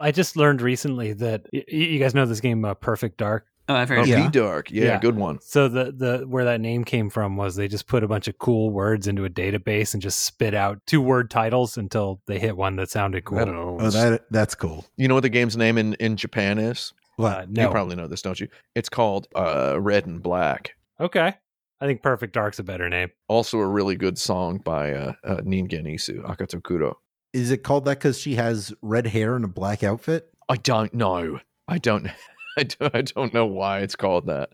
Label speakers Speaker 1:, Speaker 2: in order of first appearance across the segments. Speaker 1: I just learned recently that y- y- you guys know this game, uh, Perfect Dark.
Speaker 2: Oh, I've heard.
Speaker 3: Oh,
Speaker 2: of it.
Speaker 1: Yeah.
Speaker 3: Be Dark. Yeah,
Speaker 1: Yeah.
Speaker 3: good one.
Speaker 1: So the the where that name came from was they just put a bunch of cool words into a database and just spit out two word titles until they hit one that sounded cool.
Speaker 3: I don't know.
Speaker 4: Oh, that that's cool.
Speaker 3: you know what the game's name in, in Japan is?
Speaker 1: Uh,
Speaker 4: What?
Speaker 1: no.
Speaker 3: You probably know this, don't you? It's called uh, Red and Black.
Speaker 1: okay. I think Perfect Dark's a better name.
Speaker 3: Also, a really good song by uh, uh, Ningen Isu, Akatokuro.
Speaker 4: Is it called that because she has red hair and a black outfit?
Speaker 3: I don't know. I don't. I don't, I don't know why it's called that.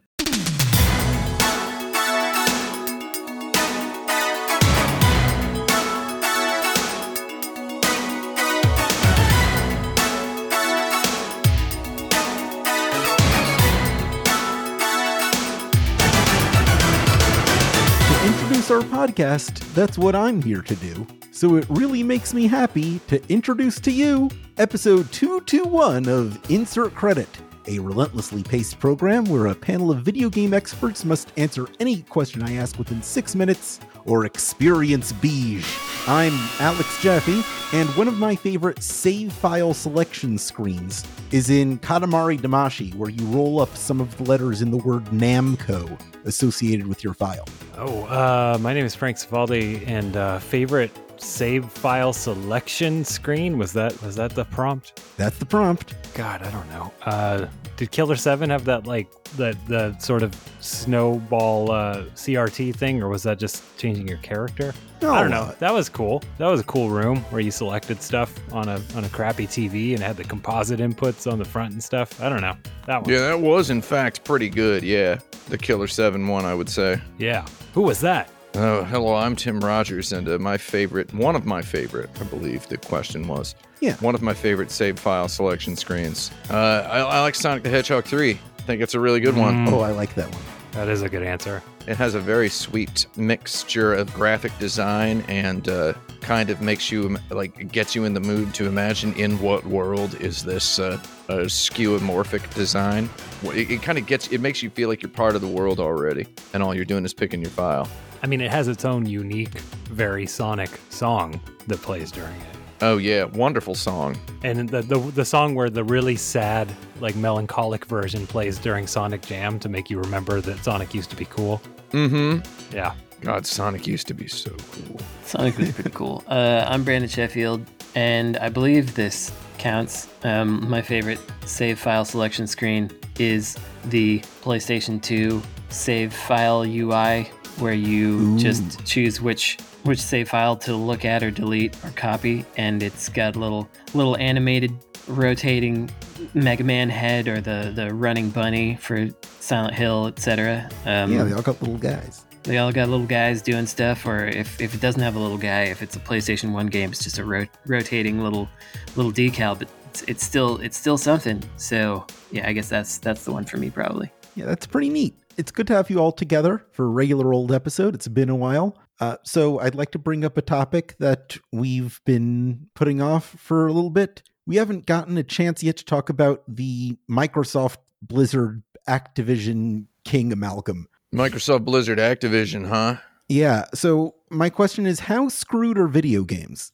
Speaker 4: To introduce our podcast, that's what I'm here to do. So it really makes me happy to introduce to you episode 221 of Insert Credit, a relentlessly paced program where a panel of video game experts must answer any question I ask within six minutes or experience beige. I'm Alex Jaffe, and one of my favorite save file selection screens is in Katamari Damashi, where you roll up some of the letters in the word Namco associated with your file.
Speaker 1: Oh, uh, my name is Frank Savaldi, and uh, favorite save file selection screen was that was that the prompt?
Speaker 4: That's the prompt.
Speaker 1: God, I don't know. Uh, did Killer Seven have that like that the sort of snowball uh, CRT thing, or was that just changing your character? I don't know.
Speaker 4: uh,
Speaker 1: That was cool. That was a cool room where you selected stuff on a on a crappy TV and had the composite inputs on the front and stuff. I don't know that one.
Speaker 3: Yeah, that was in fact pretty good. Yeah, the Killer Seven one, I would say.
Speaker 1: yeah. Who was that?
Speaker 3: Oh, hello, I'm Tim Rogers, and uh, my favorite, one of my favorite, I believe the question was.
Speaker 4: Yeah.
Speaker 3: One of my favorite save file selection screens. Uh, I, I like Sonic the Hedgehog 3. I think it's a really good one.
Speaker 4: Oh, I like that one.
Speaker 1: That is a good answer.
Speaker 3: It has a very sweet mixture of graphic design and uh, kind of makes you, im- like, gets you in the mood to imagine in what world is this uh, uh, skeuomorphic design. Wh- It, it kind of gets, it makes you feel like you're part of the world already, and all you're doing is picking your file.
Speaker 1: I mean, it has its own unique, very sonic song that plays during it.
Speaker 3: Oh, yeah, wonderful song.
Speaker 1: and the, the the song where the really sad like melancholic version plays during Sonic Jam to make you remember that Sonic used to be cool.
Speaker 3: Mm hmm.
Speaker 2: Mm-hmm.
Speaker 1: Yeah.
Speaker 3: God, Sonic used to be so cool.
Speaker 2: Sonic was pretty cool. Uh, I'm Brandon Sheffield, and I believe this counts. Um, my favorite save file selection screen is the PlayStation 2 save file UI, where you just choose which which save file to look at or delete or copy, and it's got little little animated rotating Mega Man head or the the running bunny for Silent Hill, etc. Um,
Speaker 4: yeah, they all got little guys.
Speaker 2: they all got little guys doing stuff, or if, if it doesn't have a little guy, if it's a PlayStation One game, it's just a ro- rotating little little decal, but it's, it's still it's still something. So yeah, I guess that's that's the one for me probably.
Speaker 4: Yeah, that's pretty neat. It's good to have you all together for a regular old episode. It's been a while. Uh, so I'd like to bring up a topic that we've been putting off for a little bit. We haven't gotten a chance yet to talk about the Microsoft Blizzard Activision King amalgam.
Speaker 3: Microsoft Blizzard Activision, huh?
Speaker 4: Yeah, so my question is how screwed are video games?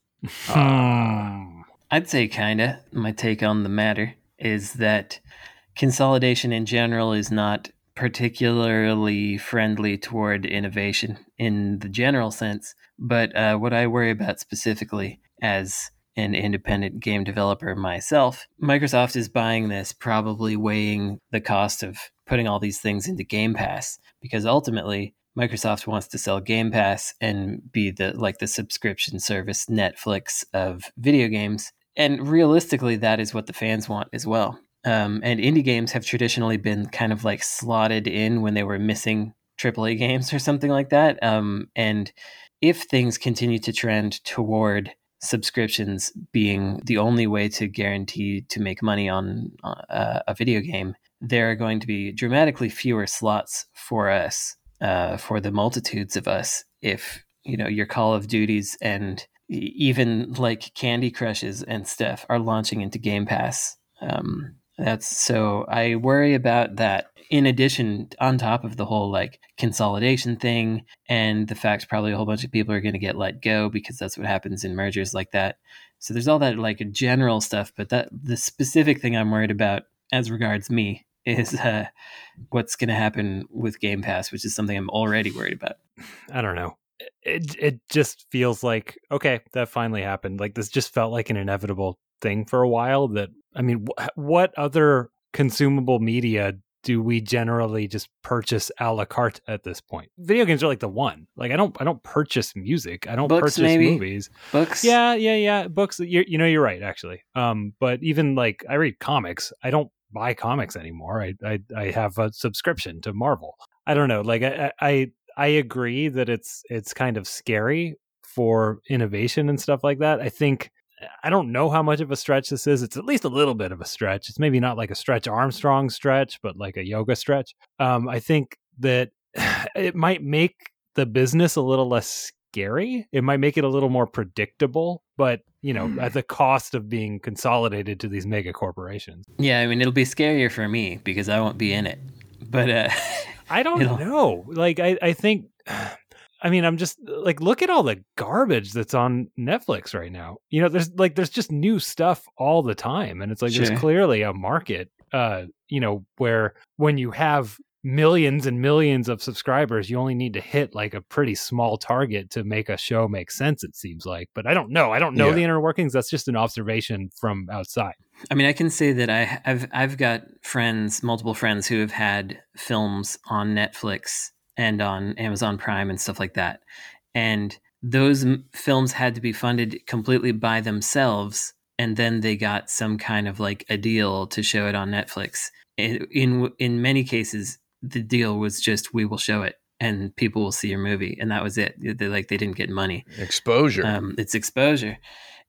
Speaker 2: I'd say kinda. My take on the matter is that consolidation in general is not particularly friendly toward innovation in the general sense. But uh, what I worry about specifically as an independent game developer myself, Microsoft is buying this, probably weighing the cost of putting all these things into Game Pass, because ultimately, Microsoft wants to sell Game Pass and be the like the subscription service Netflix of video games. And realistically, that is what the fans want as well. Um, and indie games have traditionally been kind of like slotted in when they were missing AAA games or something like that. Um, and if things continue to trend toward subscriptions being the only way to guarantee to make money on uh, a video game, there are going to be dramatically fewer slots for us, uh, for the multitudes of us. If you know your Call of Duties and e- even like Candy Crushes and stuff are launching into Game Pass, um, that's so I worry about that. In addition, on top of the whole like consolidation thing, and the fact probably a whole bunch of people are going to get let go because that's what happens in mergers like that. So there's all that like general stuff, but that the specific thing I'm worried about as regards me is uh, what's going to happen with Game Pass, which is something I'm already worried about.
Speaker 1: Uh, I don't know. It it just feels like okay, that finally happened. Like this just felt like an inevitable thing for a while. That I mean, wh- what other consumable media do we generally just purchase a la carte at this point? Video games are like the one. Like I don't I don't purchase music. I don't
Speaker 2: Books,
Speaker 1: purchase
Speaker 2: maybe?
Speaker 1: movies.
Speaker 2: Books,
Speaker 1: Yeah, yeah, yeah. Books. You you know you're right actually. Um, but even like I read comics. I don't buy comics anymore. I I, I have a subscription to Marvel. I don't know. Like I I I- I agree that it's it's kind of scary for innovation and stuff like that. I think I don't know how much of a stretch this is. It's at least a little bit of a stretch. It's maybe not like a stretch Armstrong stretch, but like a yoga stretch. Um, I think that it might make the business a little less scary. It might make it a little more predictable, but you know, at the cost of being consolidated to these mega corporations.
Speaker 2: yeah. I mean, it'll be scarier for me because I won't be in it. But uh,
Speaker 1: I don't
Speaker 2: It'll-
Speaker 1: know. Like I, I think I mean I'm just like look at all the garbage that's on Netflix right now. You know, there's like there's just new stuff all the time. And it's like
Speaker 2: Sure.
Speaker 1: there's clearly a market uh, you know, where when you have millions and millions of subscribers, you only need to hit like a pretty small target to make a show make sense, it seems like. But I don't know. I don't know
Speaker 3: Yeah.
Speaker 1: the inner workings. That's just an observation from outside.
Speaker 2: I mean, I can say that I, I've I've got friends, multiple friends who have had films on Netflix and on Amazon Prime and stuff like that, and those m- films had to be funded completely by themselves, and then they got some kind of like a deal to show it on Netflix. In in, in many cases, the deal was just we will show it and people will see your movie, and that was it. They, like they didn't get money.
Speaker 3: Exposure.
Speaker 2: Um, it's exposure.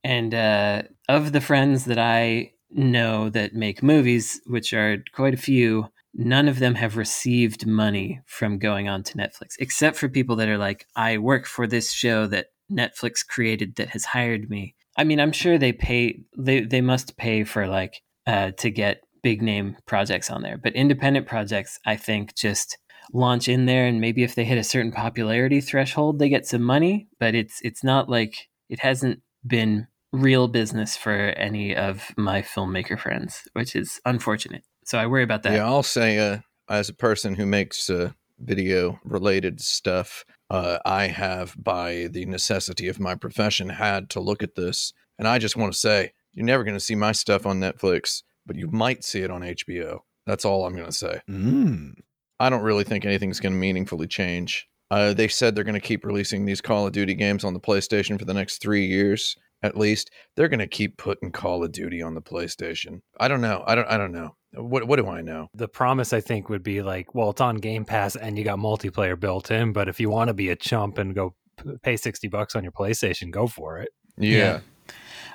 Speaker 2: And uh, of the friends that I know that make movies, which are quite a few, none of them have received money from going on to Netflix, except for people that are like, I work for this show that Netflix created that has hired me. I mean, I'm sure they pay, they, they must pay for like, uh, to get big name projects on there. But independent projects, I think, just launch in there and maybe if they hit a certain popularity threshold they get some money but it's it's not like it hasn't been real business for any of my filmmaker friends which is unfortunate so i worry about that
Speaker 3: Yeah, I'll say, uh, as a person who makes uh, video related stuff, uh, I have, by the necessity of my profession, had to look at this. And I just want to say, you're never going to see my stuff on Netflix, but you might see it on HBO. That's all I'm going to say.
Speaker 4: Mm.
Speaker 3: I don't really think anything's going to meaningfully change. Uh, they said they're going to keep releasing these Call of Duty games on the PlayStation for the next three years at least. They're going to keep putting Call of Duty on the PlayStation. I don't know. I don't. I don't know. What What do I know?
Speaker 1: the promise I think would be like, well, it's on Game Pass and you got multiplayer built in, but if you want to be a chump and go p- pay 60 bucks on your PlayStation, go for it.
Speaker 3: yeah.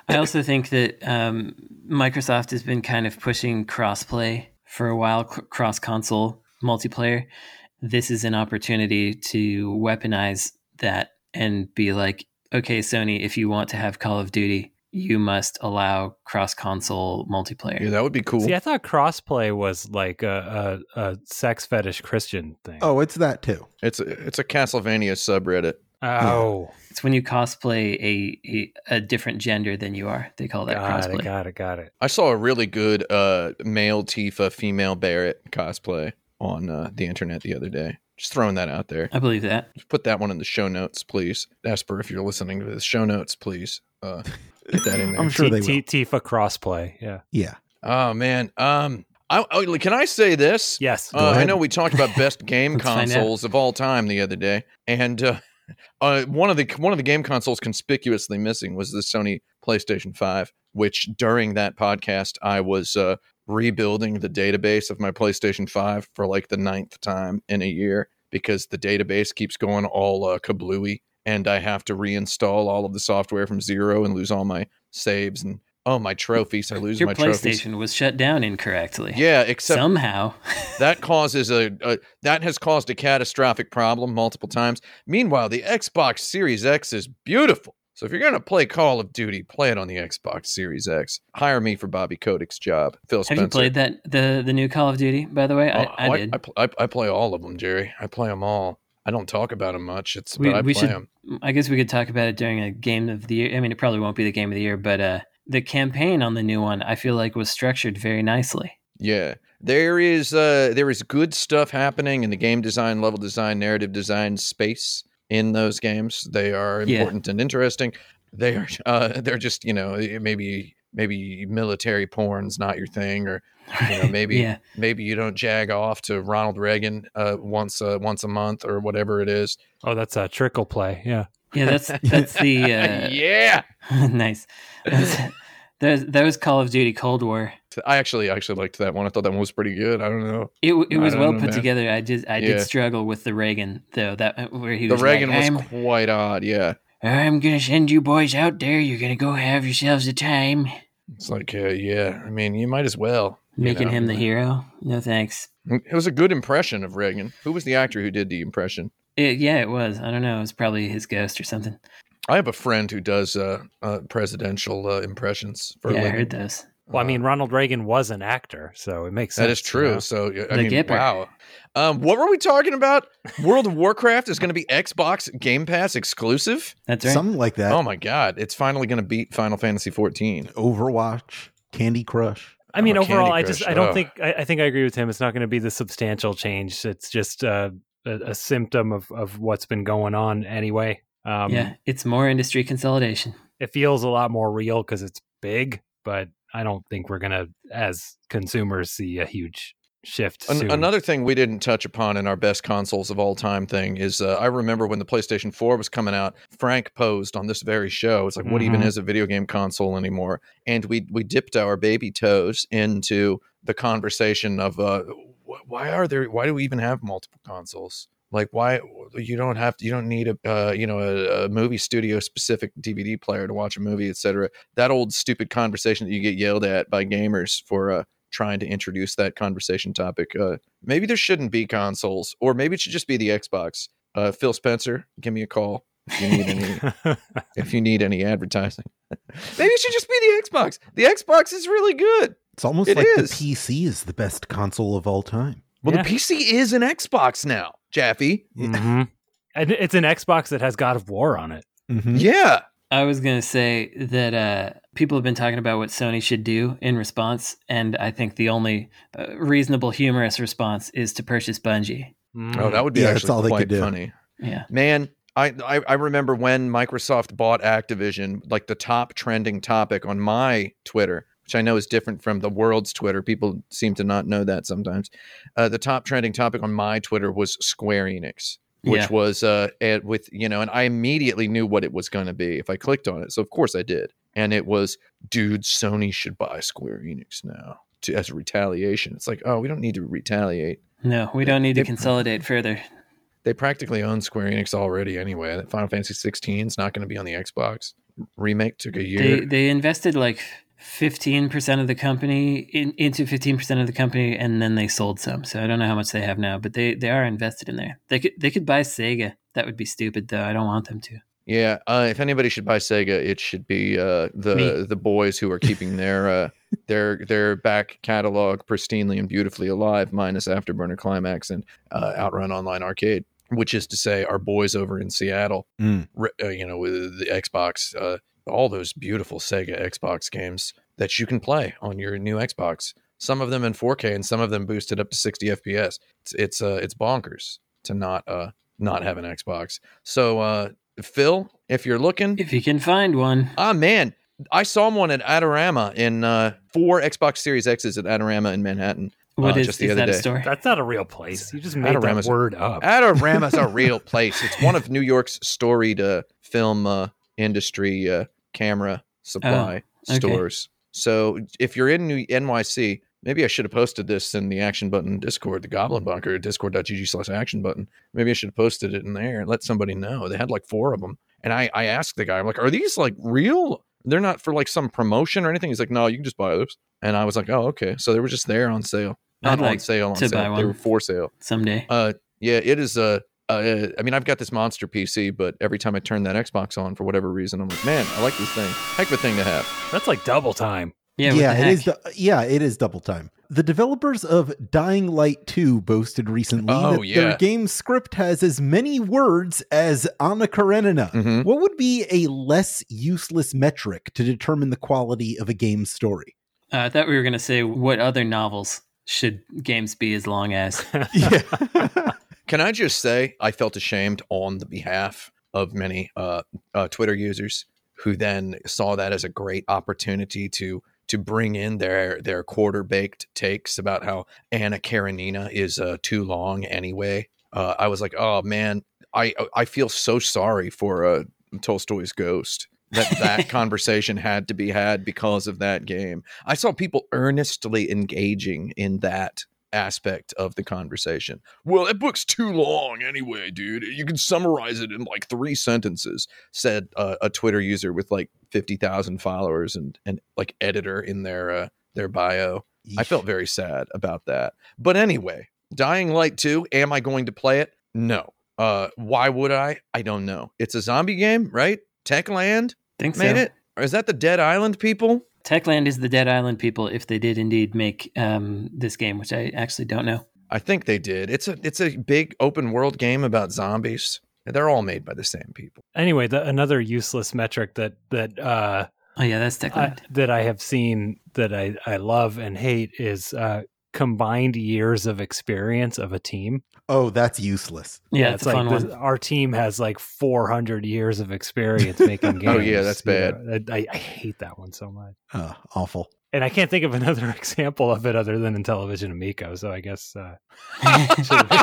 Speaker 2: I also think that um, Microsoft has been kind of pushing crossplay for a while, c- cross console multiplayer. This is an opportunity to weaponize that and be like, okay, Sony, if you want to have Call of Duty, you must allow cross console multiplayer.
Speaker 3: Yeah, that would be cool.
Speaker 1: See, I thought crossplay was like a, a, a sex fetish Christian thing.
Speaker 4: Oh, it's that too.
Speaker 3: It's a, it's a Castlevania subreddit.
Speaker 1: oh
Speaker 2: It's when you cosplay a, a a different gender than you are. They
Speaker 3: Oh,
Speaker 2: call that
Speaker 1: got
Speaker 2: crossplay.
Speaker 1: it, got it, got it.
Speaker 3: I saw a really good uh, male Tifa, female Barrett cosplay on uh, the internet the other day. Just throwing that out there.
Speaker 2: I believe that.
Speaker 3: Just put that one in the show notes, please. Esper, if you're listening to this, show notes, please. Uh, get that in there.
Speaker 4: I'm sure
Speaker 1: T-
Speaker 4: they
Speaker 1: T-
Speaker 4: will.
Speaker 1: Tifa crossplay. Yeah.
Speaker 4: Yeah.
Speaker 3: Oh man. Um. I oh, can I say this?
Speaker 1: Yes.
Speaker 4: Go
Speaker 3: Uh, I
Speaker 4: ahead.
Speaker 3: know we talked about best game
Speaker 2: Let's find out.
Speaker 3: consoles of all time the other day, and uh, uh, one of the one of the game consoles conspicuously missing was the Sony PlayStation Five, which during that podcast I was uh, rebuilding the database of my PlayStation Five for like the ninth time in a year because the database keeps going all uh, kablooey, and I have to reinstall all of the software from zero and lose all my saves and oh my trophies. I lose
Speaker 2: Your
Speaker 3: my
Speaker 2: PlayStation
Speaker 3: trophies.
Speaker 2: was shut down incorrectly.
Speaker 3: Yeah, except
Speaker 2: Somehow.
Speaker 3: that causes a, a that has caused a catastrophic problem multiple times. Meanwhile, the Xbox Series X is beautiful. So if you're gonna play Call of Duty, play it on the Xbox Series X. Hire me for Bobby Kotick's job. Phil
Speaker 2: Have
Speaker 3: Spencer.
Speaker 2: you played that the the new Call of Duty? By the way,
Speaker 3: Oh,
Speaker 2: I, I did.
Speaker 3: I, pl- I, I play all of them, Jerry. I play them all. I don't talk about them much. It's
Speaker 2: We-
Speaker 3: but I
Speaker 2: we
Speaker 3: play
Speaker 2: should-
Speaker 3: them.
Speaker 2: I guess we could talk about it during a game of the year. I mean, it probably won't be the game of the year, but uh, the campaign on the new one, I feel like, was structured very nicely.
Speaker 3: Yeah. There is uh there is good stuff happening in the game design, level design, narrative design space in those games. They are
Speaker 2: Yeah.
Speaker 3: important and interesting. They are uh they're just, you know, eh, maybe maybe military porn's not your thing or You know, maybe-
Speaker 2: yeah,
Speaker 3: maybe you don't jag off to Ronald Reagan uh once uh, once a month or whatever it is.
Speaker 1: Oh, that's a trickle play. Yeah.
Speaker 2: yeah. That's that's the uh,
Speaker 3: yeah.
Speaker 2: nice. That's, that, that was Call of Duty Cold War.
Speaker 3: I actually actually liked that one. I thought that one was pretty good. I don't know.
Speaker 2: It, w- it
Speaker 3: I
Speaker 2: was
Speaker 3: don't
Speaker 2: well
Speaker 3: know,
Speaker 2: put
Speaker 3: man.
Speaker 2: together. I did I
Speaker 3: Yeah.
Speaker 2: did struggle with the Reagan though. That uh, where he
Speaker 3: The
Speaker 2: was
Speaker 3: Reagan
Speaker 2: like,
Speaker 3: was
Speaker 2: I'm,
Speaker 3: quite odd. Yeah.
Speaker 2: I'm gonna send you boys out there. You're gonna go have yourselves a time.
Speaker 3: It's like uh, yeah. I mean, you might as well. you
Speaker 2: Making
Speaker 3: know?
Speaker 2: him the hero. No thanks.
Speaker 3: It was a good impression of Reagan. Who was the actor who did the impression?
Speaker 2: It, yeah, it was. I don't know. It was probably his ghost or something.
Speaker 3: I have a friend who does uh, uh, presidential uh, impressions. For a
Speaker 2: yeah, I
Speaker 3: living.
Speaker 2: heard those.
Speaker 1: Well, I mean,
Speaker 3: Uh,
Speaker 1: Ronald Reagan was an actor, so it makes sense.
Speaker 3: that is true.
Speaker 1: you know?
Speaker 3: So yeah, I
Speaker 2: The
Speaker 3: mean,
Speaker 2: Gipper.
Speaker 3: wow. Um, what were we talking about? World of Warcraft is going to be Xbox Game Pass exclusive.
Speaker 2: That's right.
Speaker 4: Something like that.
Speaker 3: oh my god, it's finally going to beat Final Fantasy 14.
Speaker 4: Overwatch, Candy Crush.
Speaker 1: I mean,
Speaker 3: Oh, Candy
Speaker 1: overall, I just
Speaker 3: Crush.
Speaker 1: I don't
Speaker 3: Oh.
Speaker 1: think I, I think I agree with him. It's not going to be the substantial change. It's just uh, a, a symptom of of what's been going on anyway. Um,
Speaker 2: yeah, it's more industry consolidation.
Speaker 1: it feels a lot more real because it's big, but I don't think we're gonna, as consumers, see a huge shift.
Speaker 3: An-
Speaker 1: soon.
Speaker 3: another thing we didn't touch upon in our best consoles of all time thing is uh, I remember when the PlayStation 4 was coming out, Frank posed on this very show. It's like, what even
Speaker 1: Mhm.
Speaker 3: is a video game console anymore? And we we dipped our baby toes into the conversation of uh, wh- why are there? Why do we even have multiple consoles? Like why you don't have to, you don't need a uh, you know a, a movie studio specific DVD player to watch a movie, etc. That old stupid conversation that you get yelled at by gamers for uh, trying to introduce that conversation topic. Uh, maybe there shouldn't be consoles, or maybe it should just be the Xbox. Uh, Phil Spencer, give me a call if you need any, if you need any advertising. maybe it should just be the Xbox. The Xbox is really good.
Speaker 4: It's almost
Speaker 3: It
Speaker 4: like
Speaker 3: is.
Speaker 4: the PC is the best console of all time.
Speaker 3: Well,
Speaker 1: Yeah.
Speaker 3: the PC is an Xbox now, Jaffe.
Speaker 1: Mhm. And it's an Xbox that has God of War on it.
Speaker 4: Mm-hmm.
Speaker 3: Yeah,
Speaker 2: I was going to say that uh, people have been talking about what Sony should do in response, and I think the only uh, reasonable, humorous response is to purchase Bungie.
Speaker 1: Mm.
Speaker 3: oh, that would be
Speaker 4: Yeah, that's
Speaker 3: actually
Speaker 4: all they
Speaker 3: quite
Speaker 4: could do.
Speaker 3: funny.
Speaker 2: Yeah.
Speaker 3: Man, I, I I remember when Microsoft bought Activision, like the top trending topic on my Twitter, which I know is different from the world's Twitter. People seem to not know that sometimes. Uh, the top trending topic on my Twitter was Square Enix, which
Speaker 2: yeah.
Speaker 3: was uh at, with you know, and I immediately knew what it was going to be if I clicked on it. So of course I did, and it was, dude, Sony should buy Square Enix now to, as a retaliation. It's like, oh, we don't need to retaliate.
Speaker 2: No, we don't need to
Speaker 3: Yep.
Speaker 2: consolidate further.
Speaker 3: They practically own Square Enix already anyway. That Final Fantasy 16 is not going to be on the Xbox. Remake took a year.
Speaker 2: They, they invested like 15% of the company in, into 15% of the company, and then they sold some. So I don't know how much they have now, but they, they are invested in there. They could, they could buy Sega. That would be stupid, though. I don't want them to.
Speaker 3: yeah, uh, if anybody should buy Sega, it should be uh, the
Speaker 2: Me.
Speaker 3: the boys who are keeping their uh, their their back catalog pristinely and beautifully alive, minus Afterburner Climax and uh, Outrun Online Arcade, which is to say, our boys over in Seattle,
Speaker 4: Mm.
Speaker 3: re- uh, you know, with the Xbox, uh, all those beautiful Sega Xbox games that you can play on your new Xbox. Some of them in 4K and some of them boosted up to 60 FPS. It's it's uh, it's bonkers to not uh not have an Xbox. So uh, Phil, if you're looking,
Speaker 2: If you can find one.
Speaker 3: Ah, man. I saw one at Adorama in uh, four Xbox Series X's at Adorama in Manhattan.
Speaker 2: What
Speaker 3: Uh,
Speaker 2: is
Speaker 3: just the
Speaker 2: is
Speaker 3: other
Speaker 2: that a
Speaker 3: day.
Speaker 2: store?
Speaker 1: That's not a real place. You just made that
Speaker 3: Adorama's-
Speaker 1: word up.
Speaker 3: Adorama's a real place. It's one of New York's storied uh, film uh, industry uh, camera supply
Speaker 2: Oh, okay.
Speaker 3: stores. So if you're in New- NYC, maybe I should have posted this in the Action Button Discord, the Goblin Bunker, discord.gg slash action button. Maybe I should have posted it in there and let somebody know. They had like four of them. And I, I asked the guy, I'm like, are these like real? They're not for like some promotion or anything. He's like, no, you can just buy those. And I was like, oh, okay. So they were just there on sale. Not
Speaker 2: I'd like
Speaker 3: on sale, on
Speaker 2: to
Speaker 3: sale.
Speaker 2: buy
Speaker 3: They
Speaker 2: one.
Speaker 3: were for sale.
Speaker 2: someday.
Speaker 3: Uh, yeah, it is Uh, uh, I mean, I've got this monster PC, but every time I turn that Xbox on for whatever reason, I'm like, man, I like this thing. Heck of a thing to have.
Speaker 1: That's like double time.
Speaker 2: Yeah, what the
Speaker 4: yeah,
Speaker 2: heck?
Speaker 4: it is. du- yeah, it is double time. The developers of Dying Light 2 boasted recently
Speaker 3: Oh,
Speaker 4: that their
Speaker 3: yeah.
Speaker 4: game script has as many words as Anna Karenina.
Speaker 3: Mhm.
Speaker 4: What would be a less useless metric to determine the quality of a game's story?
Speaker 2: Uh, I thought we were going to say what other novels should games be as long as.
Speaker 3: Can I just say I felt ashamed on the behalf of many uh, uh, Twitter users who then saw that as a great opportunity to to bring in their their quarter baked takes about how Anna Karenina is uh, too long anyway. Uh, I was like, oh man, I I feel so sorry for uh, Tolstoy's Ghost that that conversation had to be had because of that game. I saw people earnestly engaging in that aspect of the conversation. Well, that book's too long anyway, dude. You can summarize it in like three sentences, said uh, a Twitter user with like 50,000 followers and, and like editor in their, uh, their bio. I felt very sad about that. But anyway, Dying Light 2, am I going to play it? No. Uh, why would I? I don't know. It's a zombie game, right? Techland
Speaker 2: Think so.
Speaker 3: made it? Or is that the Dead Island people?
Speaker 2: Techland is the Dead Island people, if they did indeed make um, this game, which I actually don't know.
Speaker 3: I think they did. It's a it's a big open world game about zombies. They're all made by the same people.
Speaker 1: anyway, the, another useless metric that that uh,
Speaker 2: Oh yeah, that's
Speaker 1: I,
Speaker 2: Techland.
Speaker 1: that I have seen that I I love and hate is uh, combined years of experience of a team.
Speaker 4: Oh, that's useless.
Speaker 2: yeah, it's, a
Speaker 1: like
Speaker 2: fun
Speaker 1: this-
Speaker 2: one.
Speaker 1: our team has like 400 years of experience making games.
Speaker 3: Oh, yeah, that's
Speaker 1: you know. I, I hate that one so much.
Speaker 4: Uh, awful.
Speaker 1: And I can't think of another example of it other than in television Amico. So I guess uh,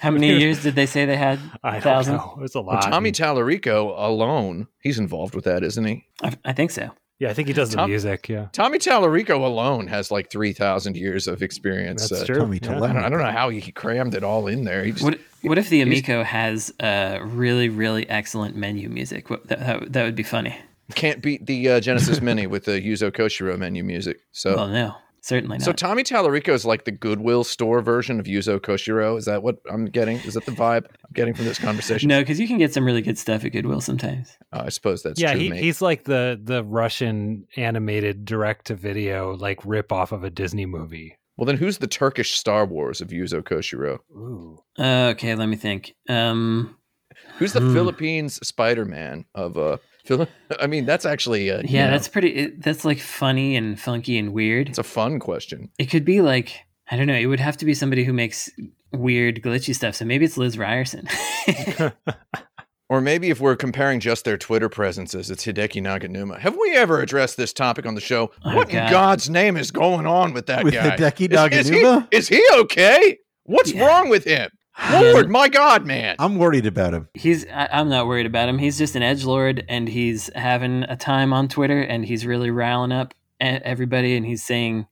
Speaker 2: How many years did they say they had?
Speaker 1: I don't
Speaker 2: Thousand.
Speaker 1: know. It's a
Speaker 3: Well,
Speaker 1: lot.
Speaker 3: Tommy Tallarico alone, he's involved with that, isn't he?
Speaker 2: I, I think so.
Speaker 1: yeah, I think he does the
Speaker 3: Tom-
Speaker 1: music. Yeah,
Speaker 3: Tommy Tallarico alone has like three thousand years of experience.
Speaker 1: that's
Speaker 3: Uh,
Speaker 1: true.
Speaker 4: Tommy
Speaker 1: yeah.
Speaker 3: I
Speaker 4: Tallarico.
Speaker 3: don't, I don't know how he crammed it all in there. He just,
Speaker 2: What What if the
Speaker 3: he's-
Speaker 2: Amico has uh, really really excellent menu music? What, that, that that would be funny.
Speaker 3: can't beat the uh, Genesis Mini with the Yuzo Koshiro menu music. So,
Speaker 2: Well, no, certainly not.
Speaker 3: Oh. so Tommy Tallarico is like the Goodwill store version of Yuzo Koshiro. Is that what I'm getting? Is that the vibe I'm getting from this conversation?
Speaker 2: no, because you can get some really good stuff at Goodwill sometimes.
Speaker 3: Uh, I suppose that's
Speaker 1: yeah,
Speaker 3: true.
Speaker 1: he,
Speaker 3: mate.
Speaker 1: he's like the the Russian animated direct to video like rip off of a Disney movie.
Speaker 3: Well, then who's the Turkish Star Wars of Yuzo Koshiro?
Speaker 1: Ooh,
Speaker 2: Okay, let me think. Um,
Speaker 3: Who's the
Speaker 2: Hmm.
Speaker 3: Philippines Spider Man of uh? Phil- I mean, that's actually uh, you
Speaker 2: yeah,
Speaker 3: know,
Speaker 2: that's pretty. It, that's like funny and funky and weird.
Speaker 3: it's a fun question.
Speaker 2: it could be like I don't know. It would have to be somebody who makes weird glitchy stuff. So maybe it's Liz Ryerson.
Speaker 3: Or maybe if we're comparing just their Twitter presences, it's Hideki Naganuma. Have we ever addressed this topic on the show?
Speaker 2: Oh,
Speaker 3: what in
Speaker 2: God.
Speaker 3: God's name is going on with that
Speaker 4: With
Speaker 3: guy?
Speaker 4: Hideki
Speaker 3: Is- is he-
Speaker 4: Naganuma?
Speaker 3: Is, he okay? What's
Speaker 2: Yeah.
Speaker 3: wrong with him? Lord, my God, man!
Speaker 4: I'm worried about him.
Speaker 2: he's I, I'm not worried about him. He's just an edge lord, and he's having a time on Twitter, and he's really riling up e- everybody, and he's saying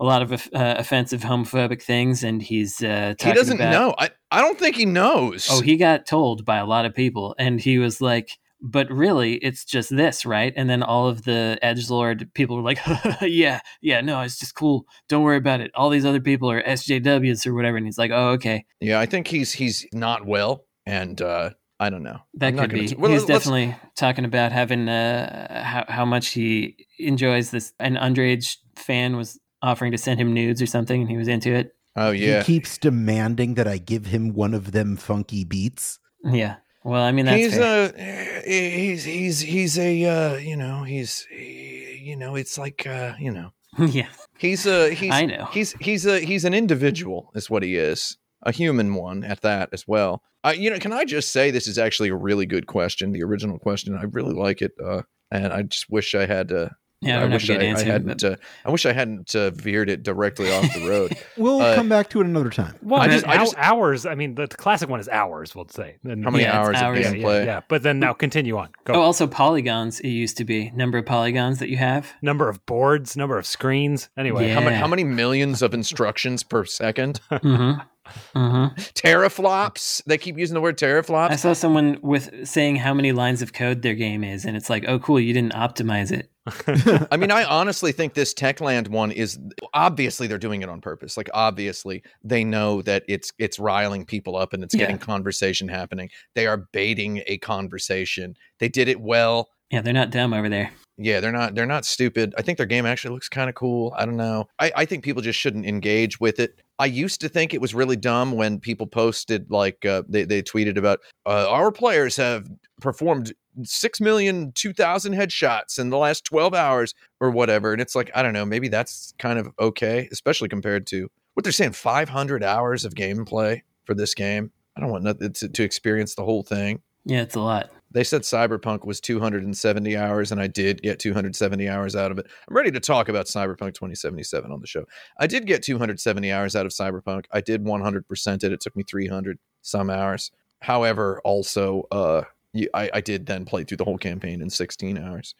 Speaker 2: a lot of off- uh, offensive homophobic things, and he's uh,
Speaker 3: he
Speaker 2: talking
Speaker 3: doesn't
Speaker 2: about-
Speaker 3: know. I, I don't think he knows.
Speaker 2: Oh, he got told by a lot of people, and he was like, "But really, it's just this, right?" And then all of the edge lord people were like, "Yeah, yeah, no, it's just cool. Don't worry about it. All these other people are SJWs or whatever." And he's like, "Oh, okay,
Speaker 3: yeah, I think he's he's not well, and uh, I don't know. I'm
Speaker 2: that
Speaker 3: not
Speaker 2: could
Speaker 3: gonna
Speaker 2: be."
Speaker 3: t- well,
Speaker 2: he's
Speaker 3: let's-
Speaker 2: definitely talking about having uh, how how much he enjoys this. An underage fan was offering to send him nudes or something, and he was into it.
Speaker 3: Oh yeah,
Speaker 4: He keeps demanding that I give him one of them funky beats.
Speaker 2: Yeah. Well, I mean, that's
Speaker 3: he's
Speaker 2: fair.
Speaker 3: a he's he's he's a uh, you know he's he, you know it's like uh, you know
Speaker 2: yeah,
Speaker 3: he's a he's
Speaker 2: I know.
Speaker 3: he's he's a he's an individual is what he is a human one at that as well uh, you know can i just say this is actually a really good question the original question i really like it uh, and i just wish i had uh,
Speaker 2: Yeah, I don't
Speaker 3: I
Speaker 2: have a
Speaker 3: wish
Speaker 2: good
Speaker 3: I, I
Speaker 2: answer.
Speaker 3: hadn't uh, I wish I hadn't uh, veered it directly off the road.
Speaker 4: We'll
Speaker 3: Uh,
Speaker 4: come back to it another time.
Speaker 1: well,
Speaker 3: I
Speaker 1: I
Speaker 3: just-
Speaker 1: just,
Speaker 3: I just-
Speaker 1: hours. I mean, the, the classic one is hours. We'll say And-
Speaker 3: How many
Speaker 2: Yeah,
Speaker 3: hours
Speaker 2: it's
Speaker 3: of
Speaker 2: hours.
Speaker 1: Yeah,
Speaker 2: can
Speaker 3: gameplay?
Speaker 1: yeah, yeah. But then now continue on. Go.
Speaker 2: Oh, also polygons. It used to be number of polygons that you have.
Speaker 1: number of boards, number of screens. Anyway,
Speaker 2: Yeah.
Speaker 3: How, many, how many millions of instructions per second?
Speaker 2: Mm-hmm. Mm-hmm.
Speaker 3: teraflops. They keep using the word teraflops.
Speaker 2: I saw someone with saying how many lines of code their game is, and it's like, oh, cool, you didn't optimize it.
Speaker 3: I mean, I honestly think this Techland one is obviously they're doing it on purpose. Like obviously they know that it's it's riling people up and it's
Speaker 2: Yeah.
Speaker 3: getting conversation happening. They are baiting a conversation. They did it well.
Speaker 2: Yeah, they're not dumb over there.
Speaker 3: yeah, they're not they're not stupid. I think their game actually looks kind of cool. I don't know. I, I think people just shouldn't engage with it. I used to think it was really dumb when people posted like uh, they they tweeted about uh, our players have performed six million two thousand headshots in the last twelve hours or whatever, and it's like I don't know. Maybe that's kind of okay, especially compared to what they're saying five hundred hours of gameplay for this game. I don't want nothing to, to experience the whole thing.
Speaker 2: Yeah, it's a lot.
Speaker 3: They said Cyberpunk was 270 hours, and I did get 270 hours out of it. I'm ready to talk about Cyberpunk 2077 on the show. I did get 270 hours out of Cyberpunk. I did 100% it. It took me 300 some hours. However, also, uh, you, I, I did then play through the whole campaign in 16 hours.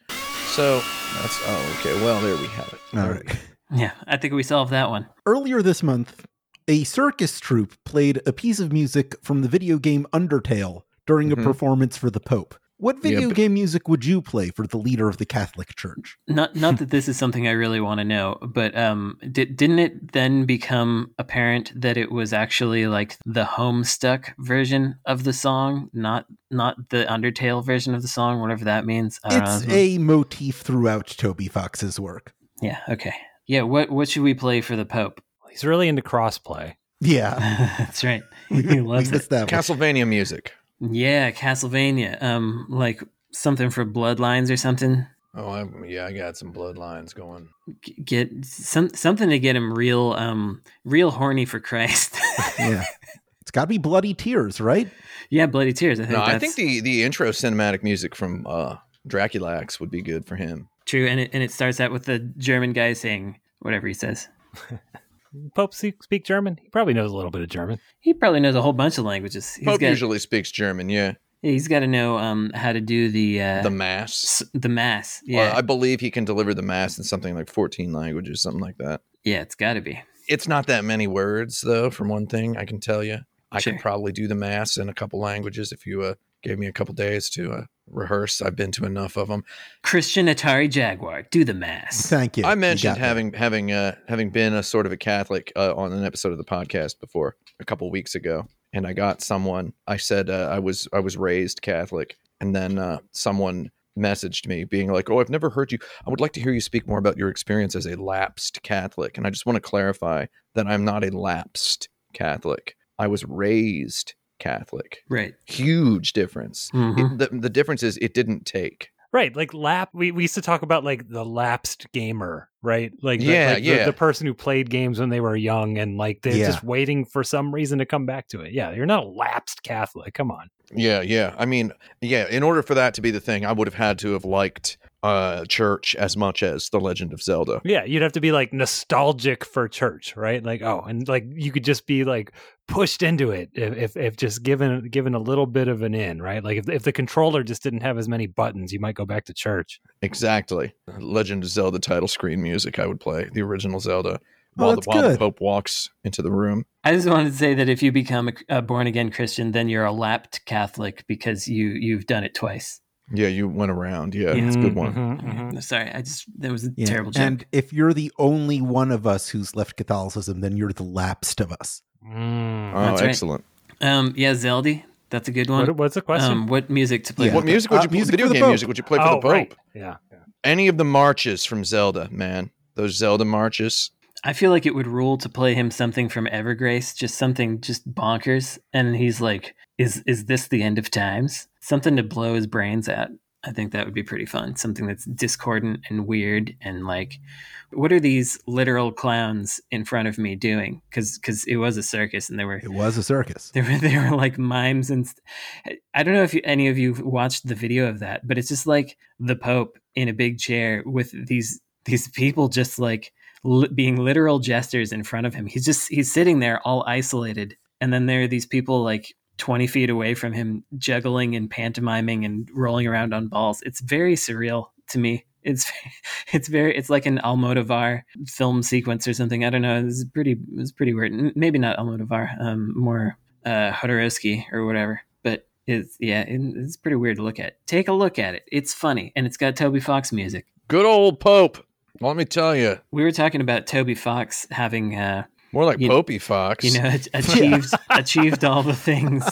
Speaker 3: So that's, oh, okay. Well, there we have it.
Speaker 4: All right.
Speaker 2: Yeah, I think we solved that one.
Speaker 4: Earlier this month, a circus troupe played a piece of music from the video game Undertale during
Speaker 3: Mhm.
Speaker 4: a performance for the Pope. What video
Speaker 3: but-
Speaker 4: game music would you play for the leader of the Catholic Church?
Speaker 2: Not not that this is something I really want to know, but um, did didn't it then become apparent that it was actually like the Homestuck version of the song, not not the Undertale version of the song, whatever that means. Uh, I don't
Speaker 4: It's
Speaker 3: Uh-huh.
Speaker 2: know.
Speaker 4: a motif throughout Toby Fox's work.
Speaker 2: yeah, okay, yeah. What what should we play for the Pope?
Speaker 1: He's really into crossplay.
Speaker 4: Yeah.
Speaker 2: That's right.
Speaker 4: We-
Speaker 2: He loves
Speaker 4: we've
Speaker 2: it.
Speaker 4: established.
Speaker 3: Castlevania music.
Speaker 2: Yeah, Castlevania. Um, like something for Bloodlines or something.
Speaker 3: Oh, I, yeah, I got some bloodlines going.
Speaker 2: G- Get some something to get him real um real horny for Christ.
Speaker 4: yeah. It's got to be Bloody Tears, right?
Speaker 2: yeah, bloody tears. I think
Speaker 3: No,
Speaker 2: that's
Speaker 3: I think the the intro cinematic music from uh, Draculax would be good for him.
Speaker 2: True, and it, and it starts out with the German guy saying whatever he says.
Speaker 1: Pope speak speak German. He probably knows a little bit of German.
Speaker 2: He probably knows a whole bunch of languages. He's
Speaker 3: Pope
Speaker 2: got,
Speaker 3: usually speaks German. Yeah,
Speaker 2: yeah, he's got to know um, how to do the uh,
Speaker 3: the
Speaker 2: the,
Speaker 3: mass.
Speaker 2: the mass.
Speaker 3: Yeah.
Speaker 2: Yeah,
Speaker 3: I believe he can deliver the mass in something like 14 languages, something like that.
Speaker 2: yeah, it's got to be.
Speaker 3: It's not that many words, though, from one thing I can tell you. I
Speaker 2: Sure.
Speaker 3: could probably do the mass in a couple languages if you uh, gave me a couple days to uh, rehearse. I've been to enough of them.
Speaker 2: Christian Atari Jaguar, do the mass.
Speaker 4: Thank you.
Speaker 3: I
Speaker 4: You
Speaker 3: mentioned
Speaker 4: got that.
Speaker 3: having having uh, having been a sort of a Catholic uh, on an episode of the podcast before a couple weeks ago, and I got someone. I said uh, I was I was raised Catholic, and then uh, someone messaged me being like, "Oh, I've never heard you. I would like to hear you speak more about your experience as a lapsed Catholic." And I just want to clarify that I'm not a lapsed Catholic. I was raised Catholic.
Speaker 2: Right.
Speaker 3: Huge difference.
Speaker 2: Mhm.
Speaker 4: mm-hmm.
Speaker 3: It- the, the difference is it didn't take.
Speaker 1: Right, like lap. We, we used to talk about like the lapsed gamer, right? Like, the,
Speaker 3: Yeah,
Speaker 1: like the-
Speaker 3: yeah.
Speaker 1: The, person who played games when they were young and like they're
Speaker 4: Yeah.
Speaker 1: just waiting for some reason to come back to it. Yeah, you're not a lapsed Catholic. Come on.
Speaker 3: Yeah, yeah. I mean, yeah, in order for that to be the thing, I would have had to have liked uh church as much as The Legend of Zelda.
Speaker 1: Yeah, you'd have to be like nostalgic for church, right? Like, oh, and like you could just be like pushed into it if if, if just given given a little bit of an in, right? Like if if the controller just didn't have as many buttons, you might go back to church.
Speaker 3: Exactly. Legend of Zelda title screen music I would play, the original Zelda.
Speaker 4: Oh,
Speaker 3: While, the,
Speaker 4: that's
Speaker 3: while the
Speaker 4: good.
Speaker 3: Pope walks into the room.
Speaker 2: I just wanted to say that if you become a, a born again Christian, then you're a lapped Catholic because you you've done it twice.
Speaker 3: Yeah, you went around. Yeah, it's a
Speaker 2: Mm-hmm.
Speaker 3: good one.
Speaker 1: Mhm, mhm.
Speaker 2: Sorry, I just that was a
Speaker 4: Yeah.
Speaker 2: terrible joke.
Speaker 4: And if you're the only one of us who's left Catholicism, then you're the lapsed of us.
Speaker 1: Mm.
Speaker 3: Oh,
Speaker 2: That's right.
Speaker 3: excellent.
Speaker 2: um, yeah, Zeldy, that's a good one.
Speaker 1: What, what's the question?
Speaker 2: um, what music to play?
Speaker 4: Yeah.
Speaker 3: What music would
Speaker 4: Uh,
Speaker 3: you play?
Speaker 4: music
Speaker 3: Video
Speaker 4: for the
Speaker 3: game
Speaker 4: Pope.
Speaker 3: music would you play for the
Speaker 1: oh,
Speaker 3: Pope?
Speaker 1: right. Yeah.
Speaker 3: Any of the marches from Zelda, man. Those Zelda marches.
Speaker 2: I feel like it would rule to play him something from Evergrace, just something just bonkers, and he's like, "Is is this the end of times?" Something to blow his brains out. I think that would be pretty fun. Something that's discordant and weird, and like, what are these literal clowns in front of me doing? Because it was a circus, and they were
Speaker 4: It was a circus.
Speaker 2: there were there were like mimes and st- I don't know if you, any of you watched the video of that, but it's just like the Pope in a big chair with these these people just like li- being literal jesters in front of him. He's just he's sitting there all isolated, and then there are these people like twenty feet away from him, juggling and pantomiming and rolling around on balls. It's very surreal to me. It's it's very it's like an Almodovar film sequence or something. I don't know. It's pretty it's pretty weird. M- Maybe not Almodovar, um, more uh, Hodorowski or whatever. But it's yeah, it, it's pretty weird to look at. Take a look at it. It's funny, and it's got Toby Fox music.
Speaker 3: Good old Pope. Let me tell you.
Speaker 2: We were talking about Toby Fox having, uh,
Speaker 3: More like
Speaker 2: You-
Speaker 3: Popey Fox.
Speaker 2: you know, ach- achieved achieved all the things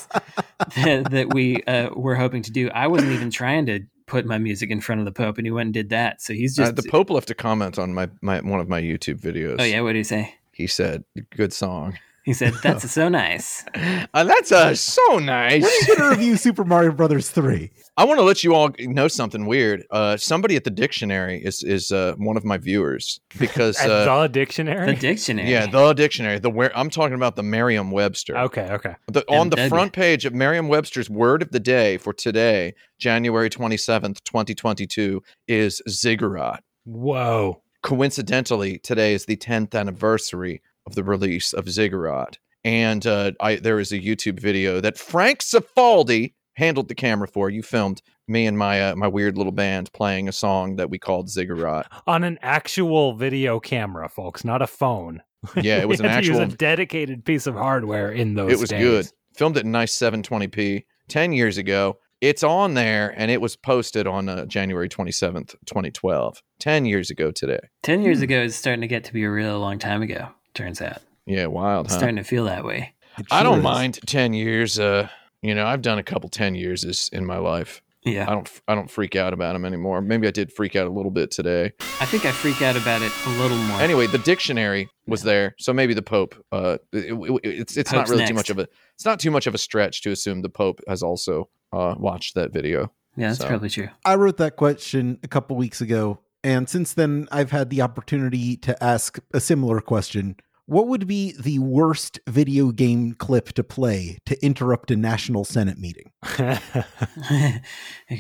Speaker 2: that, that we uh, were hoping to do. I wasn't even trying to put my music in front of the Pope, and he went and did that. So he's
Speaker 3: Uh,
Speaker 2: just
Speaker 3: the Pope left a comment on my, my one of my YouTube videos.
Speaker 2: Oh yeah, what do you say?
Speaker 3: He said, "Good song."
Speaker 2: He said that's so nice.
Speaker 3: Uh, that's uh, so nice.
Speaker 4: We're gonna review Super Mario Brothers three.
Speaker 3: I want to let you all know something weird. Uh, somebody at the dictionary is is uh, one of my viewers because
Speaker 1: At
Speaker 3: uh,
Speaker 1: the
Speaker 2: The
Speaker 1: dictionary.
Speaker 2: dictionary.
Speaker 3: yeah, the dictionary, the where I'm talking about the Merriam-Webster.
Speaker 1: okay, okay.
Speaker 3: The, on the
Speaker 2: MW.
Speaker 3: front page of Merriam-Webster's word of the day for today, January 27th, 2022 is ziggurat.
Speaker 1: Whoa.
Speaker 3: Coincidentally, today is the 10th anniversary of the release of ziggurat. And uh, I, there is a YouTube video that Frank Cifaldi handled the camera for. You filmed me and my uh, my weird little band playing a song that we called ziggurat.
Speaker 1: On an actual video camera, folks, not a phone.
Speaker 3: Yeah, it was
Speaker 1: We
Speaker 3: an
Speaker 1: had to use
Speaker 3: actual.
Speaker 1: a dedicated piece of hardware in
Speaker 2: Oh,
Speaker 1: those.
Speaker 3: It was
Speaker 1: days.
Speaker 3: good. Filmed at nice 720p 10 years ago. It's on there and it was posted on uh, January 27th, 2012. 10 years ago today.
Speaker 2: Ten
Speaker 1: Hmm.
Speaker 2: years ago is starting to get to be a real long time ago. Turns out,
Speaker 3: Yeah, wild,
Speaker 2: it's
Speaker 3: huh?
Speaker 2: starting to feel that way.
Speaker 4: It
Speaker 3: I
Speaker 4: sure
Speaker 3: don't
Speaker 4: is.
Speaker 3: mind 10 years. Uh, you know, I've done a couple 10 years is- in my life.
Speaker 2: Yeah,
Speaker 3: I don't I don't freak out about them anymore. Maybe I did freak out a little bit today.
Speaker 2: I think I freak out about it a little more.
Speaker 3: Anyway, the dictionary was there, so maybe the Pope. Uh, it- it- it's it's not
Speaker 2: Pope's
Speaker 3: really too
Speaker 2: next.
Speaker 3: much of a it's not too much of a stretch to assume the Pope has also uh, watched that video.
Speaker 2: yeah, that's
Speaker 3: so-
Speaker 2: probably true.
Speaker 4: I wrote that question a couple weeks ago, and since then I've had the opportunity to ask a similar question. What would be the worst video game clip to play to interrupt a national senate meeting?
Speaker 2: Okay,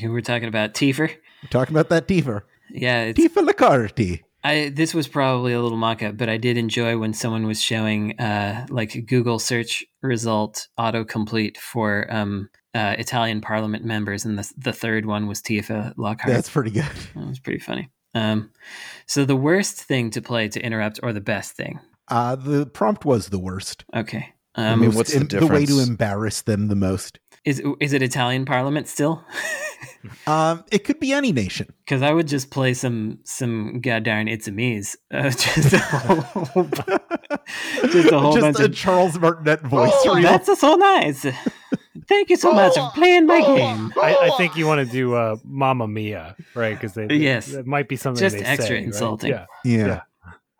Speaker 2: We're talking about Tiefer.
Speaker 4: We're talking about that Tifa.
Speaker 2: Yeah, it's,
Speaker 4: Tifa Lacarti.
Speaker 2: I this was probably a little mock up, but I did enjoy when someone was showing uh, like a Google search result autocomplete for um, uh, Italian Parliament members, and the the third one was Tifa Lockhart.
Speaker 4: That's pretty good.
Speaker 2: that was pretty funny. Um, so the worst thing to play to interrupt, or the best thing?
Speaker 4: Uh, the prompt was the worst.
Speaker 2: Okay.
Speaker 3: I
Speaker 2: Um,
Speaker 3: mean,
Speaker 4: Most
Speaker 3: what's the
Speaker 4: the way to
Speaker 3: difference?
Speaker 4: embarrass them the most.
Speaker 2: is is it Italian Parliament still?
Speaker 4: Um, it could be any nation.
Speaker 2: Because I would just play some some goddamn it's a me's uh, just a whole just a whole
Speaker 4: Just
Speaker 2: bunch
Speaker 4: a
Speaker 2: of
Speaker 4: Charles Martinet voice
Speaker 3: Oh,
Speaker 4: reel.
Speaker 2: That's so nice. Thank you so much
Speaker 4: Oh.
Speaker 2: for playing my game.
Speaker 1: I, I think you want to do uh, "Mamma Mia," right? Because they,
Speaker 2: Yes.
Speaker 1: that might be something
Speaker 2: Just
Speaker 1: they
Speaker 2: extra
Speaker 1: say, right?
Speaker 2: insulting.
Speaker 1: Yeah,
Speaker 4: yeah.
Speaker 1: Yeah.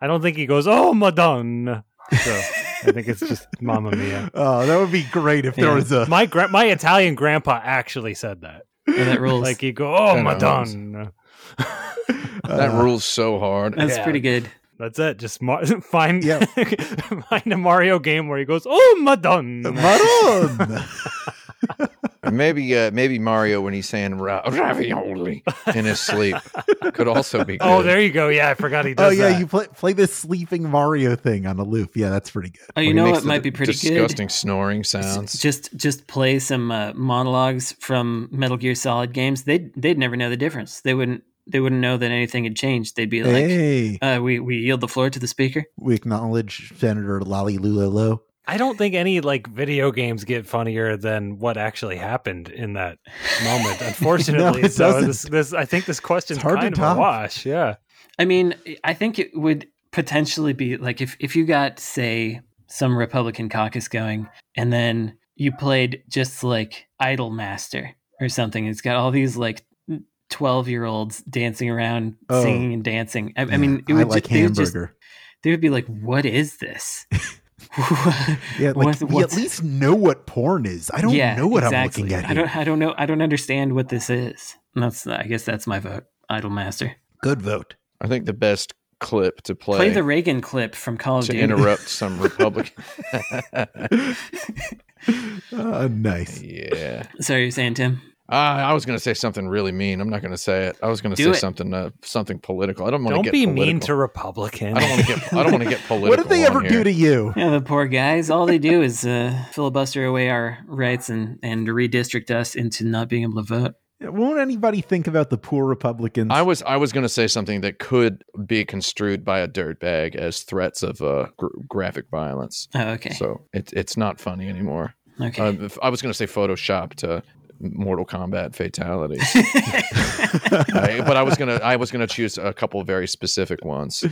Speaker 1: I don't think he goes, "Oh, Madonna." So I think it's just "Mamma Mia."
Speaker 4: Oh, that would be great if there
Speaker 2: Yeah.
Speaker 4: was a
Speaker 1: My gra- my Italian grandpa actually said that.
Speaker 2: Yeah, Oh, that rules.
Speaker 1: Like he go, "Oh,
Speaker 3: Kinda
Speaker 1: Madonna."
Speaker 3: That
Speaker 4: uh,
Speaker 3: rules so hard.
Speaker 2: That's
Speaker 1: yeah.
Speaker 2: pretty good.
Speaker 1: That's it. Just mar- find
Speaker 4: Yeah.
Speaker 1: find a Mario game where he goes, "Oh, Madonna."
Speaker 4: Maroon.
Speaker 3: Maybe uh, maybe Mario when he's saying ra- ravioli in his sleep could also be. Good.
Speaker 1: oh, there you go. Yeah, I forgot he
Speaker 4: oh
Speaker 1: does
Speaker 4: yeah,
Speaker 1: that.
Speaker 4: you play play this sleeping Mario thing on a loop. Yeah, that's pretty good.
Speaker 2: Oh,
Speaker 3: When he
Speaker 2: you know
Speaker 3: makes
Speaker 2: what
Speaker 3: the
Speaker 2: might be pretty
Speaker 3: disgusting snoring
Speaker 2: good? S-
Speaker 3: sounds.
Speaker 2: Just just play some uh, monologues from Metal Gear Solid games. They they'd never know the difference. They wouldn't they wouldn't know that anything had changed. They'd be like,
Speaker 4: hey,
Speaker 2: uh, "We we yield the floor to the speaker."
Speaker 4: we acknowledge Senator Lolly Lulalo.
Speaker 1: I don't think any like video games get funnier than what actually happened in that moment. Unfortunately,
Speaker 4: No, it
Speaker 1: so
Speaker 4: doesn't.
Speaker 1: this, this I think this question's
Speaker 4: It's hard to
Speaker 1: kind of
Speaker 4: top.
Speaker 1: a wash. Yeah,
Speaker 2: I mean, I think it would potentially be like if if you got say some Republican caucus going, and then you played just like Idolmaster or something. It's got all these like twelve year olds dancing around,
Speaker 4: Oh.
Speaker 2: singing and dancing. I, I mean, it
Speaker 4: I
Speaker 2: would
Speaker 4: like
Speaker 2: ju- they would just
Speaker 4: hamburger.
Speaker 2: they would be like, "What is this?"
Speaker 4: yeah, like
Speaker 2: what's-
Speaker 4: we
Speaker 2: what's-
Speaker 4: at least know what porn is. I don't
Speaker 2: Yeah,
Speaker 4: know what
Speaker 2: exactly.
Speaker 4: I'm looking at.
Speaker 2: I
Speaker 4: Here.
Speaker 2: don't. I don't know. I don't understand what this is. And that's. I guess that's my vote. Idolmaster.
Speaker 4: Good vote.
Speaker 3: I think the best clip to play,
Speaker 2: Play, the Reagan clip from Call of
Speaker 3: to
Speaker 2: Duty.
Speaker 3: interrupt some Republican.
Speaker 4: Uh, nice.
Speaker 3: yeah.
Speaker 2: Sorry, you're saying Tim.
Speaker 3: Uh, I was going to say something really mean. I'm not going to say it. I was going to
Speaker 2: Do
Speaker 3: say
Speaker 2: it.
Speaker 3: something uh, something political. I don't want to
Speaker 1: don't
Speaker 3: get
Speaker 1: be
Speaker 3: political.
Speaker 1: mean to Republicans.
Speaker 3: I don't want to get. I don't want to get political.
Speaker 4: What did they ever
Speaker 3: on
Speaker 4: do
Speaker 3: here.
Speaker 4: to you?
Speaker 2: Yeah, the poor guys. All they do is uh, filibuster away our rights and, and redistrict us into not being able to vote.
Speaker 4: Won't anybody think about the poor Republicans? Oh,
Speaker 3: I was I was going to say something that could be construed by a dirtbag as threats of uh, gr- graphic violence.
Speaker 2: Oh, okay.
Speaker 3: So it, it's not funny anymore.
Speaker 2: okay.
Speaker 3: Uh, if- I was going to say Photoshop to Mortal Kombat fatalities, I- but I was gonna I was gonna choose a couple very specific ones.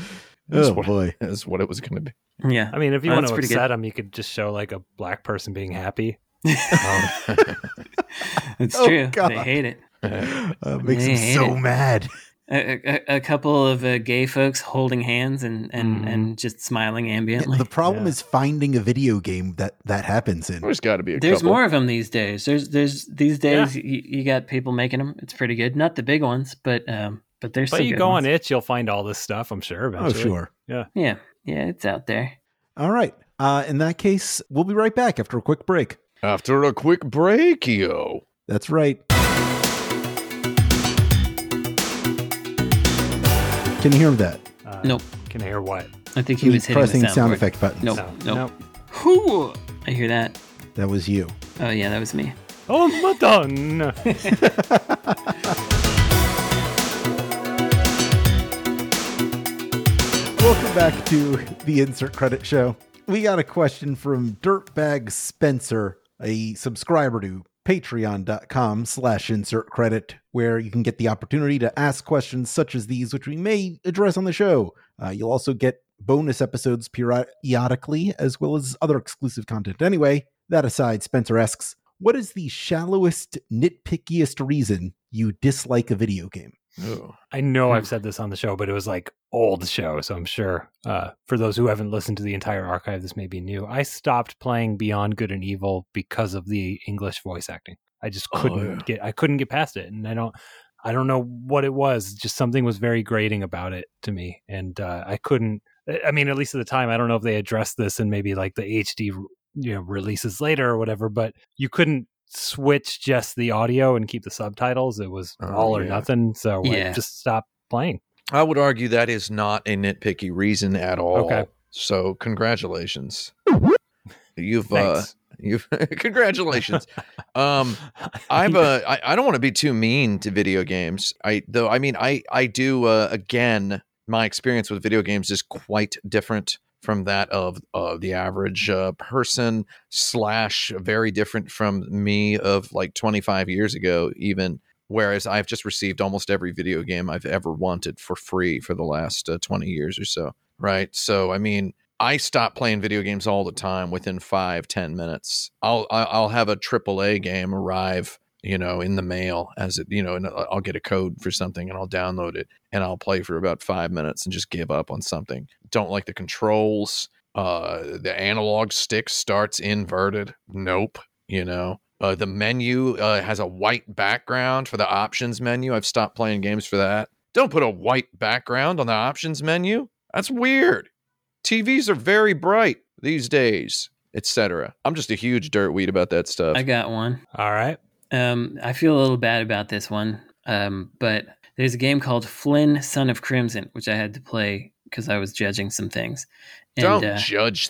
Speaker 3: Is
Speaker 4: oh
Speaker 3: what,
Speaker 4: boy.
Speaker 3: is what it was going to be.
Speaker 2: yeah.
Speaker 1: I mean, if you
Speaker 2: Oh,
Speaker 1: want
Speaker 2: that's
Speaker 1: to
Speaker 2: pretty
Speaker 1: upset them, you could just show like a black person being happy. Um,
Speaker 2: It's
Speaker 4: Oh,
Speaker 2: true.
Speaker 4: God.
Speaker 2: They hate it.
Speaker 4: Uh, makes him
Speaker 2: Man.
Speaker 4: so mad.
Speaker 2: A, a, a couple of uh, gay folks holding hands and and,
Speaker 1: Mhm.
Speaker 2: and just smiling ambiently.
Speaker 4: The problem
Speaker 1: yeah.
Speaker 4: is finding a video game that that happens in.
Speaker 3: There's got to be a
Speaker 2: There's
Speaker 3: couple.
Speaker 2: more of them these days. There's there's these days you, you got people making them. It's pretty good. Not the big ones, but um, but there's.
Speaker 1: But
Speaker 2: some
Speaker 1: you
Speaker 2: good
Speaker 1: go
Speaker 2: ones.
Speaker 1: on it, you'll find all this stuff. I'm sure.
Speaker 4: Oh,
Speaker 1: Eventually.
Speaker 4: sure.
Speaker 2: Yeah, yeah, it's out there.
Speaker 4: All right. Uh, in that case, we'll be right back after a quick break.
Speaker 3: After a quick break, yo.
Speaker 4: That's right. Can you hear that?
Speaker 1: Uh,
Speaker 2: Nope.
Speaker 1: Can I hear what?
Speaker 2: I think he was hitting
Speaker 4: pressing
Speaker 2: the sound
Speaker 4: effect button.
Speaker 2: Nope.
Speaker 1: No.
Speaker 2: Nope. Whew. I hear that.
Speaker 4: That was you.
Speaker 2: Oh yeah, that was me.
Speaker 1: Oh, Madonna.
Speaker 4: Welcome back to the Insert Credit Show. We got a question from Dirtbag Spencer, a subscriber to patreon.com slash insert credit, where you can get the opportunity to ask questions such as these, which we may address on the show. Uh, you'll also get bonus episodes periodically, as well as other exclusive content. Anyway, that aside, Spencer asks, what is the shallowest, nitpickiest reason you dislike a video game?
Speaker 3: Oh.
Speaker 1: I know
Speaker 2: Hmm.
Speaker 1: I've said this on the show, but it was like old show, so I'm sure uh, for those who haven't listened to the entire archive, this may be new. I stopped playing Beyond Good and Evil because of the English voice acting. I just
Speaker 3: Oh,
Speaker 1: couldn't
Speaker 3: yeah.
Speaker 1: get I couldn't get past it, and I don't I don't know what it was. Just something was very grating about it to me, and uh, I couldn't. I mean, at least at the time, I don't know if they addressed this in maybe like the HD you know releases later or whatever, but you couldn't switch just the audio and keep the subtitles. It was
Speaker 3: Oh,
Speaker 1: all or
Speaker 3: yeah.
Speaker 1: nothing. So
Speaker 2: Yeah.
Speaker 1: I just stopped playing.
Speaker 3: I would argue that is not a nitpicky reason at all.
Speaker 1: Okay.
Speaker 3: So congratulations. You've uh,
Speaker 1: Thanks.
Speaker 3: you've congratulations. um, I'm a, I, I don't want to be too mean to video games. I though I mean I I do uh, again. My experience with video games is quite different from that of uh, the average uh, person slash very different from me of like 25 years ago even whereas i've just received almost every video game i've ever wanted for free for the last uh, 20 years or so right so i mean I stop playing video games all the time within five, ten minutes. I'll I- I'll have a AAA game arrive, you know, in the mail as it, you know, and uh, I'll get a code for something and I'll download it and I'll play for about five minutes and just give up on something. Don't like the controls. Uh, the analog stick starts inverted. Nope. You know, uh, the menu uh, has a white background for the options menu. I've stopped playing games for that. Don't put a white background on the options menu. That's weird. TVs are very bright these days, etc. I'm just a huge dirtweed about that stuff.
Speaker 2: I got one.
Speaker 1: All right.
Speaker 2: Um, I feel a little bad about this one, um, but there's a game called Flynn, Son of Crimson, which I had to play because I was judging some things.
Speaker 3: Don't
Speaker 2: uh,
Speaker 3: judge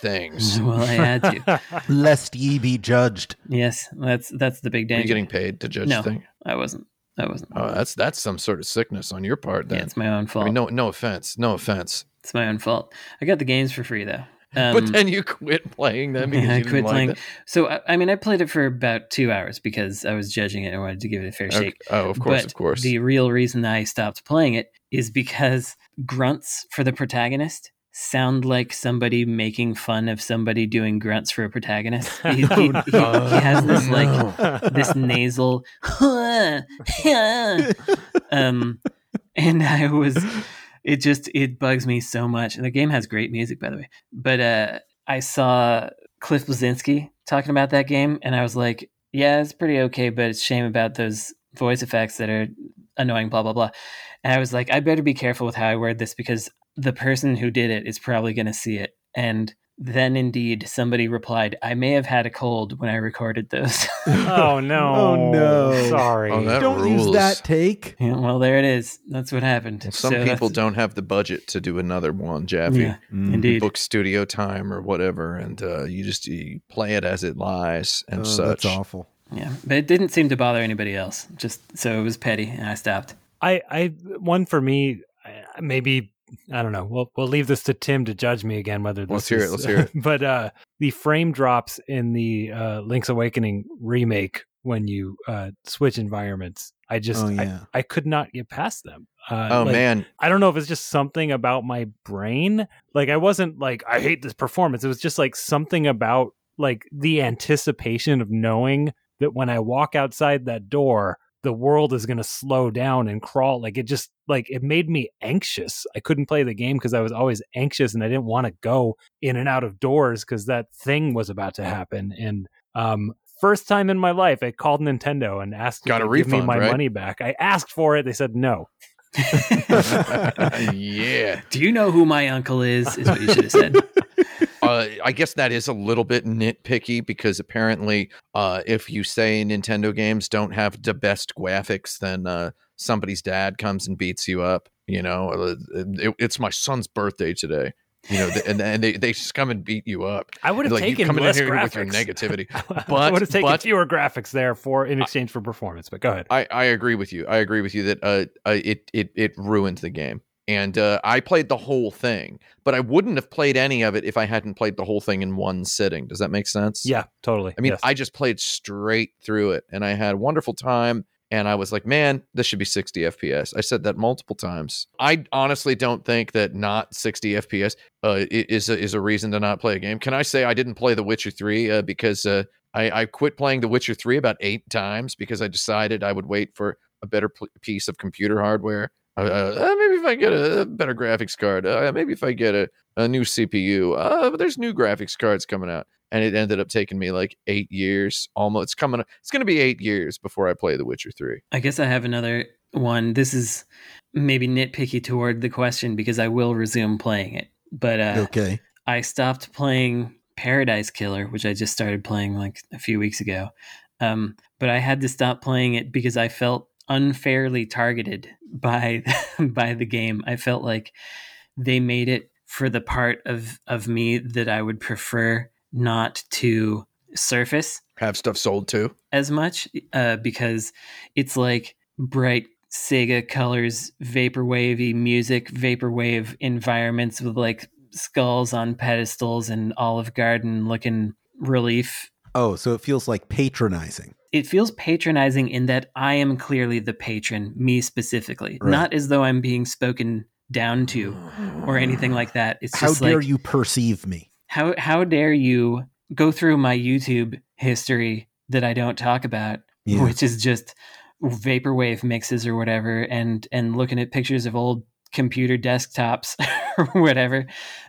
Speaker 3: things.
Speaker 2: well, I had to.
Speaker 4: Lest ye be judged.
Speaker 2: yes, that's that's the big
Speaker 3: Are you
Speaker 2: danger.
Speaker 3: getting paid to judge
Speaker 2: No.
Speaker 3: things?
Speaker 2: I wasn't. I wasn't.
Speaker 3: Oh, that's that's some sort of sickness on your part.
Speaker 2: yeah,
Speaker 3: Then
Speaker 2: it's my own
Speaker 3: I
Speaker 2: fault.
Speaker 3: mean, no no offense, no offense.
Speaker 2: It's my own fault. I got the games for free though. Um,
Speaker 3: but then you quit playing them because
Speaker 2: I
Speaker 3: you didn't
Speaker 2: quit
Speaker 3: like
Speaker 2: playing.
Speaker 3: them.
Speaker 2: so I, I mean, I played it for about two hours because I was judging it and wanted to give it a fair shake.
Speaker 3: Okay. Oh, of course,
Speaker 2: But
Speaker 3: of course.
Speaker 2: The real reason I stopped playing it is because grunts for the protagonist sound like somebody making fun of somebody doing grunts for a protagonist.
Speaker 1: Oh,
Speaker 2: He, he-
Speaker 3: Oh,
Speaker 2: he- he has this like this nasal um and I was it just it bugs me so much. And the game has great music by the way. But uh I saw Cliff Blazinski talking about that game and I was like, yeah, it's pretty okay, but it's a shame about those voice effects that are annoying blah blah blah. And I was like, I better be careful with how I word this because the person who did it is probably going to see it. And then indeed somebody replied, I may have had a cold when I recorded those.
Speaker 1: oh no.
Speaker 4: Oh, no.
Speaker 1: Sorry.
Speaker 3: Oh, that-
Speaker 4: Don't use
Speaker 3: rules.
Speaker 4: that take.
Speaker 2: Yeah, well, there it is. That's what happened.
Speaker 3: Well, some
Speaker 2: So
Speaker 3: people
Speaker 2: that's-
Speaker 3: don't have the budget to do another one, Jaffe.
Speaker 2: Yeah, indeed.
Speaker 3: Book studio time or whatever, and uh, you just you play it as it lies and
Speaker 4: Oh,
Speaker 3: such.
Speaker 4: That's awful.
Speaker 2: Yeah, but it didn't seem to bother anybody else. Just so it was petty, and I stopped.
Speaker 1: I, I, one for me, I- maybe, I don't know. We'll, we'll leave this to Tim to judge me again, whether this
Speaker 3: Let's hear it,
Speaker 1: is-
Speaker 3: let's hear it.
Speaker 1: but, uh, the frame drops in the, uh, Link's Awakening remake when you, uh, switch environments. I just,
Speaker 4: oh
Speaker 1: I-
Speaker 4: yeah.
Speaker 1: I, could not get past them. Uh,
Speaker 3: Oh
Speaker 1: like,
Speaker 3: man,
Speaker 1: I don't know if it's just something about my brain. Like I wasn't like I hate this performance. It was just like something about like the anticipation of knowing that when I walk outside that door, the world is going to slow down and crawl like it just like it made me anxious i couldn't play the game because i was always anxious and i didn't want to go in and out of doors because that thing was about to happen and um first time in my life i called nintendo and asked
Speaker 3: Got
Speaker 1: if
Speaker 3: a
Speaker 1: they'd give me
Speaker 3: refund,
Speaker 1: my
Speaker 3: right?
Speaker 1: money back i asked for it they said no
Speaker 3: yeah.
Speaker 2: Do you know who my uncle is? Is what you should have said.
Speaker 3: Uh, I guess that is a little bit nitpicky because apparently, uh, if you say Nintendo games don't have the best graphics, then uh, somebody's dad comes and beats you up. You know, Uh, it, it's my son's birthday today. You know, th- and, and they, they just come and beat you up.
Speaker 1: i would have
Speaker 3: Like, you
Speaker 1: taken
Speaker 3: coming in
Speaker 1: less
Speaker 3: here
Speaker 1: graphics
Speaker 3: with your negativity.
Speaker 1: I
Speaker 3: But-
Speaker 1: would have taken
Speaker 3: but-
Speaker 1: fewer graphics there for in exchange for performance. But go ahead.
Speaker 3: I, I agree with you. I agree with you that uh, uh it it it ruined the game. And uh, I played the whole thing, but I wouldn't have played any of it if I hadn't played the whole thing in one sitting. Does that make sense?
Speaker 1: Yeah, totally.
Speaker 3: I mean,
Speaker 1: Yes.
Speaker 3: I just played straight through it and I had a wonderful time. And I was like, man, this should be 60 FPS. I said that multiple times. I honestly don't think that not 60 FPS uh, i- is, a, is a reason to not play a game. Can I say I didn't play The Witcher 3 uh, because uh, I, I quit playing The Witcher 3 about eight times because I decided I would wait for a better pl- piece of computer hardware? Uh, uh, maybe if I get a better graphics card, uh, maybe if I get a, a new CPU, uh, but there's new graphics cards coming out and it ended up taking me like eight years almost it's coming it's going to be eight years before i play the witcher 3
Speaker 2: I guess I have another one. This is maybe nitpicky toward the question because I will resume playing it. But uh,
Speaker 4: okay.
Speaker 2: I stopped playing Paradise Killer, which I just started playing like a few weeks ago. Um, but I had to stop playing it because I felt unfairly targeted by by the game. I felt like they made it for the part of of me that I would prefer not to surface
Speaker 3: have stuff sold too
Speaker 2: as much uh, because it's like bright Sega colors, vaporwavey music, vaporwave environments with like skulls on pedestals and Olive Garden looking relief.
Speaker 4: Oh, so it feels like patronizing.
Speaker 2: It feels patronizing in that I am clearly the patron, me specifically,
Speaker 4: Right.
Speaker 2: not as though I'm being spoken down to or anything like that. It's
Speaker 4: How
Speaker 2: just
Speaker 4: dare
Speaker 2: like,
Speaker 4: you perceive me?
Speaker 2: how how dare you go through my YouTube history that I don't talk about
Speaker 4: Yeah.
Speaker 2: which is just vaporwave mixes or whatever and and looking at pictures of old computer desktops or whatever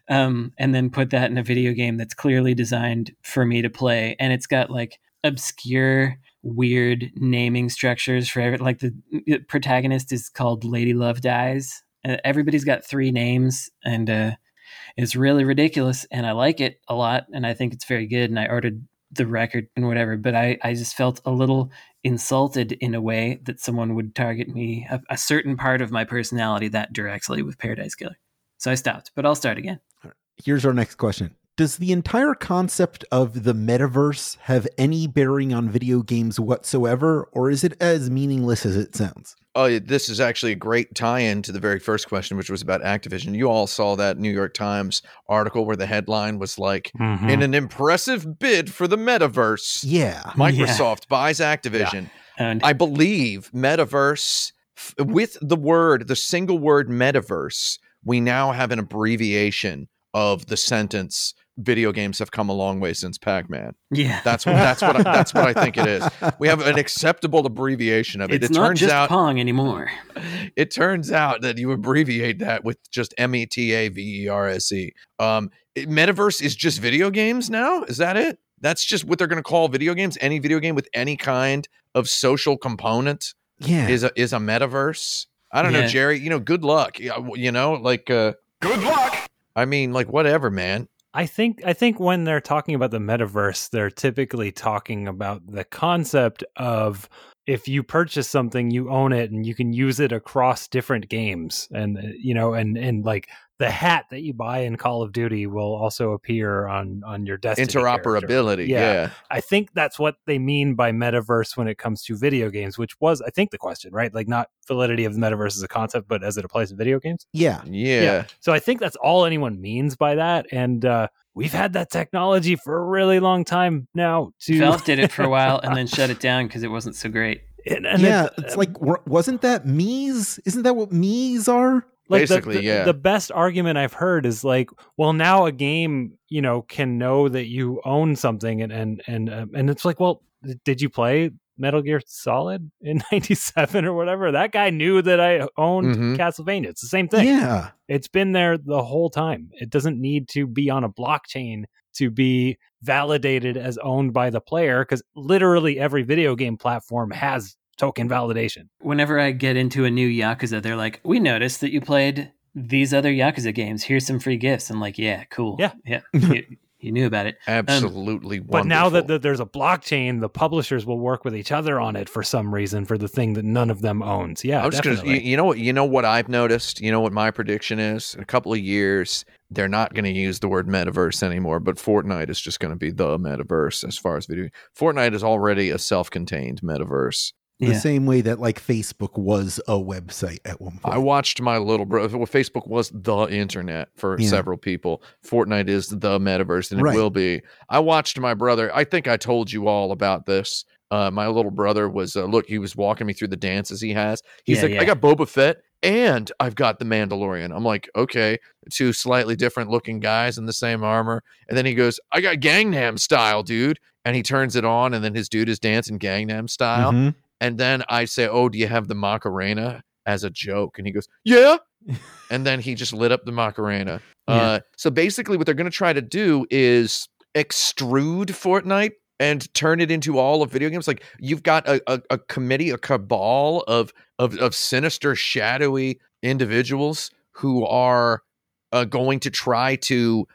Speaker 2: um, and then put that in a video game that's clearly designed for me to play and it's got like obscure weird naming structures for every like the the protagonist is called lady love dies Uh, everybody's got three names and uh it's really ridiculous and i like it a lot and i think it's very good and i ordered the record and whatever but i i just felt a little insulted in a way that someone would target me a, a certain part of my personality that directly with Paradise Killer. So I stopped, but I'll start again.
Speaker 4: Here's our next question. Does the entire concept of the metaverse have any bearing on video games whatsoever, or is it as meaningless as it sounds?
Speaker 3: oh yeah, this is actually a great tie-in to the very first question which was about activision you all saw that new york times article where the headline was like
Speaker 1: Mhm.
Speaker 3: in an impressive bid for the metaverse
Speaker 4: Yeah.
Speaker 3: microsoft buys activision
Speaker 2: And
Speaker 3: I believe metaverse f- with the word, the single word metaverse, we now have an abbreviation of the sentence video games have come a long way since Pac-Man.
Speaker 2: yeah,
Speaker 3: That's what that's what I, that's what I think it is. We have an acceptable abbreviation of it.
Speaker 2: it's
Speaker 3: it
Speaker 2: not
Speaker 3: turns
Speaker 2: just
Speaker 3: out
Speaker 2: Pong anymore.
Speaker 3: it turns out that you abbreviate that with just M E T A V E R S E. Um it- metaverse is just video games now? Is that it? That's just what they're going to call video games. Any video game with any kind of social component
Speaker 4: Yeah.
Speaker 1: Eh.
Speaker 3: is a is a metaverse. I don't know,
Speaker 2: Yeah.
Speaker 3: Jerry. You know, good luck. Yeah, w- You know, like uh, good luck. I mean, like whatever, man.
Speaker 1: I think I think when they're talking about the metaverse, they're typically talking about the concept of if you purchase something, you own it and you can use it across different games, and uh, you know, and and like the hat that you buy in Call of Duty will also appear on on your Destiny character.
Speaker 3: Interoperability.
Speaker 1: Yeah.
Speaker 3: Yeah.
Speaker 1: I think that's what they mean by metaverse when it comes to video games, which was I think the question, right? Like not validity of the metaverse as a concept, but as it applies to video games.
Speaker 4: yeah.
Speaker 3: yeah,
Speaker 1: So I think that's all anyone means by that. And uh, we've had that technology for a really long time now. To
Speaker 2: Valve did it for a while and then shut it down because it wasn't so great.
Speaker 1: and, and
Speaker 4: yeah.
Speaker 1: it's,
Speaker 4: It's, like, wa- wasn't that Mii's? Isn't that what Mii's are?
Speaker 1: like the-
Speaker 3: basically,
Speaker 1: the,
Speaker 3: yeah.
Speaker 1: The best argument I've heard is like, well, now a game you know can know that you own something, and and and um, and it's like, well, did you play Metal Gear Solid in 97 or whatever. That guy knew that I owned
Speaker 3: Mhm.
Speaker 1: Castlevania. It's the same thing.
Speaker 4: Yeah.
Speaker 1: It's been there the whole time. It doesn't need to be on a blockchain to be validated as owned by the player because literally every video game platform has token validation.
Speaker 2: Whenever I get into a new Yakuza, they're like, "We noticed that you played these other Yakuza games. Here's some free gifts." I'm like, "Yeah, cool.
Speaker 1: Yeah.
Speaker 2: yeah. you, you knew about it.
Speaker 3: Absolutely wonderful.
Speaker 1: Um, But now that, that there's a blockchain, the publishers will work with each other on it for some reason for the thing that none of them owns. Yeah,
Speaker 3: I'm just gonna, you,
Speaker 1: definitely.
Speaker 3: you know what, you know what I've noticed. You know what my prediction is. In a couple of years, they're not going to use the word metaverse anymore. But Fortnite is just going to be the metaverse as far as video. Fortnite is already a self-contained metaverse.
Speaker 4: The
Speaker 2: Yeah.
Speaker 4: same way that like Facebook was a website at one point.
Speaker 3: I watched my little brother. Well, Facebook was the internet for
Speaker 4: Yeah.
Speaker 3: several people. Fortnite is the metaverse, and
Speaker 4: Right.
Speaker 3: it will be. I watched my brother. I think I told you all about this. Uh, my little brother was uh, look. He was walking me through the dances he has. He's
Speaker 2: Yeah,
Speaker 3: like,
Speaker 2: yeah.
Speaker 3: I got Boba Fett and I've got the Mandalorian. I'm like, okay, two slightly different looking guys in the same armor. And then he goes, I got Gangnam Style, dude. And he turns it on, and then his dude is dancing Gangnam Style.
Speaker 4: Mhm.
Speaker 3: And then I say, Oh, do you have the Macarena as a joke? And he goes, Yeah. and then he just lit up the Macarena. Uh, so basically, what they're going to try to do is extrude Fortnite and turn it into all of video games. Like you've got a, a, a committee, a cabal of, of, of sinister, shadowy individuals who are uh, going to try to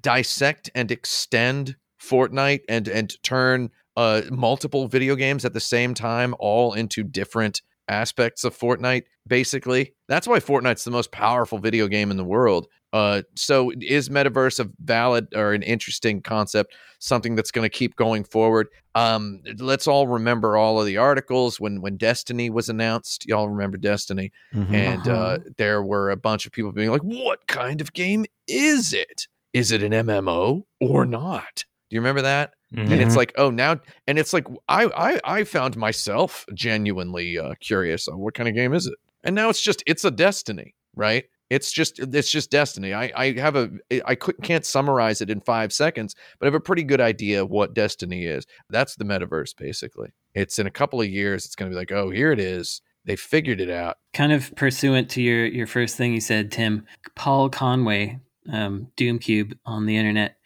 Speaker 3: dissect and extend Fortnite and, and turn uh, multiple video games at the same time, all into different aspects of Fortnite. Basically, that's why Fortnite's the most powerful video game in the world. Uh, so, is metaverse a valid or an interesting concept? Something that's going to keep going forward. Um, let's all remember all of the articles when when Destiny was announced. Y'all remember Destiny?
Speaker 4: Mhm.
Speaker 3: and uh, there were a bunch of people being like, "What kind of game is it? Is it an MMO or not?" Do you remember that?
Speaker 1: Mhm.
Speaker 3: And it's like, oh, now, and it's like, I, I, I found myself genuinely uh, curious. Oh, what kind of game is it? And now it's just, it's a Destiny, right? It's just, it's just Destiny. I, I have a, I cou- can't summarize it in five seconds, but I have a pretty good idea of what Destiny is. That's the metaverse, basically. It's in a couple of years. It's going to be like, oh, here it is. They figured it out.
Speaker 2: kind of pursuant to your your first thing you said, Tim, Paul Conway, um, Doomcube on the internet,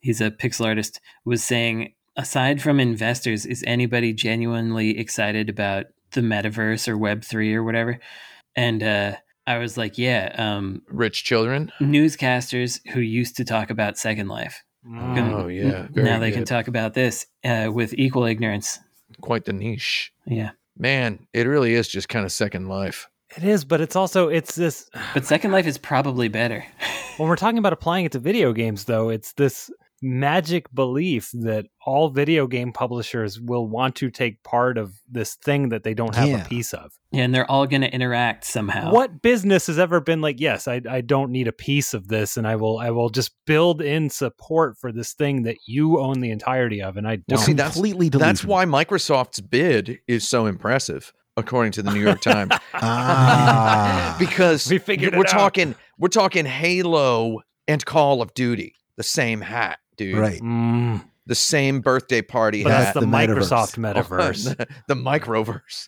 Speaker 2: he's a pixel artist, was saying, aside from investors, is anybody genuinely excited about the metaverse or Web three or whatever? And uh, I was like, yeah, um,
Speaker 3: Rich children.
Speaker 2: newscasters who used to talk about Second Life, Um,
Speaker 1: Mm.
Speaker 3: Oh yeah, very
Speaker 2: now they can
Speaker 3: good.
Speaker 2: talk about this uh, with equal ignorance.
Speaker 3: quite the niche.
Speaker 2: Yeah,
Speaker 3: Man, it really is just kind of second life.
Speaker 1: It is, but it's also it's this
Speaker 2: but Second Life is probably better.
Speaker 1: when we're talking about applying it to video games though, it's this magic belief that all video game publishers will want to take part of this thing that they don't have
Speaker 4: Yeah.
Speaker 1: a piece of.
Speaker 2: Yeah, and they're all going to interact somehow.
Speaker 1: What business has ever been like, yes, I, I don't need a piece of this and I will I will just build in support for this thing that you own the entirety of and I
Speaker 3: Well,
Speaker 1: don't
Speaker 3: see, that's-
Speaker 4: completely
Speaker 3: That's
Speaker 4: delusional.
Speaker 3: why Microsoft's bid is so impressive, according to the New York Times,
Speaker 4: Ah.
Speaker 3: because
Speaker 1: We figured
Speaker 3: you-
Speaker 1: it
Speaker 3: we're
Speaker 1: out.
Speaker 3: talking we're talking Halo and Call of Duty, the same hat, dude,
Speaker 4: right.
Speaker 1: Mm,
Speaker 3: The same birthday party
Speaker 1: but that's
Speaker 3: hat,
Speaker 1: the,
Speaker 4: the
Speaker 1: Microsoft
Speaker 3: on
Speaker 1: metaverse.
Speaker 3: the, the microverse.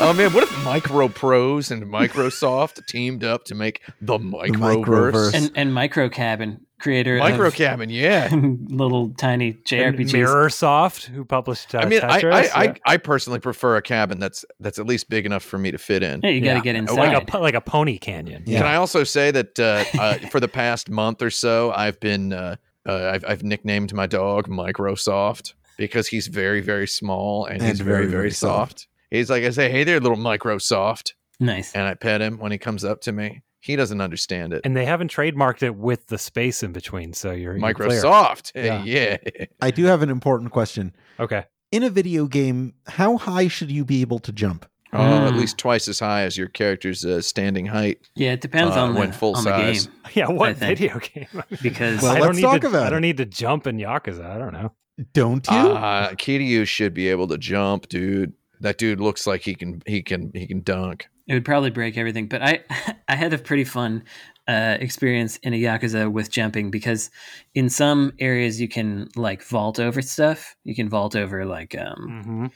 Speaker 3: oh man, what if Micro Pros and Microsoft teamed up to make the
Speaker 4: microverse.
Speaker 3: microverse?
Speaker 2: and and micro cabin creator of
Speaker 3: Micro cabin, yeah.
Speaker 2: little tiny
Speaker 1: And
Speaker 2: jrpgs
Speaker 1: Mirrorsoft, who published uh,
Speaker 3: I mean, I, I,
Speaker 1: Tetris,
Speaker 3: I,
Speaker 1: yeah.
Speaker 3: I personally prefer a cabin that's that's at least big enough for me to fit in.
Speaker 2: yeah you got to
Speaker 1: Yeah. Oh,
Speaker 2: get
Speaker 3: Oh,
Speaker 2: inside
Speaker 1: like a like a pony canyon.
Speaker 4: Yeah.
Speaker 3: Can I also say that uh, uh, for the past month or so, I've been uh, uh, I've, I've nicknamed my dog Microsoft because he's very very small and,
Speaker 4: And
Speaker 3: he's very
Speaker 4: very,
Speaker 3: very,
Speaker 4: very
Speaker 3: soft. He's like I say, hey there, little Microsoft,
Speaker 2: nice
Speaker 3: and I pet him when he comes up to me. He doesn't understand it.
Speaker 1: And they haven't trademarked it with the space in between, so you're you're clear.
Speaker 3: Microsoft,
Speaker 1: Yeah.
Speaker 3: yeah.
Speaker 4: I do have an important question.
Speaker 1: Okay,
Speaker 4: In a video game, how high should you be able to jump?
Speaker 3: Oh, at
Speaker 2: Mm.
Speaker 3: least twice as high as your character's uh, standing height.
Speaker 2: yeah it depends
Speaker 3: Uh,
Speaker 2: on the,
Speaker 3: went full
Speaker 2: on
Speaker 3: size.
Speaker 2: the game
Speaker 1: yeah. What
Speaker 2: think.
Speaker 1: video game?
Speaker 2: because
Speaker 4: Well,
Speaker 1: I
Speaker 4: let's
Speaker 1: don't need
Speaker 4: talk
Speaker 1: to,
Speaker 4: about
Speaker 1: I
Speaker 4: it.
Speaker 1: don't need to jump in Yakuza. I don't know.
Speaker 4: Don't you?
Speaker 3: Uh, Kiryu should be able to jump, dude. That dude looks like he can he can he can dunk.
Speaker 2: it would probably break everything but i i had a pretty fun uh, experience in a Yakuza with jumping because in some areas you can like vault over stuff. You can vault over like um,
Speaker 1: Mm-hmm.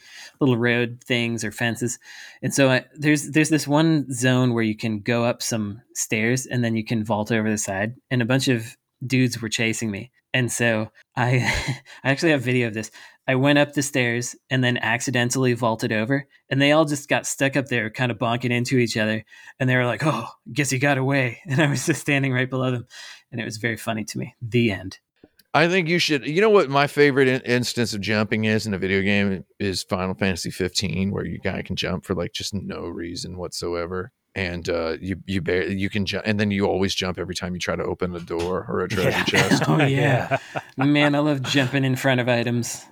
Speaker 2: little road things or fences. And so I, there's there's this one zone where you can go up some stairs and then you can vault over the side. And a bunch of dudes were chasing me. And so I I actually have video of this. I went up the stairs and then accidentally vaulted over, and they all just got stuck up there, kind of bonking into each other. And they were like, "Oh, guess he got away." And I was just standing right below them, and it was very funny to me. The end.
Speaker 3: I think you should. You know what my favorite in- instance of jumping is in a video game is Final Fantasy 15, where you guy can jump for like just no reason whatsoever, and uh, you you barely you can jump, and then you always jump every time you try to open a door or a treasure
Speaker 1: Yeah.
Speaker 3: chest.
Speaker 2: Oh yeah, man, I love jumping in front of items.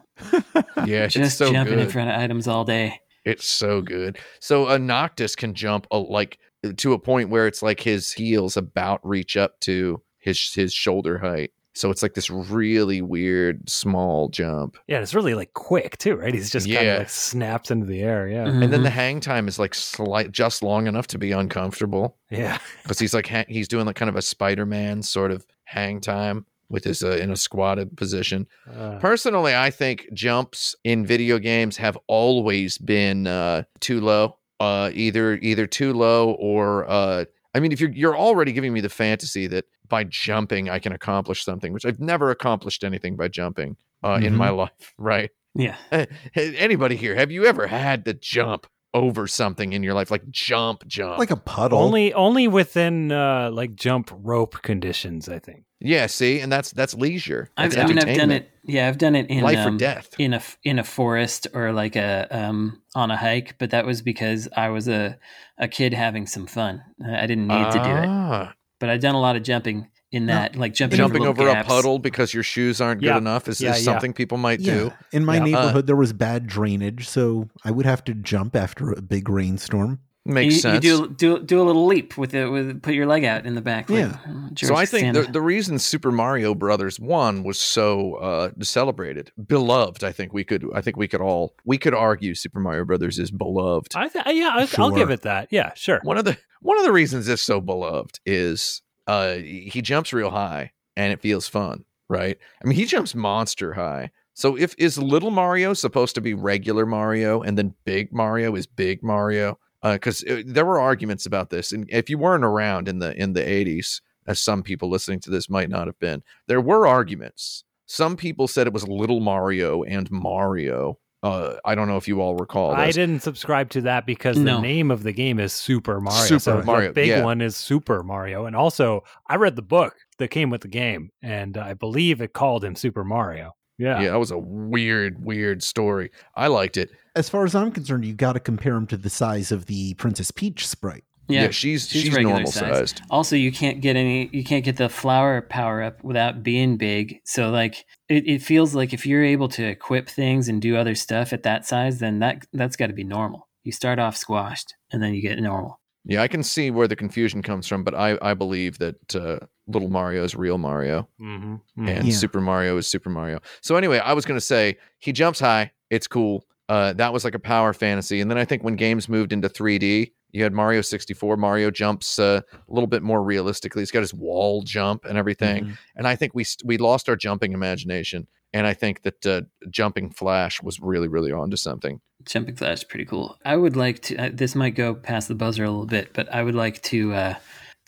Speaker 3: Yeah, it's
Speaker 2: Just
Speaker 3: so
Speaker 2: jumping
Speaker 3: good.
Speaker 2: in front of items all day.
Speaker 3: It's so good. So a Noctis can jump a, like to a point where it's like his heels about reach up to his his shoulder height. So it's like this really weird small jump.
Speaker 1: Yeah, it's really like quick too, right? He's just kind
Speaker 3: Yeah.
Speaker 1: of like snaps into the air. Yeah.
Speaker 2: Mm-hmm.
Speaker 3: And then the hang time is like slight just long enough to be uncomfortable
Speaker 1: Yeah.
Speaker 3: cuz he's like ha- he's doing like kind of a Spider-Man sort of hang time with his uh, in a squatted position.
Speaker 1: Uh,
Speaker 3: Personally, I think jumps in video games have always been uh, too low, uh, either either too low or uh, I mean, if you're you're already giving me the fantasy that by jumping I can accomplish something, which I've never accomplished anything by jumping uh, in my life, right?
Speaker 2: yeah,
Speaker 3: Eh, Anybody here? Have you ever had to jump over something in your life, like jump, jump?
Speaker 4: like a puddle.
Speaker 1: only only within uh like jump rope conditions, I think.
Speaker 3: yeah, see, and that's that's leisure.
Speaker 2: I've,
Speaker 3: That's
Speaker 2: I mean, I've done
Speaker 3: entertainment.
Speaker 2: it. Yeah, I've done it in
Speaker 3: Life or
Speaker 2: um,
Speaker 3: death.
Speaker 2: in a f- in a forest or like a um on a hike. But that was because I was a a kid having some fun. I I didn't need to do it,
Speaker 3: Ah.
Speaker 2: but I've done a lot of jumping in that, like jumping
Speaker 3: jumping
Speaker 2: over,
Speaker 3: over
Speaker 2: little
Speaker 3: a
Speaker 2: gaps.
Speaker 3: puddle because your shoes aren't
Speaker 1: Yeah.
Speaker 3: good enough is,
Speaker 1: Yeah,
Speaker 3: is
Speaker 1: yeah.
Speaker 3: something people might
Speaker 4: Yeah.
Speaker 3: do.
Speaker 4: In my
Speaker 1: Yeah. Uh,
Speaker 4: neighborhood, there was bad drainage, so I would have to jump after a big rainstorm.
Speaker 3: Makes
Speaker 2: you,
Speaker 3: sense.
Speaker 2: You do do do a little leap with it. With put your leg out in the back. like,
Speaker 4: Yeah.
Speaker 2: uh, George
Speaker 3: so I think the,
Speaker 2: Costanza.
Speaker 3: the reason Super Mario Brothers one was so uh, celebrated, beloved, I think we could, I think we could all, we could argue Super Mario Brothers is beloved.
Speaker 1: I th- yeah, I, I'll
Speaker 4: Sure.
Speaker 1: give it that. Yeah, sure.
Speaker 3: one of the one of the reasons it's so beloved is uh, he jumps real high and it feels fun, right? I mean, he jumps monster high. So if is little Mario supposed to be regular Mario and then big Mario is big Mario? Because there were arguments about this, and if you weren't around in the in the eighties, as some people listening to this might not have been, there were arguments. Some people said it was little Mario and Mario. Uh, I don't know if you all recall.
Speaker 1: I
Speaker 3: this.
Speaker 1: didn't subscribe to that because
Speaker 2: No.
Speaker 1: the name of the game is Super Mario.
Speaker 3: Super
Speaker 1: so
Speaker 3: Mario,
Speaker 1: The big
Speaker 3: yeah.
Speaker 1: one is Super Mario, and also I read the book that came with the game, and I believe it called him Super Mario. Yeah.
Speaker 3: yeah, that was a weird, weird story. I liked it.
Speaker 4: As far as I'm concerned, you got to compare them to the size of the Princess Peach sprite.
Speaker 3: Yeah,
Speaker 2: yeah.
Speaker 3: she's
Speaker 2: she's
Speaker 3: she's,
Speaker 2: regular
Speaker 3: normal
Speaker 2: size.
Speaker 3: sized.
Speaker 2: Also, you can't get any. You can't get the flower power up without being big. So like, it, it feels like if you're able to equip things and do other stuff at that size, then that that's got to be normal. You start off squashed, and then you get normal.
Speaker 3: Yeah, I can see where the confusion comes from, but I I believe that uh, Little Mario is real Mario
Speaker 1: Mm-hmm.
Speaker 3: and
Speaker 4: Yeah.
Speaker 3: Super Mario is Super Mario. So anyway, I was gonna say he jumps high. It's cool. Uh, that was like a power fantasy, and then I think when games moved into 3D, you had Mario 64. Mario jumps uh, a little bit more realistically. He's got his wall jump and everything.
Speaker 4: Mhm.
Speaker 3: and I think we st- we lost our jumping imagination. And I think that uh, jumping Flash was really really onto something.
Speaker 2: Jumping flash is pretty cool. I would like to. Uh, this might go past the buzzer a little bit, but I would like to. Uh,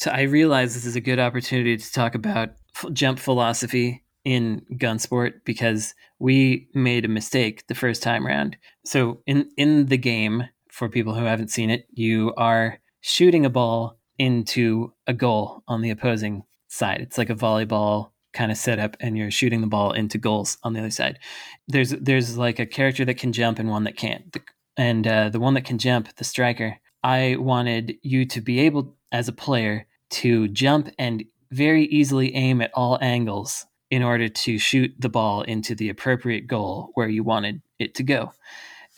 Speaker 2: to I realize this is a good opportunity to talk about f- jump philosophy in Gunsport because we made a mistake the first time round. So in in the game, for people who haven't seen it, you are shooting a ball into a goal on the opposing side. It's like a volleyball kind of setup, and you're shooting the ball into goals on the other side there's there's like a character that can jump and one that can't. The, and uh, the one that can jump, the striker, I wanted you to be able as a player to jump and very easily aim at all angles in order to shoot the ball into the appropriate goal where you wanted it to go.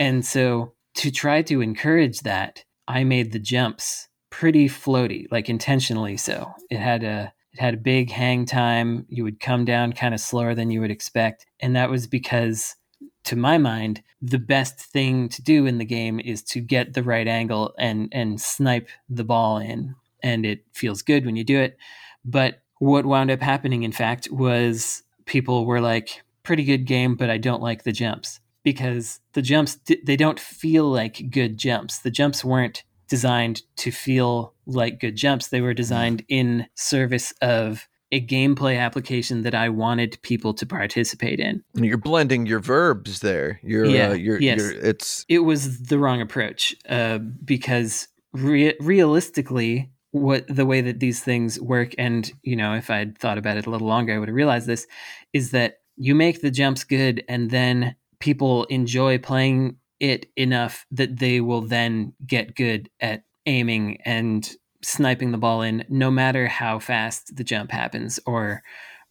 Speaker 2: And so to try to encourage that, I made the jumps pretty floaty, like intentionally so. It had a it had a big hang time. You would come down kind of slower than you would expect. And that was because to my mind, the best thing to do in the game is to get the right angle and and snipe the ball in. and it feels good when you do it. But what wound up happening, in fact, was people were like, pretty good game, but I don't like the jumps because the jumps, d- they don't feel like good jumps. The jumps weren't designed to feel like good jumps, they were designed in service of a gameplay application that I wanted people to participate in.
Speaker 3: You're blending your verbs there. You're,
Speaker 2: Yeah,
Speaker 3: uh, you're,
Speaker 2: yes.
Speaker 3: you're, it's,
Speaker 2: it was the wrong approach uh, because re- realistically what the way that these things work and you know if i had thought about it a little longer i would have realized this is that you make the jumps good and then people enjoy playing it enough that they will then get good at aiming and sniping the ball in no matter how fast the jump happens or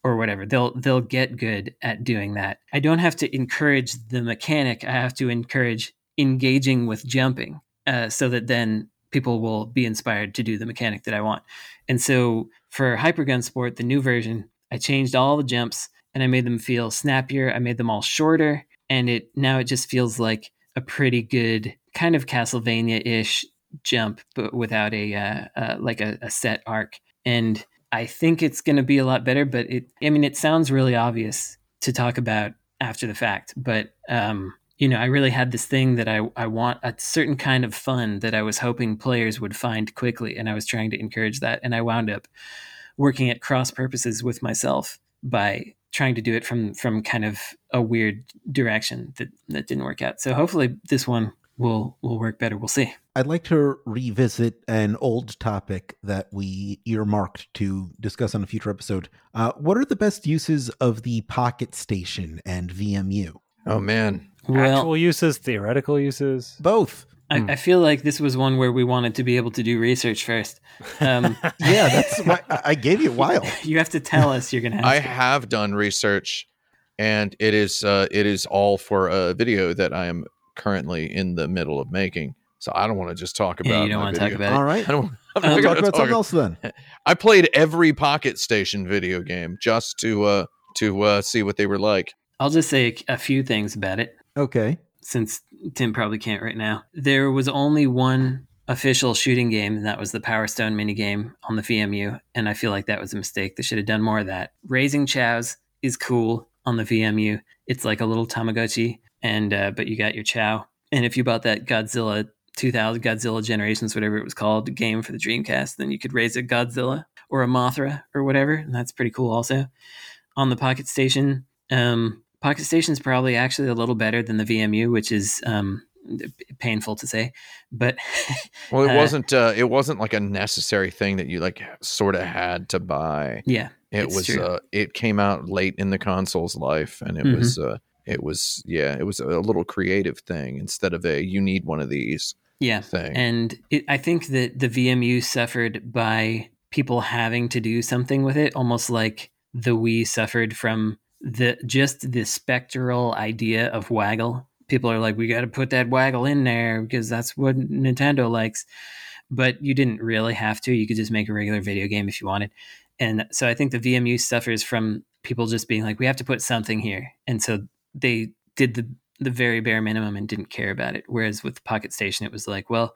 Speaker 2: or whatever. They'll they'll get good at doing that. I don't have to encourage the mechanic. I have to encourage engaging with jumping, uh, so that then people will be inspired to do the mechanic that I want. And so for Hypergun Sport, the new version, I changed all the jumps and I made them feel snappier. I made them all shorter, and it now it just feels like a pretty good kind of Castlevania ish jump, but without a uh, uh, like a, a set arc and I think it's going to be a lot better, but it, I mean, it sounds really obvious to talk about after the fact, but, um, you know, I really had this thing that I, I want a certain kind of fun that I was hoping players would find quickly. And I was trying to encourage that. And I wound up working at cross purposes with myself by trying to do it from, from kind of a weird direction that, that didn't work out. So hopefully this one will, will work better. We'll see.
Speaker 4: I'd like to revisit an old topic that we earmarked to discuss on a future episode. Uh, what are the best uses of the Pocket Station and VMU?
Speaker 3: oh man.
Speaker 2: Well,
Speaker 1: Mm-hmm. Actual uses, theoretical uses.
Speaker 4: Both.
Speaker 1: Hmm.
Speaker 2: I, I feel like this was one where we wanted to be able to do research first. Um,
Speaker 4: Yeah, that's why I I gave you a while.
Speaker 2: you have to tell us you're gonna. Have
Speaker 3: I
Speaker 2: to.
Speaker 3: have done research, and it is uh, it is all for a video that I am currently in the middle of making. So I don't want to just talk about.
Speaker 2: yeah, you don't
Speaker 3: my
Speaker 2: want to talk
Speaker 3: video.
Speaker 2: about it.
Speaker 4: All right.
Speaker 3: I don't. I'm
Speaker 2: Um,
Speaker 3: not gonna
Speaker 4: We'll talk about
Speaker 3: talk-
Speaker 4: something else then.
Speaker 3: I played every Pocket Station video game just to uh, to uh, see what they were like.
Speaker 2: I'll just say a, a few things about it
Speaker 4: Okay.
Speaker 2: since Tim probably can't right now. There was only one official shooting game, and that was the Power Stone minigame on the VMU, and I feel like that was a mistake. They should have done more of that. Raising Chows is cool on the VMU. It's like a little Tamagotchi, and uh, but you got your Chow, and if you bought that Godzilla 2000 Godzilla Generations, whatever it was called, game for the Dreamcast, then you could raise a Godzilla or a Mothra or whatever, and that's pretty cool. Also, on the Pocket Station, um, Pocket Station's probably actually a little better than the VMU, which is um, painful to say, but
Speaker 3: Well, it
Speaker 2: Uh,
Speaker 3: wasn't uh, it wasn't like a necessary thing that you like sort of had to buy.
Speaker 2: yeah,
Speaker 3: It
Speaker 2: It's
Speaker 3: was
Speaker 2: true.
Speaker 3: uh, it came out late in the console's life, and it
Speaker 2: Mhm.
Speaker 3: was uh, it was yeah, it was a little creative thing instead of a you need one of these
Speaker 2: yeah.
Speaker 3: thing.
Speaker 2: And it, I think that the VMU suffered by people having to do something with it, almost like the Wii suffered from the just the spectral idea of waggle. People are like, we got to put that waggle in there because that's what Nintendo likes. But you didn't really have to. You could just make a regular video game if you wanted. And so I think the VMU suffers from people just being like, we have to put something here. And so they did the the very bare minimum and didn't care about it. Whereas with Pocket Station, it was like, well,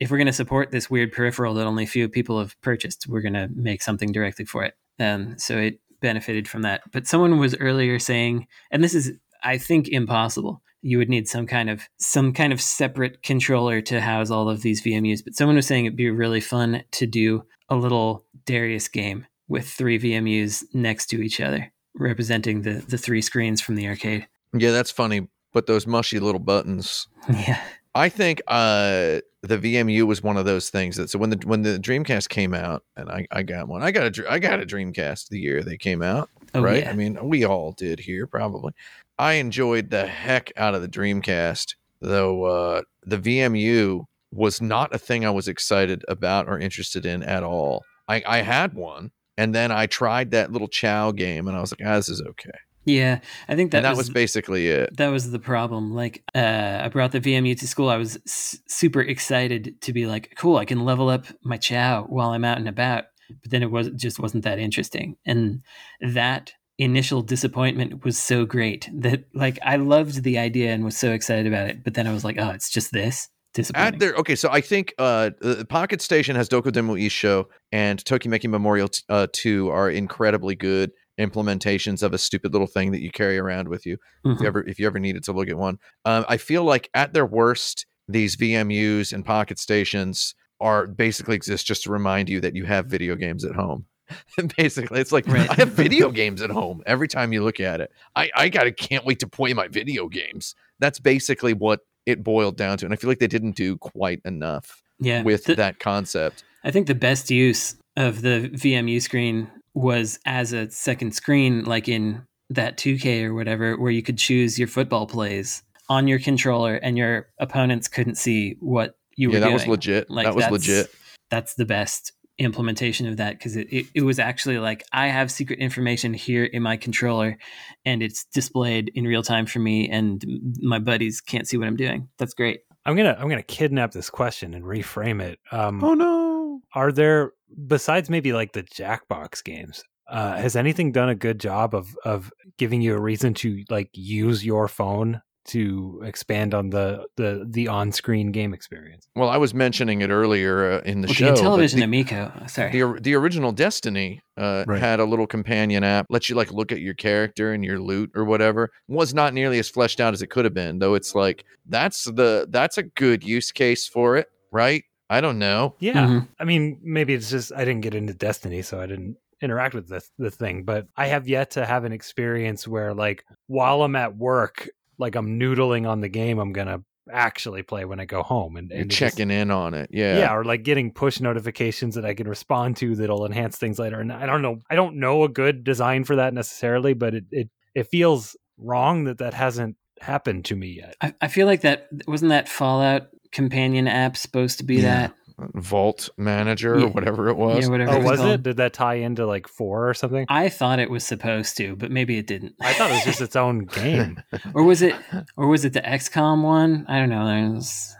Speaker 2: if we're going to support this weird peripheral that only a few people have purchased, we're going to make something directly for it. Um, so it benefited from that. But someone was earlier saying, and this is, I think, impossible. You would need some kind of some kind of separate controller to house all of these VMUs. But someone was saying it'd be really fun to do a little Darius game with three VMUs next to each other, representing the the three screens from the arcade.
Speaker 3: yeah, that's funny, but those mushy little buttons
Speaker 2: yeah.
Speaker 3: I think uh, the VMU was one of those things that so when the when the Dreamcast came out and I, I got one I got a Dr- I got a Dreamcast the year they came out
Speaker 2: Oh,
Speaker 3: right
Speaker 2: yeah.
Speaker 3: I mean we all did here probably I enjoyed the heck out of the Dreamcast though uh, the VMU was not a thing I was excited about or interested in at all I, I had one and then I tried that little Chow game and I was like ah, this is okay
Speaker 2: Yeah, I think that,
Speaker 3: and that
Speaker 2: was,
Speaker 3: was basically it
Speaker 2: that was the problem. Like, uh, I brought the VMU to school. I was s- super excited to be like, cool, I can level up my Chow while I'm out and about. But then it was it just wasn't that interesting, and that initial disappointment was so great that like I loved the idea and was so excited about it. But then I was like, oh, it's just this. Disappointing.
Speaker 3: At their okay, so I think uh, uh, Pocket Station has Dokodemo Isho and Tokimeki Memorial t- uh, Two are incredibly good implementations of a stupid little thing that you carry around with you. If
Speaker 2: Mhm.
Speaker 3: you ever, if you ever needed to look at one, um, I feel like at their worst, these VMUs and Pocket Stations are basically exist just to remind you that you have video games at home. basically, it's like
Speaker 2: Right.
Speaker 3: I have video games at home. Every time you look at it, I I gotta can't wait to play my video games. That's basically what it boiled down to, and I feel like they didn't do quite enough
Speaker 2: yeah.
Speaker 3: with
Speaker 2: The-
Speaker 3: that concept.
Speaker 2: I think the best use of the VMU screen was as a second screen, like in that 2K or whatever, where you could choose your football plays on your controller and your opponents couldn't see what you
Speaker 3: yeah,
Speaker 2: were
Speaker 3: that
Speaker 2: doing.
Speaker 3: was legit.
Speaker 2: Like,
Speaker 3: that was
Speaker 2: that's-
Speaker 3: legit.
Speaker 2: That's the best implementation of that because it, it, it was actually like, I have secret information here in my controller and it's displayed in real time for me and my buddies can't see what I'm doing. That's great.
Speaker 1: I'm gonna I'm gonna kidnap this question and reframe it.
Speaker 3: Hmm.
Speaker 1: Um,
Speaker 4: Oh no.
Speaker 1: are there besides maybe like the Jackbox games? Uh, has anything done a good job of of giving you a reason to like use your phone to expand on the the the on screen game experience?
Speaker 3: Well, I was mentioning it earlier uh, in the
Speaker 2: Okay,
Speaker 3: show. but
Speaker 2: television
Speaker 3: the-
Speaker 2: Amico. Sorry.
Speaker 3: the, or- the original destiny uh,
Speaker 4: Right.
Speaker 3: had a little companion app lets you like look at your character and your loot or whatever was not nearly as fleshed out as it could have been though it's like that's the that's a good use case for it right i don't know
Speaker 1: Yeah,
Speaker 2: Mhm.
Speaker 1: I mean maybe it's just I didn't get into Destiny, so I didn't interact with this the thing. But I have yet to have an experience where like while I'm at work, like I'm noodling on the game, I'm gonna actually play when I go home and,
Speaker 3: you're
Speaker 1: and it just-
Speaker 3: checking in on it
Speaker 1: yeah.
Speaker 3: yeah,
Speaker 1: or like getting push notifications that I can respond to that'll enhance things later. And I don't know, I don't know a good design for that necessarily, but it it, it feels wrong that that hasn't happened to me yet.
Speaker 2: I, I feel like that wasn't that Fallout companion app supposed to be
Speaker 3: Yeah.
Speaker 2: that.
Speaker 3: vault manager
Speaker 2: Yeah.
Speaker 3: or whatever it was
Speaker 2: Yeah, whatever.
Speaker 1: Oh,
Speaker 2: it's
Speaker 1: was it?
Speaker 2: called.
Speaker 1: Did that tie into like four or something?
Speaker 2: I thought it was supposed to, but maybe it didn't.
Speaker 1: I thought it was just its own game.
Speaker 2: or was it? Or was it the XCOM one? I don't know. There was,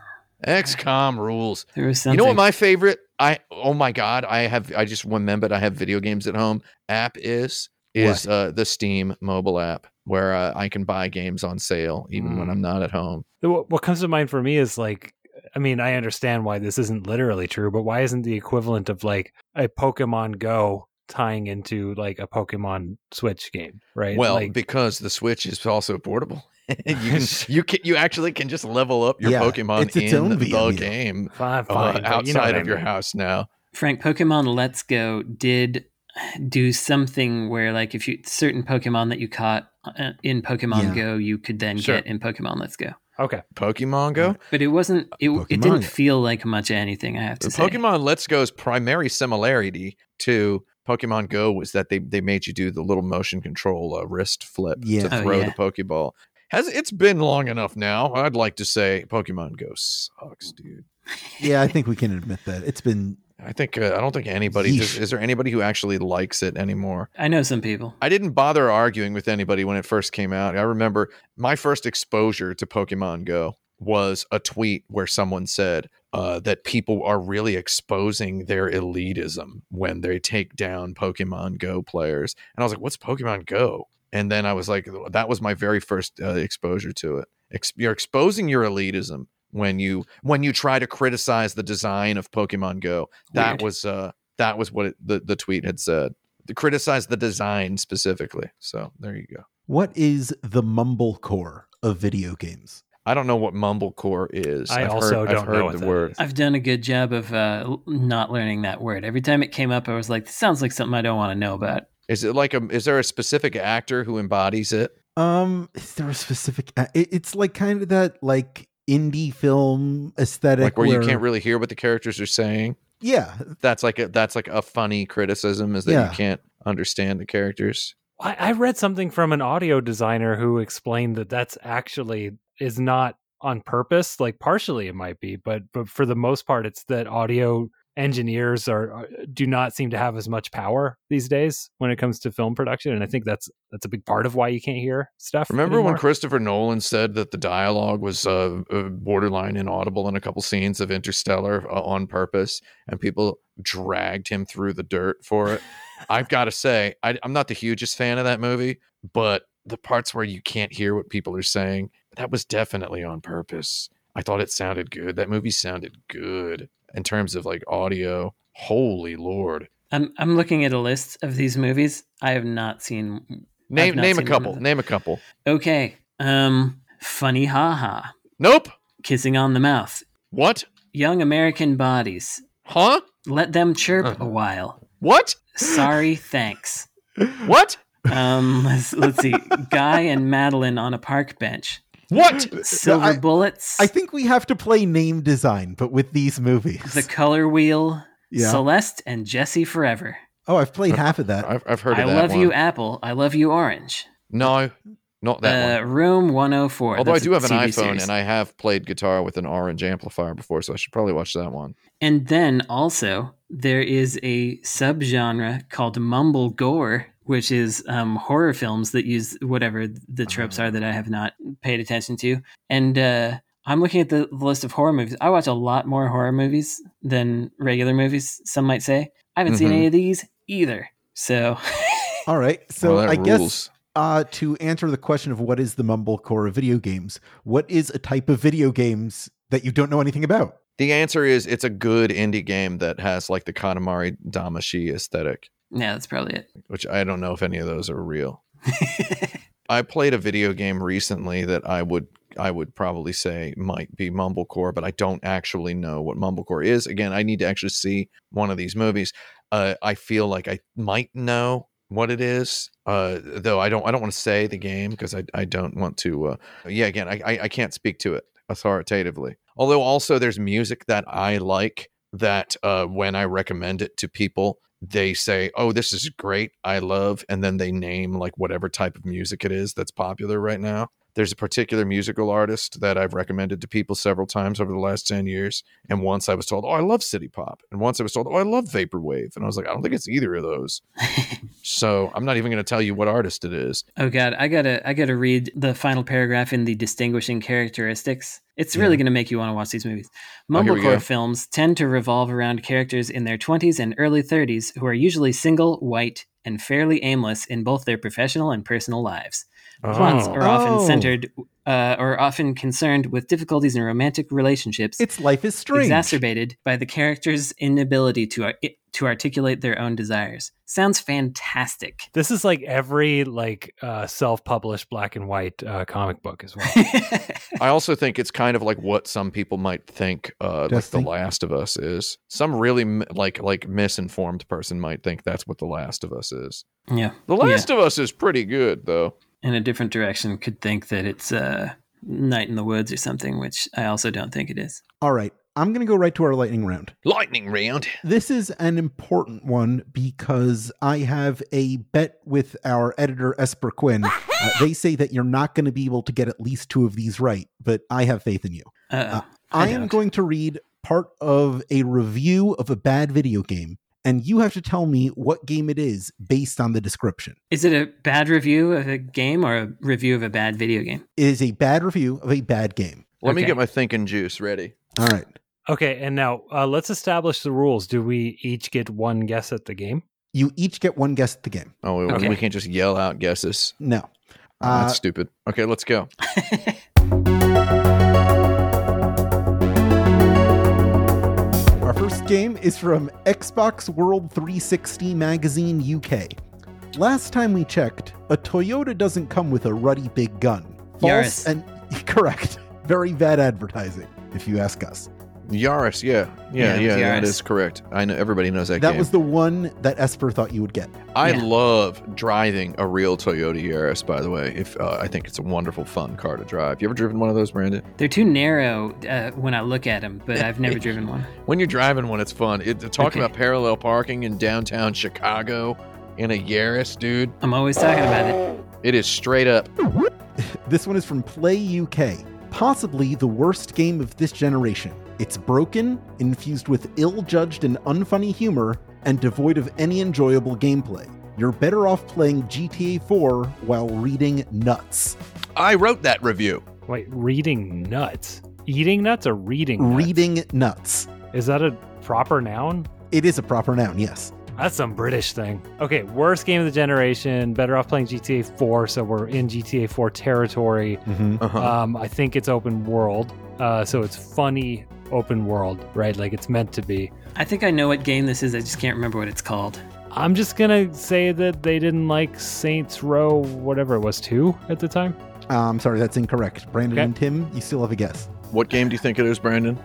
Speaker 3: xcom rules
Speaker 2: there was something.
Speaker 3: You know what my favorite? I oh my god, I have I just remembered I have video games at home. App is is uh, the Steam mobile app where uh, I can buy games on sale even when
Speaker 1: Mm.
Speaker 3: I'm not at home.
Speaker 1: what what comes to mind for me is like I mean, I understand why this isn't literally true, but why isn't the equivalent of like a Pokemon Go tying into like a Pokemon Switch game, right?
Speaker 3: Well,
Speaker 1: like,
Speaker 3: because the Switch is also portable. you can you can you actually can just level up your
Speaker 4: Yeah,
Speaker 3: Pokemon
Speaker 4: it's its
Speaker 3: in
Speaker 4: own
Speaker 3: the
Speaker 4: VMU.
Speaker 3: game
Speaker 1: fine,
Speaker 3: uh,
Speaker 1: E fine, but
Speaker 3: outside
Speaker 1: you know what I
Speaker 3: of your
Speaker 1: mean.
Speaker 3: house now.
Speaker 2: Frank Pokemon Let's Go did do something where like if you certain Pokemon that you caught uh, in Pokemon
Speaker 4: Yeah.
Speaker 2: Go, you could then
Speaker 1: Sure.
Speaker 2: get in Pokemon Let's Go.
Speaker 1: Okay.
Speaker 3: Pokemon Go.
Speaker 2: But it wasn't. It it
Speaker 4: Pokemon
Speaker 2: didn't
Speaker 4: Go.
Speaker 2: feel like much anything. I have to
Speaker 3: The
Speaker 2: say.
Speaker 3: Pokemon Let's Go's primary similarity to Pokemon Go was that they they made you do the little motion control uh, wrist flip
Speaker 4: Yeah.
Speaker 3: to
Speaker 2: Oh,
Speaker 3: throw
Speaker 2: yeah.
Speaker 3: the Pokeball. Has it's been long enough now? I'd like to say Pokemon Go sucks, dude.
Speaker 4: Yeah, I think we can admit that. It's been
Speaker 3: I think uh, I don't think anybody
Speaker 4: Yeesh.
Speaker 3: does, is there anybody who actually likes it anymore.
Speaker 2: I know some people.
Speaker 3: I didn't bother arguing with anybody when it first came out. I remember my first exposure to Pokemon Go was a tweet where someone said uh, that people are really exposing their elitism when they take down Pokemon Go players. And I was like, what's Pokemon Go? And then I was like, that was my very first uh, exposure to it. Ex- you're exposing your elitism when you when you try to criticize the design of Pokemon Go. That
Speaker 2: Weird.
Speaker 3: was uh that was what it, the the tweet had said to criticize the design specifically. So there you go.
Speaker 4: what is the mumblecore of video games?
Speaker 3: I don't know what mumblecore is.
Speaker 1: I also don't know what that is.
Speaker 2: I've done a good job of uh, l- not learning that word. Every time it came up, I was like, "This sounds like something I don't want to know about."
Speaker 3: Is it like a? Is there a specific actor who embodies it?
Speaker 4: Um, is there a specific? uh, It, it's like kind of that like indie film aesthetic,
Speaker 3: Like where, you can't really hear what the characters are saying.
Speaker 4: yeah,
Speaker 3: That's like a that's like a funny criticism is that
Speaker 4: Yeah.
Speaker 3: you can't understand the characters.
Speaker 1: I, I read something from an audio designer who explained that that's actually is not on purpose. Like partially it might be, but but for the most part, it's that audio engineers are are- do not seem to have as much power these days when it comes to film production, and I think that's that's a big part of why you can't hear stuff.
Speaker 3: Remember when
Speaker 1: anymore.
Speaker 3: Christopher Nolan said that the dialogue was uh, uh, borderline inaudible in a couple scenes of Interstellar uh, on purpose, and people dragged him through the dirt for it? I've got to say, I, I'm not the hugest fan of that movie, but the parts where you can't hear what people are saying, that was definitely on purpose. I thought it sounded good. That movie sounded good in terms of like audio. Holy lord!
Speaker 2: I'm I'm looking at a list of these movies. I have not seen.
Speaker 3: Name
Speaker 2: not
Speaker 3: name a
Speaker 2: seen one of
Speaker 3: couple.
Speaker 2: them.
Speaker 3: Name a couple.
Speaker 2: Okay, um, funny haha,
Speaker 3: Nope.
Speaker 2: kissing on the mouth,
Speaker 3: What?
Speaker 2: young American bodies,
Speaker 3: Huh?
Speaker 2: let them chirp
Speaker 3: Uh-huh.
Speaker 2: a while.
Speaker 3: What?
Speaker 2: Sorry, thanks.
Speaker 3: What?
Speaker 2: Um, let's, let's see, Guy and Madeline on a park bench,
Speaker 3: What?
Speaker 2: silver
Speaker 4: I-
Speaker 2: bullets,
Speaker 4: I think we have to play name design, but with these movies.
Speaker 2: the color wheel,
Speaker 4: yeah.
Speaker 2: Celeste and Jesse forever.
Speaker 4: oh, I've played half of that.
Speaker 3: I've, I've heard of
Speaker 2: I
Speaker 3: that
Speaker 2: love
Speaker 3: one.
Speaker 2: you, Apple. I love you, Orange.
Speaker 3: No, not that
Speaker 2: Uh,
Speaker 3: one.
Speaker 2: Room 104.
Speaker 3: Although I
Speaker 2: That's
Speaker 3: do
Speaker 2: a
Speaker 3: have an
Speaker 2: TV
Speaker 3: iPhone
Speaker 2: series.
Speaker 3: and I have played guitar with an orange amplifier before, so I should probably watch that one.
Speaker 2: And then also there is a subgenre called mumble gore, which is um, horror films that use whatever
Speaker 3: Uh-huh.
Speaker 2: the tropes are that I have not paid attention to. And uh, I'm looking at the the list of horror movies. I watch a lot more horror movies than regular movies. Some might say I haven't seen
Speaker 3: Mhm.
Speaker 2: any of these either. So
Speaker 4: All right. So
Speaker 3: Well, that
Speaker 4: I guess
Speaker 3: rules.
Speaker 4: uh, to answer the question of what is the mumblecore of video games, what is a type of video games that you don't know anything about?
Speaker 3: the answer is it's a good indie game that has like the Katamari Damashi aesthetic,
Speaker 2: yeah, that's probably
Speaker 3: which I don't know if any of those are real.
Speaker 2: it.
Speaker 3: I played a video game recently that I would I would probably say might be Mumblecore, but I don't actually know what Mumblecore is. Again, I need to actually see one of these movies. Uh, I feel like I might know what it is, uh, though I don't. I don't want to say the game because I, I don't want to. Uh, yeah, again, I, I I can't speak to it authoritatively. Although also there's music that I like that uh, when I recommend it to people, they say, "Oh, this is great. I love," and then they name like whatever type of music it is that's popular right now. There's a particular musical artist that I've recommended to people several times over the last 10 years. And once I was told, oh, I love city pop. And once I was told, oh, I love vaporwave. And I was like, I don't think it's either of those. So I'm not even going to tell you what artist it is.
Speaker 2: Oh god, I gotta I gotta read the final paragraph in the distinguishing characteristics. It's really gonna make you want to watch these movies.
Speaker 3: Oh, here we
Speaker 2: Mumblecore
Speaker 3: go.
Speaker 2: films tend to revolve around characters in their twenties and early thirties who are usually single, white, and fairly aimless in both their professional and personal lives. Plots
Speaker 1: Oh.
Speaker 2: are often
Speaker 4: Oh.
Speaker 2: centered uh, or often concerned with difficulties in romantic relationships,
Speaker 4: It's Life is Strange.
Speaker 2: exacerbated by the characters' inability to ar- to articulate their own desires. Sounds fantastic.
Speaker 1: This is like every like uh, self-published black and white uh, comic book as well.
Speaker 3: I also think it's kind of like what some people might think, uh, like The
Speaker 4: Dusty?
Speaker 3: Last of Us is. Some really m- like like misinformed person might think that's what The Last of Us is.
Speaker 2: yeah.
Speaker 3: The
Speaker 2: Yeah.
Speaker 3: Last of Us is pretty good though.
Speaker 2: in a different direction could think that it's uh, night in the woods or something, which I also don't think it is.
Speaker 4: All right. I'm going to go right to our lightning round.
Speaker 3: Lightning round.
Speaker 4: This is an important one because I have a bet with our editor, Esper Quinn. Uh, they say that you're not going to be able to get at least two of these right, but I have faith in you.
Speaker 2: Uh,
Speaker 4: I am going to read part of a review of a bad video game, and you have to tell me what game it is based on the description.
Speaker 2: Is it a bad review of a game or a review of a bad video game?
Speaker 4: It is a bad review of a bad game.
Speaker 3: Let me
Speaker 2: Okay.
Speaker 3: get my thinking juice ready.
Speaker 4: All right.
Speaker 1: okay, and now uh, let's establish the rules. Do we each get one guess at the game?
Speaker 4: You each get one guess at the game.
Speaker 3: Oh, we-
Speaker 2: Okay.
Speaker 3: we can't just yell out guesses.
Speaker 4: No.
Speaker 3: Oh,
Speaker 4: Uh,
Speaker 3: that's stupid. Okay, let's go.
Speaker 4: uh, Our first game is from Xbox World 360 Magazine UK. Last time we checked, a Toyota doesn't come with a ruddy big gun.
Speaker 2: Yaris.
Speaker 4: and correct. Very bad advertising, if you ask us.
Speaker 3: Yaris, yeah,
Speaker 2: Yeah,
Speaker 3: yeah,
Speaker 2: it
Speaker 3: yeah,
Speaker 2: was Yaris.
Speaker 3: that is correct. I know everybody knows that,
Speaker 4: That
Speaker 3: game.
Speaker 4: was the one that Esper thought you would get.
Speaker 3: I
Speaker 2: Yeah.
Speaker 3: love driving a real Toyota Yaris. By the way, if uh, I think it's a wonderful, fun car to drive. You ever driven one of those, Brandon?
Speaker 2: They're too narrow uh, when I look at them, but I've never driven one.
Speaker 3: When you're driving one, it's fun. It, talking
Speaker 2: Okay.
Speaker 3: about parallel parking in downtown Chicago in a Yaris, dude.
Speaker 2: I'm always talking about it.
Speaker 3: It is straight up.
Speaker 4: This one is from Play UK. Possibly the worst game of this generation. It's broken, infused with ill judged and unfunny humor, and devoid of any enjoyable gameplay. You're better off playing GTA 4 while reading nuts.
Speaker 3: I wrote that review.
Speaker 1: Wait, reading nuts, eating nuts, or reading? nuts?
Speaker 4: Reading nuts.
Speaker 1: Is that a proper noun?
Speaker 4: It is a proper noun, yes.
Speaker 1: That's some British thing. Okay, worst game of the generation. Better off playing GTA 4, so we're in GTA 4 territory.
Speaker 5: Mm-hmm.
Speaker 3: Uh-huh.
Speaker 1: Um, I think it's open world, uh, so it's funny open world, right? Like it's meant to be.
Speaker 2: I think I know what game this is. I just can't remember what it's called.
Speaker 1: I'm just gonna say that they didn't like Saints Row, whatever it was, two at the time.
Speaker 4: Uh, I'm sorry, that's incorrect. Brandon
Speaker 1: Okay.
Speaker 4: and Tim, you still have a guess.
Speaker 3: what game do you think it is, Brandon?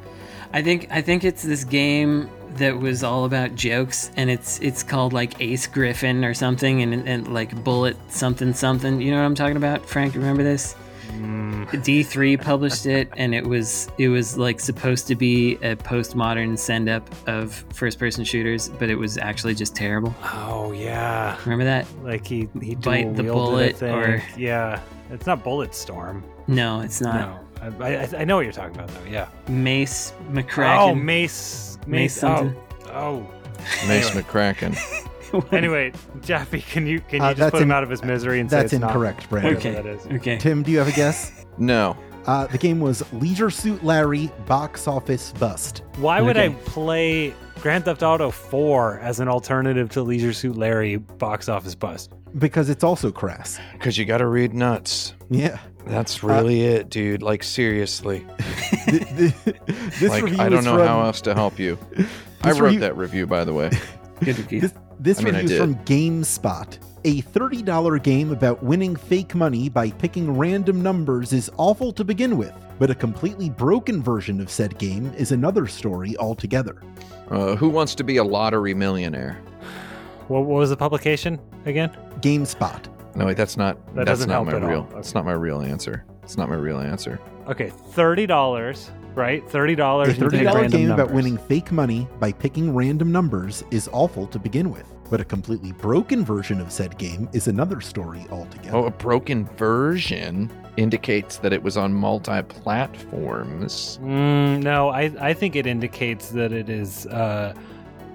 Speaker 2: I think I think it's this game that was all about jokes, and it's it's called like Ace Griffin or something, and, and like Bullet something something. You know what I'm talking about, Frank? You Remember this? D3 published it, and it was it was like supposed to be a postmodern send up of first person shooters, but it was actually just terrible.
Speaker 1: Oh yeah,
Speaker 2: Remember that?
Speaker 1: like he he
Speaker 2: Bite
Speaker 1: dual-wielded
Speaker 2: the
Speaker 1: it, I
Speaker 2: bullet,
Speaker 1: think.
Speaker 2: or-
Speaker 1: yeah, it's not Bullet Storm.
Speaker 2: No, it's not.
Speaker 1: no, I, I, I know what you're talking about though. Yeah.
Speaker 2: Mace
Speaker 1: Oh,
Speaker 2: McCracken.
Speaker 1: Mace, Mace.
Speaker 2: Mace
Speaker 1: oh,
Speaker 2: something.
Speaker 1: oh.
Speaker 3: Mace
Speaker 1: Anyway.
Speaker 3: McCracken.
Speaker 1: Anyway, Jaffe, can you can you
Speaker 4: Uh,
Speaker 1: just
Speaker 4: that's
Speaker 1: put him
Speaker 4: in-
Speaker 1: out of his misery and
Speaker 4: That's
Speaker 1: say it's
Speaker 4: incorrect,
Speaker 1: Not,
Speaker 4: Brandon.
Speaker 1: whatever
Speaker 2: Okay.
Speaker 1: that is.
Speaker 2: okay.
Speaker 4: Tim, do you have a guess?
Speaker 3: No.
Speaker 4: Uh, the game was Leisure Suit Larry Box Office Bust.
Speaker 1: Why would I
Speaker 2: Okay.
Speaker 1: play Grand Theft Auto 4 as an alternative to Leisure Suit Larry box office bust?
Speaker 4: Because it's also crass.
Speaker 3: Because you got to read nuts.
Speaker 4: Yeah. Uh,
Speaker 3: That's really it, dude. Like, seriously.
Speaker 4: Th- th- this
Speaker 3: like,
Speaker 4: review
Speaker 3: I don't
Speaker 4: is
Speaker 3: know
Speaker 4: from,
Speaker 3: how else to help you. I
Speaker 4: this
Speaker 3: wrote
Speaker 4: review-
Speaker 3: that review, by the way.
Speaker 2: Good to keep.
Speaker 4: This, this
Speaker 3: I mean, I
Speaker 4: review is from GameSpot. A $30 game about winning fake money by picking random numbers is awful to begin with, but a completely broken version of said game is another story altogether.
Speaker 3: Uh, who wants to be a lottery millionaire?
Speaker 1: What, what was the publication again?
Speaker 4: GameSpot.
Speaker 3: No, wait, that's not.
Speaker 1: That
Speaker 3: that's
Speaker 1: doesn't
Speaker 3: not
Speaker 1: help
Speaker 3: my
Speaker 1: at all.
Speaker 3: real. That's not my real answer. It's not my real answer.
Speaker 1: Okay, $30, right? $30.
Speaker 4: A
Speaker 1: and pick
Speaker 4: $30
Speaker 1: random
Speaker 4: game about
Speaker 1: numbers.
Speaker 4: winning fake money by picking random numbers is awful to begin with, but a completely broken version of said game is another story altogether.
Speaker 3: Oh, a broken version indicates that it was on multi-platforms.
Speaker 1: Mm, no, I, I think it indicates that it is uh,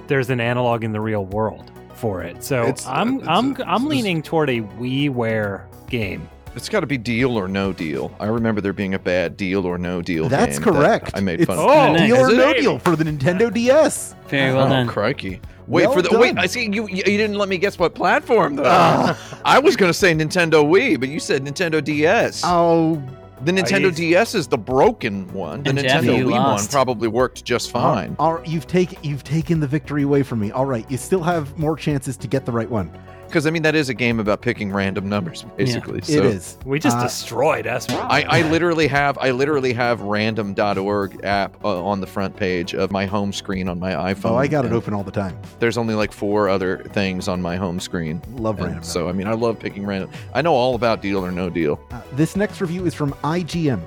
Speaker 1: there's an analog in the real world for it. So
Speaker 3: It's- uh,
Speaker 1: I'm
Speaker 3: it's
Speaker 1: I'm
Speaker 3: a-
Speaker 1: I'm
Speaker 3: it's-
Speaker 1: leaning toward a WiiWare game.
Speaker 3: It's got to be deal or no deal. I remember there being a bad deal or no deal.
Speaker 4: That's
Speaker 3: game that
Speaker 4: correct.
Speaker 3: I made
Speaker 4: It's
Speaker 3: fun.
Speaker 1: Oh,
Speaker 2: nice.
Speaker 4: Deal or
Speaker 3: Is it?
Speaker 4: No Deal for the Nintendo DS.
Speaker 2: Very
Speaker 3: of.
Speaker 2: well
Speaker 3: oh,
Speaker 2: done.
Speaker 3: crikey! Wait
Speaker 4: Well
Speaker 3: for the wait.
Speaker 4: done.
Speaker 3: I see you. You you didn't let me guess what platform though.
Speaker 4: Ah.
Speaker 3: I was gonna say Nintendo Wii, but you said Nintendo DS.
Speaker 4: Oh,
Speaker 3: the Nintendo
Speaker 1: I-
Speaker 3: DS is the broken one. The
Speaker 2: And Jeff,
Speaker 3: Nintendo
Speaker 2: you
Speaker 3: Wii one
Speaker 2: lost.
Speaker 3: probably worked just
Speaker 4: Oh.
Speaker 3: fine.
Speaker 4: All right, you've taken you've taken the victory away from me. All right, you still have more chances to get the right one.
Speaker 3: Because I mean, that is a game about picking random numbers, basically. so
Speaker 4: it is.
Speaker 1: We just
Speaker 4: Uh,
Speaker 1: destroyed us.
Speaker 3: I, I literally have I literally have random.org app uh, on the front page of my home screen on my iPhone.
Speaker 4: Oh, I got it
Speaker 3: and
Speaker 4: open all the time.
Speaker 3: There's only like four other things on my home screen.
Speaker 4: Love
Speaker 3: And
Speaker 4: random.
Speaker 3: so I mean, I love picking random. I know all about Deal or No Deal.
Speaker 4: Uh, this next review is from IGM.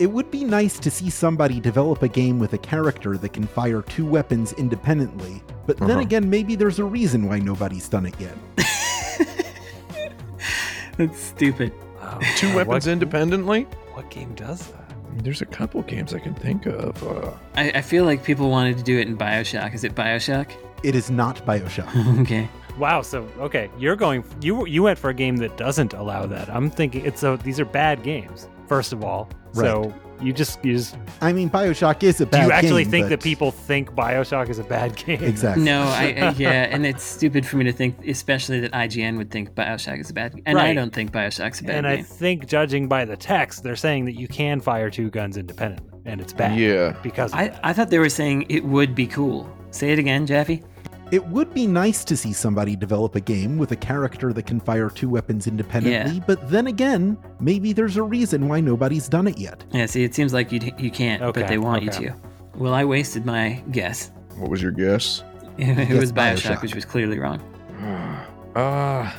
Speaker 4: It would be nice to see somebody develop a game with a character that can fire two weapons independently, but then
Speaker 3: Uh-huh.
Speaker 4: again, maybe there's a reason why nobody's done it yet.
Speaker 2: That's stupid.
Speaker 1: Oh,
Speaker 3: Two
Speaker 1: God,
Speaker 3: weapons
Speaker 1: what,
Speaker 3: independently.
Speaker 1: What game does that?
Speaker 3: There's a couple games I can think of. Uh,
Speaker 2: I, I feel like people wanted to do it in Bioshock. Is it Bioshock?
Speaker 4: It is not Bioshock.
Speaker 2: okay.
Speaker 1: Wow. So okay, you're going. You you went for a game that doesn't allow that. I'm thinking it's so these are bad games. First of all, so you just you just
Speaker 4: I mean, Bioshock is a bad
Speaker 1: do
Speaker 4: game.
Speaker 1: you actually think
Speaker 4: but-
Speaker 1: that people think Bioshock is a bad game?
Speaker 4: exactly?
Speaker 2: No, I, I yeah, and it's stupid for me to think, especially that IGN would think Bioshock is a bad, and I
Speaker 1: Right.
Speaker 2: don't think Bioshock's a bad
Speaker 1: And I
Speaker 2: game.
Speaker 1: think judging by the text, they're saying that you can fire two guns independently, and it's bad.
Speaker 3: Yeah.
Speaker 1: Because of
Speaker 2: I,
Speaker 1: that.
Speaker 2: I thought they were saying it would be cool. Say it again, Jaffe.
Speaker 4: It would be nice to see somebody develop a game with a character that can fire two weapons independently, but then again, maybe there's a reason why nobody's done it yet.
Speaker 2: Yeah. See, it seems like you you can't,
Speaker 1: Okay,
Speaker 2: but they want
Speaker 1: okay.
Speaker 2: you to. Well, I wasted my guess.
Speaker 3: what was your guess?
Speaker 2: It
Speaker 4: Yes,
Speaker 2: was Bioshock,
Speaker 4: Bioshock.
Speaker 2: which was clearly wrong.
Speaker 3: Uh,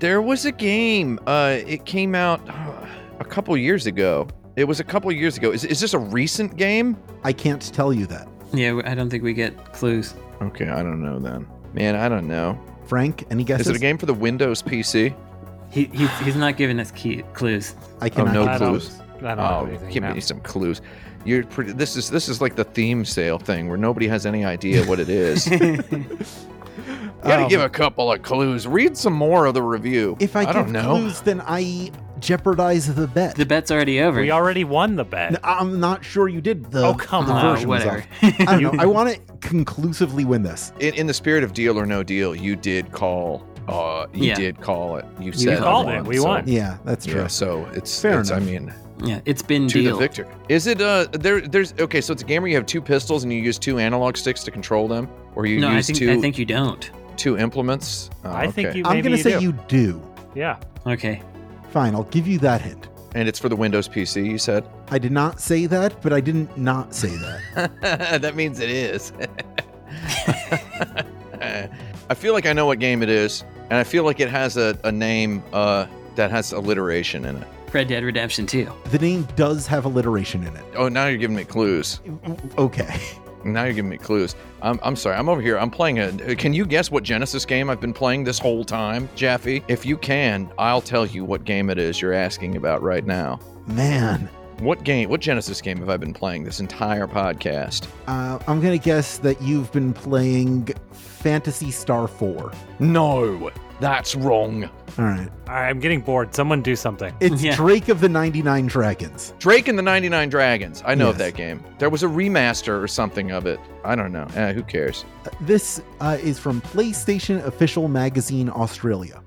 Speaker 3: there was a game. Uh, it came out uh, a couple years ago. It was a couple years ago. Is, is this a recent game?
Speaker 4: I can't tell you that.
Speaker 2: Yeah, I don't think we get clues.
Speaker 3: Okay, I don't know then. Man, I don't know.
Speaker 4: Frank, any guesses?
Speaker 3: Is it a game for the Windows PC?
Speaker 2: He, he's, he's not giving us key, clues.
Speaker 4: I
Speaker 3: Oh,
Speaker 4: cannot
Speaker 3: no
Speaker 1: I
Speaker 4: tell you.
Speaker 1: don't-
Speaker 3: clues.
Speaker 1: I don't know
Speaker 3: Oh,
Speaker 1: anything.
Speaker 3: give
Speaker 1: now.
Speaker 3: me some clues. You're pretty. This is this is like the theme sale thing where nobody has any idea what it is. you gotta
Speaker 4: Um,
Speaker 1: Um,
Speaker 3: give a couple of clues. Read some more of the review.
Speaker 4: If I,
Speaker 3: I
Speaker 4: give
Speaker 3: don't know.
Speaker 4: clues, then I jeopardize the bet.
Speaker 2: The bet's already over.
Speaker 1: We already won the bet.
Speaker 4: N- I'm not sure you did the,
Speaker 1: Oh, come
Speaker 4: the
Speaker 1: on.
Speaker 2: Uh,
Speaker 4: version was
Speaker 2: whatever.
Speaker 4: off. I don't know. I want to conclusively win this.
Speaker 3: In, in the spirit of deal or no deal, you did call. Uh, you
Speaker 2: Yeah.
Speaker 3: did call it. You said I
Speaker 1: called
Speaker 3: won,
Speaker 1: it. We
Speaker 3: so-
Speaker 1: won.
Speaker 4: Yeah, that's true.
Speaker 3: Yeah, so it's
Speaker 4: Fair
Speaker 3: it's, I
Speaker 4: enough.
Speaker 3: mean,
Speaker 2: yeah, it's been
Speaker 3: to
Speaker 2: deal.
Speaker 3: the victor. Is it uh there? There's okay. So it's a game where you have two pistols and you use two analog sticks to control them, or you
Speaker 2: no, I
Speaker 3: use
Speaker 2: think
Speaker 3: two
Speaker 2: I think you don't.
Speaker 3: two implements. Oh,
Speaker 1: I think
Speaker 3: okay.
Speaker 1: you-
Speaker 4: I'm
Speaker 1: Maybe
Speaker 4: gonna
Speaker 1: you
Speaker 4: say
Speaker 1: do.
Speaker 4: you do.
Speaker 1: Yeah.
Speaker 2: Okay.
Speaker 4: Fine, I'll give you that hint.
Speaker 3: And it's for the Windows PC. You said
Speaker 4: I did not say that, but I didn't not say that.
Speaker 3: that means it is. I feel like I know what game it is, and I feel like it has a, a name uh, that has alliteration in it.
Speaker 2: Red Dead Redemption 2.
Speaker 4: the name does have alliteration in it.
Speaker 3: Oh, now you're giving me clues.
Speaker 4: Okay.
Speaker 3: Now you're giving me clues. I'm, I'm sorry. I'm over here. I'm playing a. Can you guess what Genesis game I've been playing this whole time, Jaffe? If you can, I'll tell you what game it is you're asking about right now.
Speaker 4: Man,
Speaker 3: What game? What Genesis game have I been playing this entire podcast?
Speaker 4: uh, I'm going to guess that you've been playing Fantasy Star 4.
Speaker 3: No, that's wrong.
Speaker 4: All right.
Speaker 1: All right, I'm getting bored. Someone do something.
Speaker 4: It's
Speaker 2: Yeah.
Speaker 4: Drake of the 99 Dragons.
Speaker 3: Drake and the 99 Dragons. I know of
Speaker 4: Yes.
Speaker 3: that game. There was a remaster or something of it. I don't know. Eh, who cares?
Speaker 4: Uh, This uh, is from PlayStation Official Magazine Australia.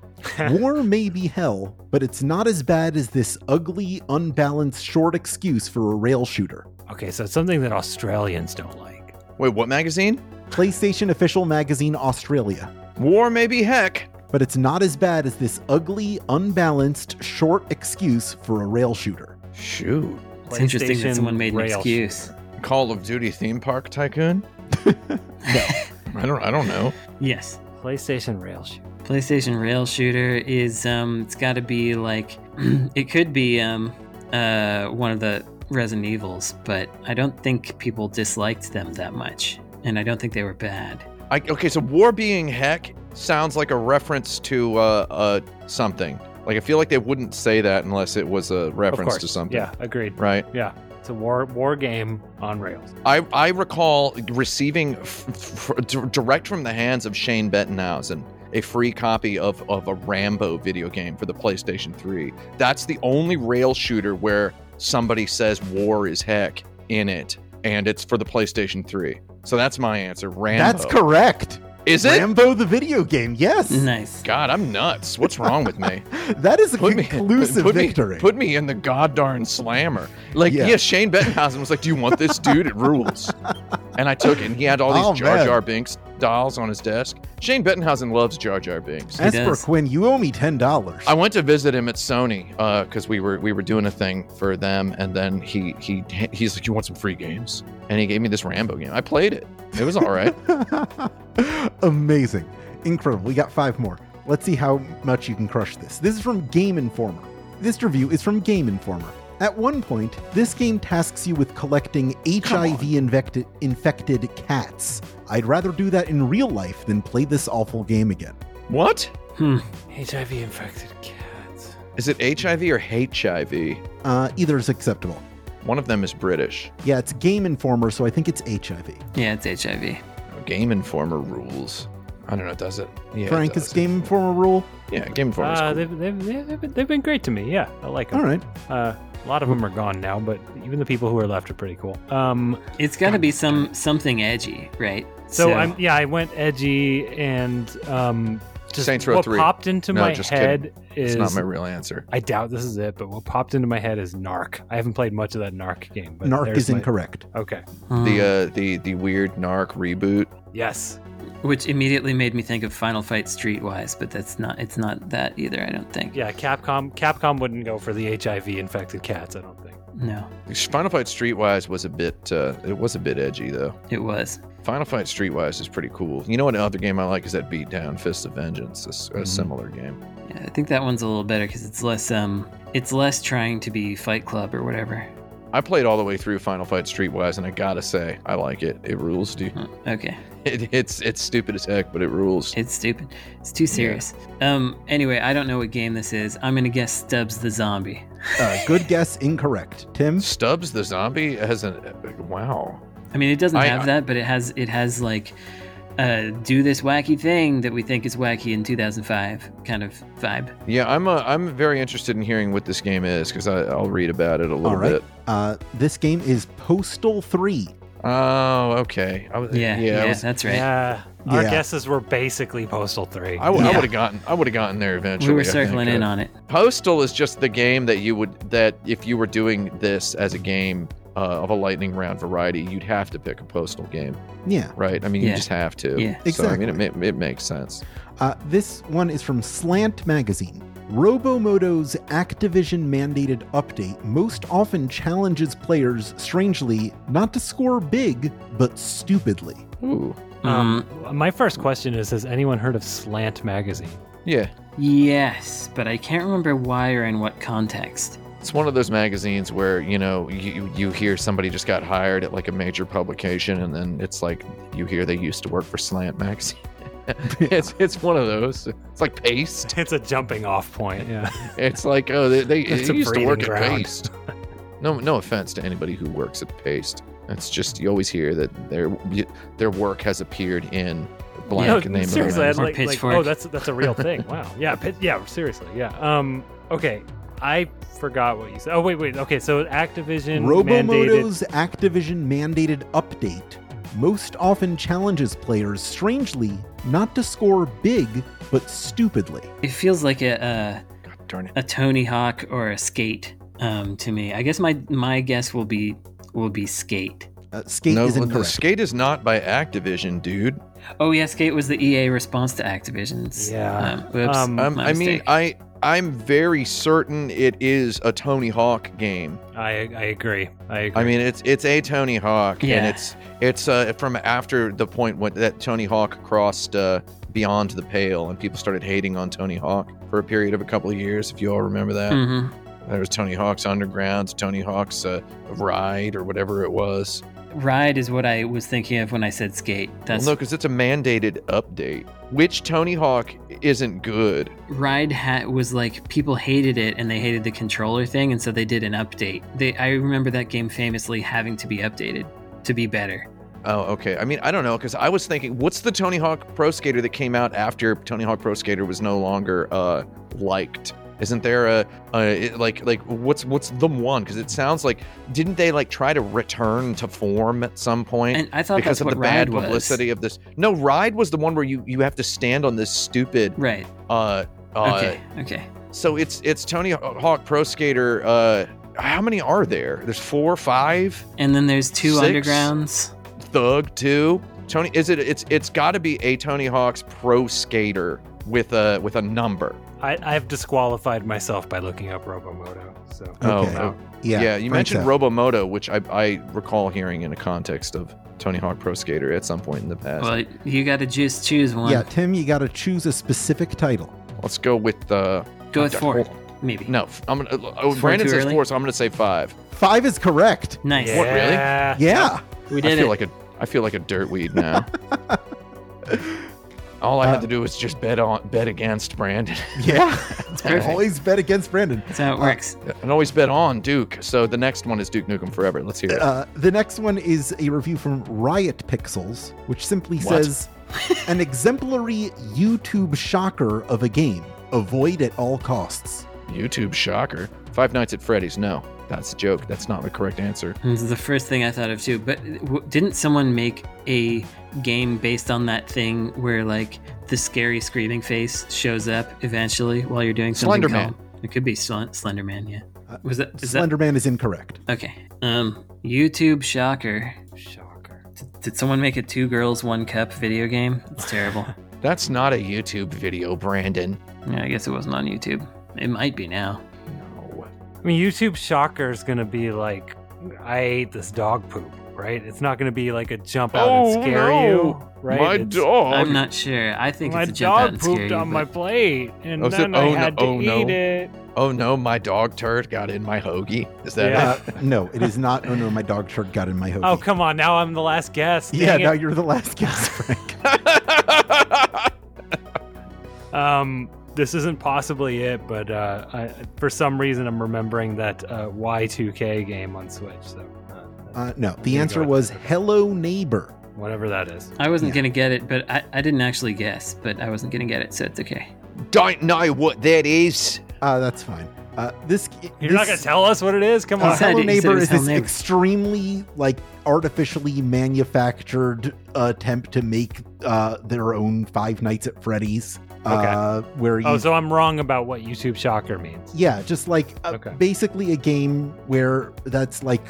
Speaker 4: War may be hell, but it's not as bad as this ugly, unbalanced, short excuse for a rail shooter.
Speaker 1: Okay, so it's something that Australians don't like.
Speaker 3: Wait, what magazine?
Speaker 4: PlayStation Official Magazine Australia.
Speaker 3: War maybe heck.
Speaker 4: But it's not as bad as this ugly, unbalanced, short excuse for a rail shooter.
Speaker 3: Shoot.
Speaker 2: It's interesting that
Speaker 1: PlayStation
Speaker 2: someone made an
Speaker 1: rail
Speaker 2: excuse.
Speaker 3: Call of Duty theme park tycoon? I don't I don't know.
Speaker 2: Yes.
Speaker 1: shooter. PlayStation rail shoot.
Speaker 2: PlayStation Rail Shooter is um it's got to be like it could be um uh one of the Resident Evils, but I don't think people disliked them that much and I don't think they were bad.
Speaker 3: I, okay, so war being heck sounds like a reference to uh, uh something. Like I feel like they wouldn't say that unless it was a
Speaker 1: Of
Speaker 3: reference
Speaker 1: course.
Speaker 3: to something.
Speaker 1: Yeah, agreed.
Speaker 3: Right.
Speaker 1: It's a war war game on rails.
Speaker 3: I, I recall receiving f- f- f- d- direct from the hands of Shane Bettenhausen a free copy of, of a Rambo video game for the PlayStation 3. That's the only rail shooter where somebody says war is heck in it, and it's for the PlayStation 3. So that's my answer. Rambo.
Speaker 4: That's correct.
Speaker 3: Is it?
Speaker 4: Rambo the video game? Yes.
Speaker 2: Nice.
Speaker 3: God, I'm nuts. What's wrong with me?
Speaker 4: That is a
Speaker 3: Put me,
Speaker 4: conclusive
Speaker 3: put,
Speaker 4: victory.
Speaker 3: Me, put me in the god darn slammer. Like,
Speaker 4: Yeah.
Speaker 3: yeah, Shane Bettenhausen was like, Do you want this dude? It rules. And I took it, and he had all these
Speaker 4: Oh,
Speaker 3: Jar
Speaker 4: man.
Speaker 3: Jar Binks dolls on his desk. Shane Bettenhausen loves Jar Jar Binks.
Speaker 2: He
Speaker 4: As for
Speaker 2: does.
Speaker 4: Quinn, you owe me ten dollars.
Speaker 3: I went to visit him at Sony because we were we were doing a thing for them, and then he he he's like, "You want some free games?" And he gave me this Rambo game. I played it. It was all right.
Speaker 4: Amazing, incredible. We got five more. Let's see how much you can crush this. This is from Game Informer. This review is from Game Informer. At one point, this game tasks you with collecting HIV infected, infected cats. I'd rather do that in real life than play this awful game again.
Speaker 3: what
Speaker 2: Hmm.
Speaker 1: HIV infected cats.
Speaker 3: is it? HIV or HIV?
Speaker 4: Uh, either is acceptable.
Speaker 3: One of them is British.
Speaker 4: Yeah, it's Game Informer, so I think it's HIV.
Speaker 2: Yeah, it's HIV.
Speaker 3: Game Informer rules. I don't know. Does it? Yeah, it
Speaker 4: Frank,
Speaker 3: does.
Speaker 4: is Game Informer rule?
Speaker 3: Yeah, Game Informer's
Speaker 1: Uh,
Speaker 3: cool.
Speaker 1: they've, they've, they've, been, they've been great to me. Yeah, I like
Speaker 4: All
Speaker 1: them.
Speaker 4: right.
Speaker 1: Uh, a lot of them are gone now, but even the people who are left are pretty cool. Um,
Speaker 2: It's got to be some something edgy, right?
Speaker 1: so, I'm yeah, I went edgy and um, just
Speaker 3: Saints Row
Speaker 1: what
Speaker 3: 3.
Speaker 1: popped into
Speaker 3: No,
Speaker 1: my
Speaker 3: just
Speaker 1: head
Speaker 3: It's
Speaker 1: is
Speaker 3: not my real answer.
Speaker 1: I doubt this is it, but what popped into my head is Narc. I haven't played much of that Narc game. But
Speaker 4: Narc
Speaker 1: there's
Speaker 4: is
Speaker 1: my-
Speaker 4: incorrect.
Speaker 1: Okay.
Speaker 2: Hmm.
Speaker 3: The uh, the the weird narc reboot.
Speaker 1: Yes.
Speaker 2: which immediately made me think of Final Fight Streetwise, but that's not it's not that either, I don't think.
Speaker 1: Yeah. Capcom. Capcom wouldn't go for the HIV infected cats. I don't think.
Speaker 2: No,
Speaker 3: Final Fight Streetwise was a bit uh, it was a bit edgy though.
Speaker 2: it was.
Speaker 3: Final Fight Streetwise is pretty cool. You know what other game I like is that Beatdown Fist of Vengeance. It's a
Speaker 1: Mhm.
Speaker 3: similar game.
Speaker 2: Yeah, I think that one's a little better because it's less um it's less trying to be Fight Club or whatever.
Speaker 3: I played all the way through Final Fight Streetwise, and I gotta say, I like it. It rules, dude.
Speaker 2: Hmm, Okay,
Speaker 1: Mm-hmm.
Speaker 3: It, it's it's stupid as heck, but it rules.
Speaker 2: it's stupid. It's too serious. Um. Anyway, I don't know what game this is. I'm gonna guess Stubbs the Zombie.
Speaker 4: Uh, good guess, incorrect. Tim?
Speaker 3: Stubbs the zombie has an wow.
Speaker 2: I mean, it doesn't
Speaker 3: I- uh,
Speaker 2: have
Speaker 3: I-
Speaker 2: that, but it has it has like uh, do this wacky thing that we think is wacky in 2005 kind of vibe.
Speaker 3: Yeah, I'm uh, I'm very interested in hearing what this game is because I'll read about it a little
Speaker 4: All right.
Speaker 3: bit.
Speaker 4: Uh, this game is Postal 3.
Speaker 3: Oh, okay. I was,
Speaker 2: Yeah, yeah,
Speaker 3: I, was,
Speaker 2: that's right.
Speaker 1: Yeah. Our
Speaker 4: Yeah.
Speaker 1: guesses were basically Postal 3.
Speaker 3: I, w- I
Speaker 2: Yeah.
Speaker 3: would have gotten I would have gotten there eventually.
Speaker 2: we
Speaker 3: I
Speaker 2: were
Speaker 3: think. uh,
Speaker 2: circling in on it.
Speaker 3: Postal is just the game that you would that if you were doing this as a game uh, of a lightning round variety, you'd have to pick a postal game,
Speaker 4: Yeah.
Speaker 3: right? I mean, you
Speaker 2: Yeah.
Speaker 3: just have to.
Speaker 2: Yeah.
Speaker 3: So I mean, it, ma- it makes sense.
Speaker 4: Uh, this one is from Slant Magazine. Robomoto's Activision mandated update most often challenges players, strangely, not to score big, but stupidly.
Speaker 3: Ooh.
Speaker 2: Um,
Speaker 4: Mm.
Speaker 1: Um, my first question is Has anyone heard of Slant Magazine?
Speaker 3: Yeah.
Speaker 2: yes, but I can't remember why or in what context.
Speaker 3: It's one of those magazines where you know you you hear somebody just got hired at like a major publication, and then it's like you hear they used to work for Slant magazine. it's it's one of those. It's like Paste.
Speaker 1: It's a jumping off point. Yeah.
Speaker 3: It's like oh they they,
Speaker 1: It's
Speaker 3: they
Speaker 1: a
Speaker 3: used to work
Speaker 1: breeding
Speaker 3: at
Speaker 1: ground.
Speaker 3: Paste. No no offense to anybody who works at Paste. It's just you always hear that their their work has appeared in blank
Speaker 2: Yeah,
Speaker 3: name
Speaker 1: seriously, I'd
Speaker 3: of a
Speaker 2: Or
Speaker 3: magazine.
Speaker 1: like, like,
Speaker 2: Pitchfork.
Speaker 1: oh, that's that's a real thing. Wow. Yeah. Pit, yeah. Seriously. Yeah. Um. Okay. I forgot what you said. Oh wait, wait. Okay. So Activision mandated.
Speaker 4: Robomoto's Activision mandated update most often challenges players, strangely, not to score big, but stupidly.
Speaker 2: It feels like a uh, a,
Speaker 3: God darn it!
Speaker 2: a Tony Hawk or a Skate um, to me. I guess my my guess will be will be Skate.
Speaker 4: Uh, skate
Speaker 3: no,
Speaker 4: is
Speaker 3: the
Speaker 4: incorrect.
Speaker 3: skate is not by Activision, dude.
Speaker 2: Oh yeah, Skate was the EA response to Activision's.
Speaker 1: Yeah.
Speaker 2: Um, whoops.
Speaker 1: Um,
Speaker 3: Um,
Speaker 2: my
Speaker 3: I mean,
Speaker 2: mistake.
Speaker 3: I I'm very certain it is a Tony Hawk game.
Speaker 1: I I agree. I agree.
Speaker 3: I mean, it's it's a Tony Hawk, and
Speaker 2: Yeah.
Speaker 3: it's it's uh, from after the point when that Tony Hawk crossed uh, beyond the pale, and people started hating on Tony Hawk for a period of a couple of years. If you all remember that,
Speaker 2: Mhm.
Speaker 3: there was Tony Hawk's Underground, Tony Hawk's uh, Ride, or whatever it was.
Speaker 2: Ride is what I was thinking of when I said Skate. That's
Speaker 3: Well, no, because it's a mandated update. Which Tony Hawk isn't good?
Speaker 2: Ride Hat was like people hated it and they hated the controller thing, and so they did an update. They I remember that game famously having to be updated to be better.
Speaker 3: Oh, okay. I mean, I don't know because I was thinking, what's the Tony Hawk Pro Skater that came out after Tony Hawk Pro Skater was no longer uh, liked? Isn't there a, a it- like like what's what's the one? Because it sounds like didn't they like try to return to form at some point?
Speaker 2: And I thought
Speaker 3: because
Speaker 2: that's
Speaker 3: of
Speaker 2: what
Speaker 3: the
Speaker 2: Ride
Speaker 3: bad
Speaker 2: was.
Speaker 3: publicity of this, no, ride was the one where you you have to stand on this stupid.
Speaker 2: Right.
Speaker 3: Uh, uh,
Speaker 2: okay. Okay.
Speaker 3: So it's it's Tony Hawk Pro Skater. Uh, how many are there? There's four, five.
Speaker 2: And then there's two
Speaker 3: Six?
Speaker 2: undergrounds.
Speaker 3: Thug too. Tony, is it? It's it's got to be a Tony Hawk's Pro Skater with a with a number.
Speaker 1: I I've disqualified myself by looking up Robomoto. So
Speaker 3: Oh,
Speaker 4: Okay.
Speaker 3: oh,
Speaker 4: yeah,
Speaker 3: yeah. you
Speaker 4: Frank's
Speaker 3: mentioned
Speaker 4: out.
Speaker 3: Robomoto, which I I recall hearing in a context of Tony Hawk Pro Skater at some point in the past.
Speaker 2: Well, you got to just choose one.
Speaker 4: Yeah, Tim, you got to choose a specific title.
Speaker 3: Let's go with uh,
Speaker 2: Go with
Speaker 3: God,
Speaker 2: four,
Speaker 3: hold
Speaker 2: maybe.
Speaker 3: No, f- I'm gonna. Oh,
Speaker 2: Four
Speaker 3: Brandon
Speaker 2: too
Speaker 3: says
Speaker 2: early?
Speaker 3: four, so I'm gonna say five.
Speaker 4: Five is correct.
Speaker 2: Nice.
Speaker 1: Yeah. really?
Speaker 4: Yeah.
Speaker 2: We
Speaker 3: I
Speaker 2: did
Speaker 3: feel
Speaker 2: it.
Speaker 3: like a I feel like a dirtweed now. All I
Speaker 4: Uh,
Speaker 3: had to do was just bet on bet against Brandon,
Speaker 4: Yeah.
Speaker 2: perfect.
Speaker 4: Always bet against Brandon.
Speaker 2: That's how it works.
Speaker 3: and always bet on Duke. So the next one is Duke Nukem Forever. Let's hear it.
Speaker 4: Uh, the next one is a review from Riot Pixels, which simply
Speaker 3: What?
Speaker 4: says an exemplary YouTube shocker of a game. Avoid at all costs.
Speaker 3: YouTube shocker. Five Nights at Freddy's. No, that's a joke. That's not the correct answer.
Speaker 2: This is the first thing I thought of too. But w- didn't someone make a game based on that thing where like the scary screaming face shows up eventually while you're doing something?
Speaker 3: Slenderman.
Speaker 2: calm? It could be Sl- Slenderman. Yeah.
Speaker 4: Uh,
Speaker 2: Was that is
Speaker 4: Slender Man is incorrect.
Speaker 2: that okay? Um, YouTube shocker.
Speaker 1: Shocker.
Speaker 2: D- did someone make a two girls one cup video game? It's terrible.
Speaker 3: That's not a YouTube video, Brandon.
Speaker 2: yeah, I guess it wasn't on YouTube. It might be now.
Speaker 3: No.
Speaker 1: I mean, YouTube shocker is gonna be like, I ate this dog poop. Right? It's not gonna be like a jump out
Speaker 3: Oh,
Speaker 1: and scare
Speaker 3: no.
Speaker 1: you. Right?
Speaker 3: My
Speaker 1: It's-
Speaker 3: dog.
Speaker 2: I'm not sure. I think
Speaker 1: my
Speaker 2: it's a jump out
Speaker 1: dog
Speaker 2: and
Speaker 1: pooped
Speaker 2: scare you,
Speaker 1: on my
Speaker 2: but-
Speaker 1: plate, and
Speaker 3: Oh, so-
Speaker 1: then
Speaker 3: oh,
Speaker 1: I
Speaker 3: no-
Speaker 1: had
Speaker 3: oh,
Speaker 1: to eat
Speaker 3: no.
Speaker 1: it.
Speaker 3: Oh no, my dog turd got in my hoagie. Is that
Speaker 1: Yeah.
Speaker 3: it?
Speaker 4: Uh, no, it is not. Oh no, my dog shirt got in my hoodie.
Speaker 1: Oh come on! Now I'm the last guest.
Speaker 4: yeah,
Speaker 1: Dang
Speaker 4: now
Speaker 1: it.
Speaker 4: you're the last guess, Frank.
Speaker 1: Um, this isn't possibly it, but uh, I, for some reason I'm remembering that uh, Y2K game on Switch. So. uh,
Speaker 4: Uh, no, the
Speaker 1: You
Speaker 4: answer
Speaker 1: got it.
Speaker 4: was Hello Neighbor,
Speaker 1: whatever that is.
Speaker 2: I wasn't
Speaker 4: Yeah.
Speaker 2: gonna get it, but I, I didn't actually guess, but I wasn't gonna get it, so it's okay.
Speaker 3: Don't know what that is.
Speaker 4: Uh, that's fine. Uh, this
Speaker 1: You're not
Speaker 4: this-
Speaker 1: going to tell us what it is? Come
Speaker 4: Uh,
Speaker 1: on.
Speaker 2: said-
Speaker 4: Hello
Speaker 2: he said it
Speaker 4: Neighbor
Speaker 2: was
Speaker 4: is
Speaker 2: Hello
Speaker 4: this
Speaker 2: Neighbor.
Speaker 4: extremely like artificially manufactured attempt to make uh, their own Five Nights at Freddy's. Uh, where you,
Speaker 1: Oh, so I'm wrong about what YouTube Shocker means.
Speaker 4: yeah, just like uh,
Speaker 1: Okay.
Speaker 4: basically a game where that's like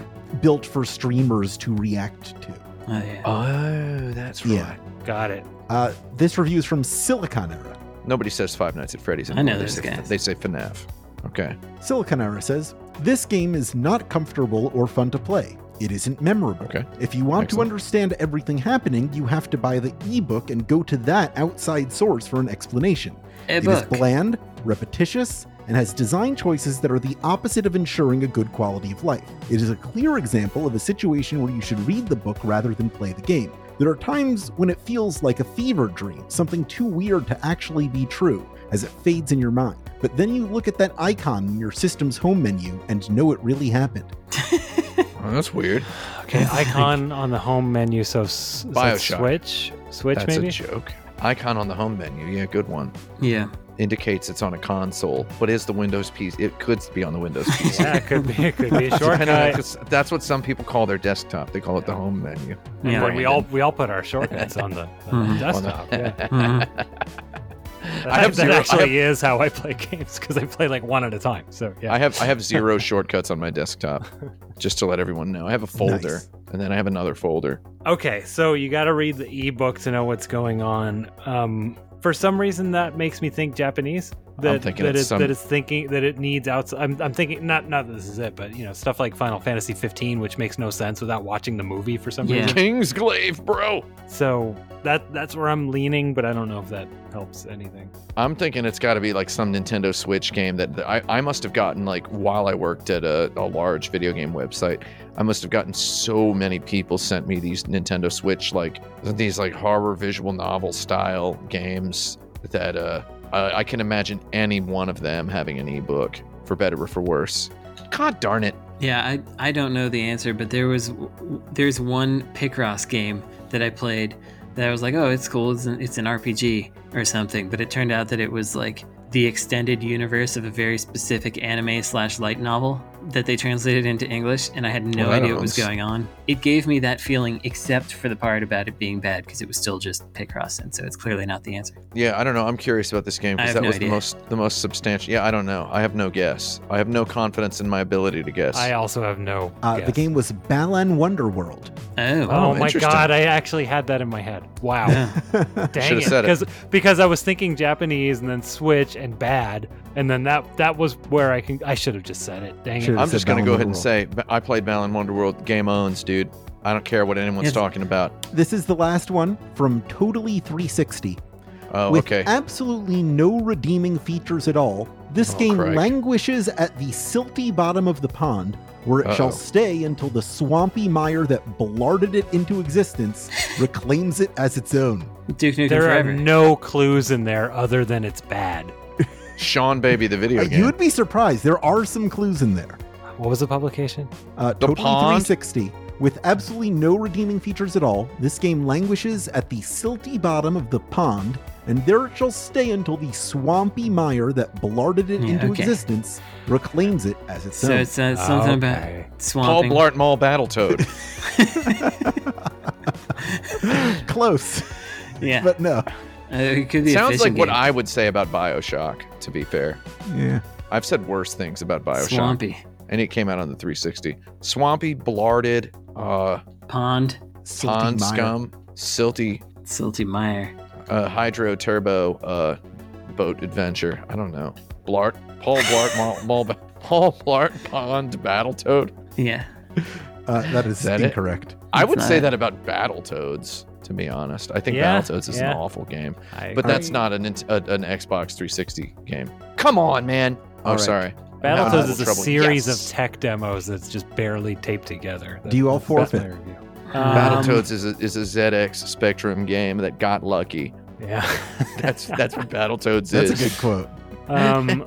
Speaker 4: built for streamers to react to.
Speaker 2: Oh yeah.
Speaker 3: Oh, that's
Speaker 4: Yeah.
Speaker 1: Got it.
Speaker 4: Uh, this review is from Silicon Era.
Speaker 3: Nobody says Five Nights at Freddy's.
Speaker 2: I know
Speaker 3: anymore. They
Speaker 2: those
Speaker 3: say-
Speaker 2: guys.
Speaker 3: They say FNAF. Okay.
Speaker 4: Siliconera says, This game is not comfortable or fun to play. It isn't memorable.
Speaker 3: Okay.
Speaker 4: If you want
Speaker 3: Excellent.
Speaker 4: to understand everything happening, you have to buy the ebook and go to that outside source for an explanation.
Speaker 2: A
Speaker 4: It is
Speaker 2: book.
Speaker 4: bland, repetitious, and has design choices that are the opposite of ensuring a good quality of life. It is a clear example of a situation where you should read the book rather than play the game. There are times when it feels like a fever dream, something too weird to actually be true, as it fades in your mind. But then you look at that icon in your system's home menu and know it really happened.
Speaker 3: Well, that's weird.
Speaker 1: Okay, icon on the home menu. So, s- so
Speaker 3: Bioshock.
Speaker 1: Switch, Switch
Speaker 3: that's
Speaker 1: maybe.
Speaker 3: a joke. Icon on the home menu. Yeah, good one.
Speaker 2: yeah.
Speaker 3: Indicates it's on a console, but is the Windows PC? It could be on the Windows PC.
Speaker 1: yeah, it could be. It could be a
Speaker 3: Depending on-
Speaker 1: shortcut.
Speaker 3: 'cause that's what some people call their desktop. They call it the home menu.
Speaker 1: And,
Speaker 2: Yeah.
Speaker 1: like, we all we all put our shortcuts on the, on the
Speaker 2: Mhm.
Speaker 1: desktop. Yeah.
Speaker 2: Mhm.
Speaker 1: That,
Speaker 3: I have
Speaker 1: that
Speaker 3: zero- I
Speaker 1: actually is how I play games because I play like one at a time. So yeah,
Speaker 3: I have I have zero shortcuts on my desktop. Just to let everyone know, I have a folder,
Speaker 4: Nice.
Speaker 3: and then I have another folder.
Speaker 1: Okay, so you got to read the ebook to know what's going on. Um, for some reason, that makes me think Japanese. That,
Speaker 3: thinking
Speaker 1: that
Speaker 3: it's
Speaker 1: it-
Speaker 3: some-
Speaker 1: that it's thinking that it needs outside. I'm, I'm thinking not not that this is it, but you know stuff like Final Fantasy 15, which makes no sense without watching the movie for some
Speaker 2: Yeah.
Speaker 1: reason.
Speaker 3: King's Glaive, bro.
Speaker 1: So that that's where I'm leaning, but I don't know if that helps anything.
Speaker 3: I'm thinking it's got to be like some Nintendo Switch game that that I, I must have gotten like while I worked at a, a large video game website. I must have gotten so many people sent me these Nintendo Switch like these like horror visual novel style games that uh, I, I can imagine any one of them having an ebook for better or for worse. God darn it!
Speaker 2: Yeah, I, I don't know the answer, but there was there's one Picross game that I played that I was like, oh, it's cool, it's an, it's an RPG or something, but it turned out that it was like the extended universe of a very specific anime slash light novel that they translated into English, and I had no
Speaker 3: Well, that
Speaker 2: idea what was
Speaker 3: owns.
Speaker 2: going on. It gave me that feeling, except for the part about it being bad, because it was still just Picross, and so it's clearly not the answer.
Speaker 3: Yeah, I don't know. I'm curious about this game
Speaker 2: I
Speaker 3: because
Speaker 2: have
Speaker 3: that
Speaker 2: no
Speaker 3: was
Speaker 2: idea.
Speaker 3: the most the most substantial. Yeah, I don't know. I have no guess. I have no confidence in my ability to guess.
Speaker 1: I also have no.
Speaker 4: Uh, The
Speaker 1: guess.
Speaker 4: game was Balan Wonderworld.
Speaker 2: Oh,
Speaker 1: Oh,
Speaker 3: Oh,
Speaker 1: my
Speaker 3: interesting.
Speaker 1: god! I actually had that in my head. Wow.
Speaker 2: Yeah.
Speaker 1: Dang
Speaker 3: Should've
Speaker 1: it.
Speaker 3: said it.
Speaker 1: Because because I was thinking Japanese and then Switch and bad, and then that that was where I can I should have just said it. Dang
Speaker 4: Should've
Speaker 1: it.
Speaker 3: I'm
Speaker 4: said
Speaker 3: just gonna
Speaker 4: Balan
Speaker 3: go ahead and
Speaker 4: Wonderworld.
Speaker 3: say b- I played Balan Wonderworld. Game owns, dude. I don't care what anyone's
Speaker 2: It's-
Speaker 3: talking about.
Speaker 4: This is the last one from Totally 360.
Speaker 3: Oh,
Speaker 4: with
Speaker 3: okay.
Speaker 4: absolutely no redeeming features at all, this
Speaker 3: Oh,
Speaker 4: game
Speaker 3: crike.
Speaker 4: languishes at the silty bottom of the pond, where it
Speaker 3: Uh-oh.
Speaker 4: shall stay until the swampy mire that blarded it into existence reclaims it as its own.
Speaker 2: Duke Nukem
Speaker 1: There are
Speaker 2: Forever.
Speaker 1: no clues in there other than it's bad.
Speaker 3: Sean Baby, the video
Speaker 4: Uh,
Speaker 3: game.
Speaker 4: you would be surprised. There are some clues in there.
Speaker 1: What was the publication?
Speaker 4: Uh,
Speaker 3: The
Speaker 4: totally
Speaker 3: pond?
Speaker 4: 360. With absolutely no redeeming features at all, this game languishes at the silty bottom of the pond, and there it shall stay until the swampy mire that blarded it
Speaker 3: Hmm,
Speaker 2: Yeah,
Speaker 4: into
Speaker 2: okay.
Speaker 4: existence reclaims it as its
Speaker 2: So
Speaker 4: own.
Speaker 2: it's uh, something
Speaker 1: Okay.
Speaker 2: about
Speaker 3: Paul
Speaker 2: swamping.
Speaker 3: Blart Mall Battletoad.
Speaker 4: Close,
Speaker 2: yeah,
Speaker 4: but no.
Speaker 2: Uh, it could be. a
Speaker 3: Sounds like
Speaker 2: fishing
Speaker 3: what
Speaker 2: game.
Speaker 3: I would say about Bioshock. To be fair,
Speaker 4: Yeah.
Speaker 3: I've said worse things about Bioshock,
Speaker 2: Swampy
Speaker 3: and it came out on the 360. Swampy, blarded, uh,
Speaker 2: pond,
Speaker 3: pond
Speaker 4: mire.
Speaker 3: scum, silty,
Speaker 2: silty mire.
Speaker 3: uh, hydro turbo, uh, boat adventure. I don't know. Blart, Paul Blart Mall, Mall Ba- Paul Blart Pond Battletoad.
Speaker 2: Yeah,
Speaker 4: Uh, that is
Speaker 3: Is that it?
Speaker 4: incorrect.
Speaker 3: I
Speaker 2: It's
Speaker 3: would say
Speaker 2: not-
Speaker 3: that about Battletoads, to be honest. I think
Speaker 1: Yeah,
Speaker 3: Battletoads is
Speaker 1: yeah.
Speaker 3: an awful game,
Speaker 1: I
Speaker 3: but
Speaker 1: agree.
Speaker 3: that's not an, int- a, an Xbox 360 game. Come on, man. Oh,
Speaker 4: All right.
Speaker 3: sorry.
Speaker 1: Battletoads
Speaker 3: Uh,
Speaker 1: is a
Speaker 3: Trouble.
Speaker 1: series
Speaker 3: Yes.
Speaker 1: of tech demos that's just barely taped together.
Speaker 4: Do you all
Speaker 1: That's- that's
Speaker 4: forfeit?
Speaker 1: my review.
Speaker 2: Um,
Speaker 4: Um,
Speaker 3: Battletoads is a, is a ZX Spectrum game that got lucky.
Speaker 1: Yeah.
Speaker 3: That's that's what Battletoads
Speaker 4: That's a
Speaker 3: is.
Speaker 4: good quote.
Speaker 1: um,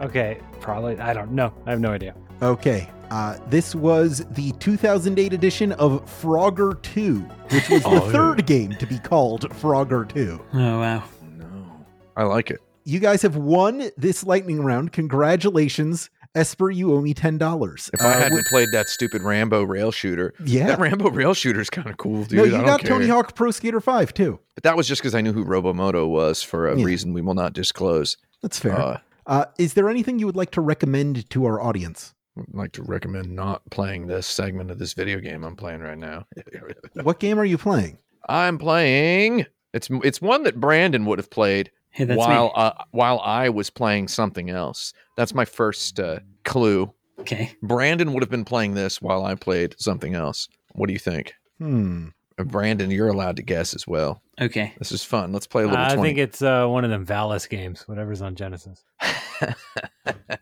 Speaker 1: okay. Probably. I don't know. I have no idea.
Speaker 4: Okay. Uh, this was the 2008 edition of Frogger 2, which was the
Speaker 3: Oh.
Speaker 4: third game to be called Frogger 2.
Speaker 2: Oh wow.
Speaker 3: No. I like it.
Speaker 4: You guys have won this lightning round. Congratulations. Esper, you owe me $10.
Speaker 3: If I
Speaker 4: Uh,
Speaker 3: hadn't
Speaker 4: wh-
Speaker 3: played that stupid Rambo rail shooter,
Speaker 4: yeah.
Speaker 3: that Rambo rail shooter is kind of cool, dude.
Speaker 4: no,
Speaker 3: I
Speaker 4: you
Speaker 3: don't
Speaker 4: got
Speaker 3: care.
Speaker 4: Tony Hawk Pro Skater 5 too.
Speaker 3: But that was just because I knew who Robomoto was for a
Speaker 4: Yeah.
Speaker 3: reason we will not disclose.
Speaker 4: That's fair. Uh,
Speaker 3: Uh,
Speaker 4: is there anything you would like to recommend to our audience?
Speaker 3: I'd like to recommend not playing this segment of this video game I'm playing right now.
Speaker 4: What game are you playing?
Speaker 3: I'm playing. It's it's one that Brandon would have played
Speaker 2: Hey, that's
Speaker 3: while
Speaker 2: me.
Speaker 3: uh, while I was playing something else. That's my first uh, clue.
Speaker 2: Okay.
Speaker 3: Brandon would have been playing this while I played something else. What do you think?
Speaker 4: Hmm.
Speaker 3: Uh, Brandon, you're allowed to guess as well.
Speaker 2: Okay.
Speaker 3: This is fun. Let's play a little
Speaker 1: I
Speaker 3: 20.
Speaker 1: think it's uh, one of them Valis games, whatever's on Genesis.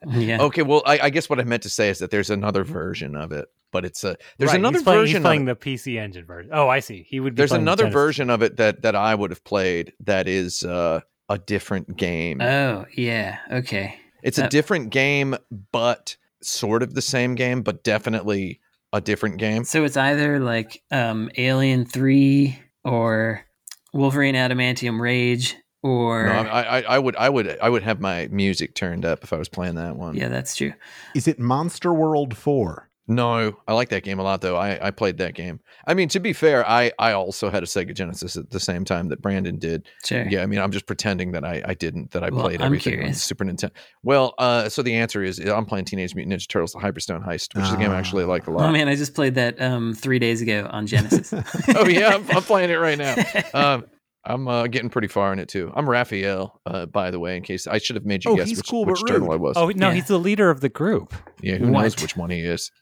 Speaker 2: Yeah.
Speaker 3: okay, well, I, I guess what I meant to say is that there's another version of it, but it's a there's
Speaker 1: Right,
Speaker 3: another
Speaker 1: he's playing,
Speaker 3: version
Speaker 1: He's
Speaker 3: of
Speaker 1: playing
Speaker 3: it.
Speaker 1: the PC Engine version. Oh, I see. He would. Be
Speaker 3: there's
Speaker 1: playing the
Speaker 3: another
Speaker 1: Genesis.
Speaker 3: version of it that that I would have played that is uh, a different game.
Speaker 2: Oh yeah. Okay.
Speaker 3: It's a
Speaker 2: That-
Speaker 3: different game, but sort of the same game, but definitely a different game.
Speaker 2: So it's either like um, Alien Three or Wolverine Adamantium Rage
Speaker 3: No,
Speaker 2: or
Speaker 3: I, I, I would, I would, I would have my music turned up if I was playing that one.
Speaker 2: yeah, that's true.
Speaker 4: Is it Monster World 4?
Speaker 3: No, I like that game a lot though. I, I played that game. I mean, to be fair, I, I also had a Sega Genesis at the same time that Brandon did.
Speaker 2: Sure.
Speaker 3: Yeah, I mean, I'm just pretending that I, I didn't that I
Speaker 2: Well,
Speaker 3: played
Speaker 2: I'm
Speaker 3: everything on
Speaker 2: curious.
Speaker 3: Super Nintendo. Well, uh, so the answer is I'm playing Teenage Mutant Ninja Turtles: The Hyperstone Heist, which is a game I
Speaker 4: Ah.
Speaker 3: actually like a lot.
Speaker 2: Oh man, I just played that um, three days ago on Genesis.
Speaker 3: oh yeah, I'm, I'm playing it right now. Um, I'm uh, getting pretty far in it too. I'm Raphael, uh, by the way. In case I should have made you
Speaker 4: Oh,
Speaker 3: guess
Speaker 4: he's
Speaker 3: which,
Speaker 4: cool but
Speaker 3: which turtle
Speaker 4: rude.
Speaker 3: I was.
Speaker 1: Oh no,
Speaker 2: Yeah.
Speaker 1: he's the leader of the group.
Speaker 3: yeah, who knows
Speaker 2: what?
Speaker 3: which one he is?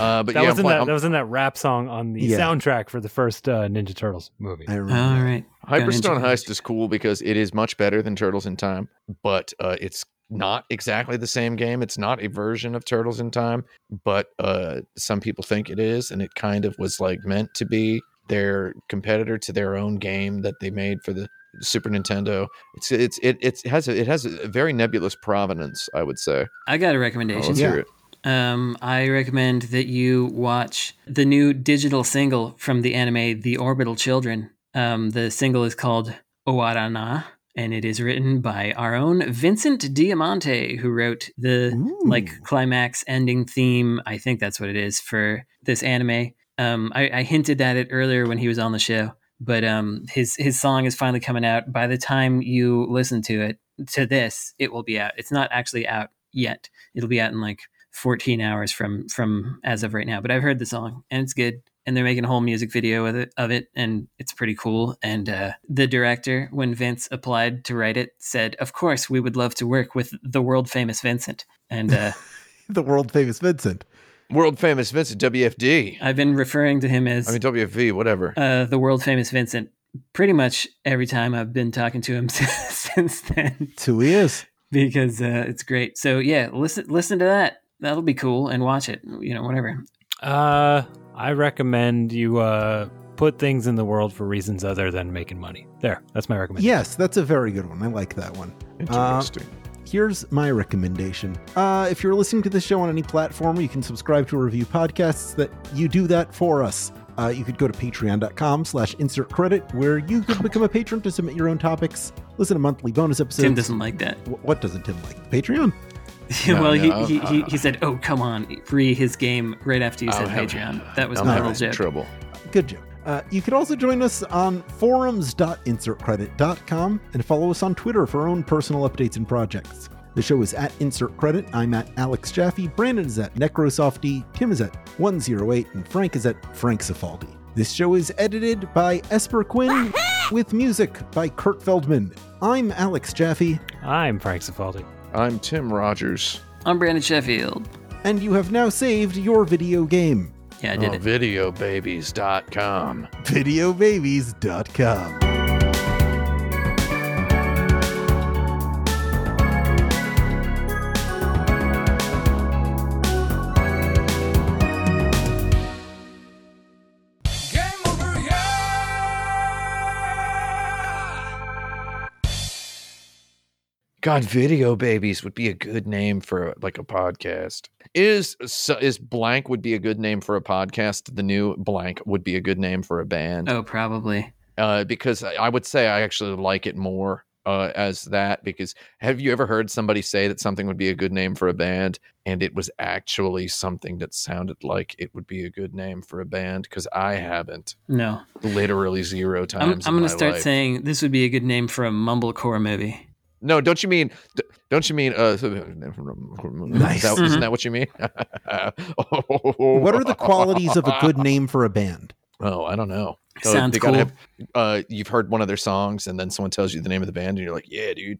Speaker 3: Uh, but
Speaker 1: that
Speaker 3: yeah,
Speaker 1: was
Speaker 3: I'm
Speaker 1: in that,
Speaker 3: playing, I'm-
Speaker 1: that was in that rap song on the
Speaker 4: Yeah.
Speaker 1: soundtrack for the first uh, Ninja Turtles movie.
Speaker 4: I remember.
Speaker 3: Um,
Speaker 2: All right.
Speaker 3: Hyperstone
Speaker 2: Ninja
Speaker 3: Heist
Speaker 2: Turtles.
Speaker 3: is cool because it is much better than Turtles in Time, but uh, it's not exactly the same game. It's not a version of Turtles in Time, but uh, some people think it is, and it kind of was like meant to be their competitor to their own game that they made for the Super Nintendo. It's it's it, it has a, it has a very nebulous provenance, I would say.
Speaker 2: I got a
Speaker 3: Oh,
Speaker 2: recommendation.
Speaker 3: let's
Speaker 4: Yeah.
Speaker 3: hear it.
Speaker 2: Um, I recommend that you watch the new digital single from the anime The Orbital Children. Um, the single is called Oarana, and it is written by our own Vincent Diamante, who wrote the
Speaker 4: Ooh.
Speaker 2: Uh, like climax ending theme. I think that's what it is for this anime. Um, I, I hinted at it earlier when he was on the show, but um, his his song is finally coming out. By the time you listen to it, to this, it will be out. It's not actually out yet. It'll be out in like 14 hours from from as of right now. But I've heard the song and it's good. And they're making a whole music video of it, of it and it's pretty cool. And uh, the director, when Vince applied to write it, said, "Of course, we would love to work with the world famous Vincent." And uh,
Speaker 4: The world famous Vincent.
Speaker 3: World famous Vincent WFD.
Speaker 2: I've been referring to him as
Speaker 3: I mean WFV, whatever.
Speaker 2: uh, the world famous Vincent pretty much every time I've been talking to him since then
Speaker 4: It's who he is.
Speaker 2: because uh, it's great. So yeah, listen listen to that. That'll be cool and watch it. You know, whatever.
Speaker 1: Uh, I recommend you uh, put things in the world for reasons other than making money. There, that's my recommendation.
Speaker 4: Yes, that's a very good one. I like that one.
Speaker 3: Interesting.
Speaker 4: Here's my recommendation. Uh, if you're listening to this show on any platform, you can subscribe to a review podcasts that you do that for us. Uh, you could go to patreon.com slash insert credit where you could become a patron to submit your own topics, listen to monthly bonus episodes.
Speaker 2: Tim doesn't like that.
Speaker 4: Wh- what doesn't Tim like? Patreon?
Speaker 3: No,
Speaker 2: well, he,
Speaker 3: no,
Speaker 2: he, he,
Speaker 3: uh, Oh,
Speaker 2: he said, "Oh, come on, free his game right after you
Speaker 3: I'm
Speaker 2: said
Speaker 3: having-
Speaker 2: Patreon." That was
Speaker 3: I'm
Speaker 2: my
Speaker 3: having
Speaker 2: little
Speaker 3: some
Speaker 2: joke.
Speaker 3: trouble.
Speaker 4: Good joke. Uh, you could also join us on forums.insertcredit.com and follow us on Twitter for our own personal updates and projects. The show is at Insert Credit. I'm at Alex Jaffe. Brandon is at Necrosofty. Tim is at 108. And Frank is at Frank Cifaldi. This show is edited by Esper Quinn with music by Kurt Feldman. I'm Alex Jaffe,
Speaker 1: I'm Frank Cifaldi.
Speaker 3: I'm Tim Rogers.
Speaker 2: I'm Brandon Sheffield.
Speaker 4: and you have now saved your video game.
Speaker 2: Yeah, I did
Speaker 3: Oh,
Speaker 2: it.
Speaker 3: Videobabies.com.
Speaker 4: VideoBabies.com.
Speaker 5: Game over, yeah!
Speaker 3: God, video babies would be a good name for like a podcast. Is so, is blank would be a good name for a podcast. The new blank would be a good name for a band
Speaker 2: Oh, probably.
Speaker 3: uh, because I I would say I actually like it more uh, as that. Because have you ever heard somebody say that something would be a good name for a band and it was actually something that sounded like it would be a good name for a band? Because I haven't
Speaker 2: No.
Speaker 3: literally zero
Speaker 2: I'm, I'm
Speaker 3: times.
Speaker 2: going to
Speaker 3: in my
Speaker 2: start
Speaker 3: life.
Speaker 2: saying this would be a good name for a mumblecore movie.
Speaker 3: no. Don't you mean? d- Don't you mean? Uh,
Speaker 4: Nice. Mm-hmm.
Speaker 3: nice. That, Isn't that what you mean?
Speaker 4: What are the qualities of a good name for a band?
Speaker 3: Oh, I don't know. Oh,
Speaker 2: Sounds
Speaker 3: they gotta
Speaker 2: cool.
Speaker 3: have- uh, you've heard one of their songs, and then someone tells you the name of the band, and you're like, "Yeah, dude."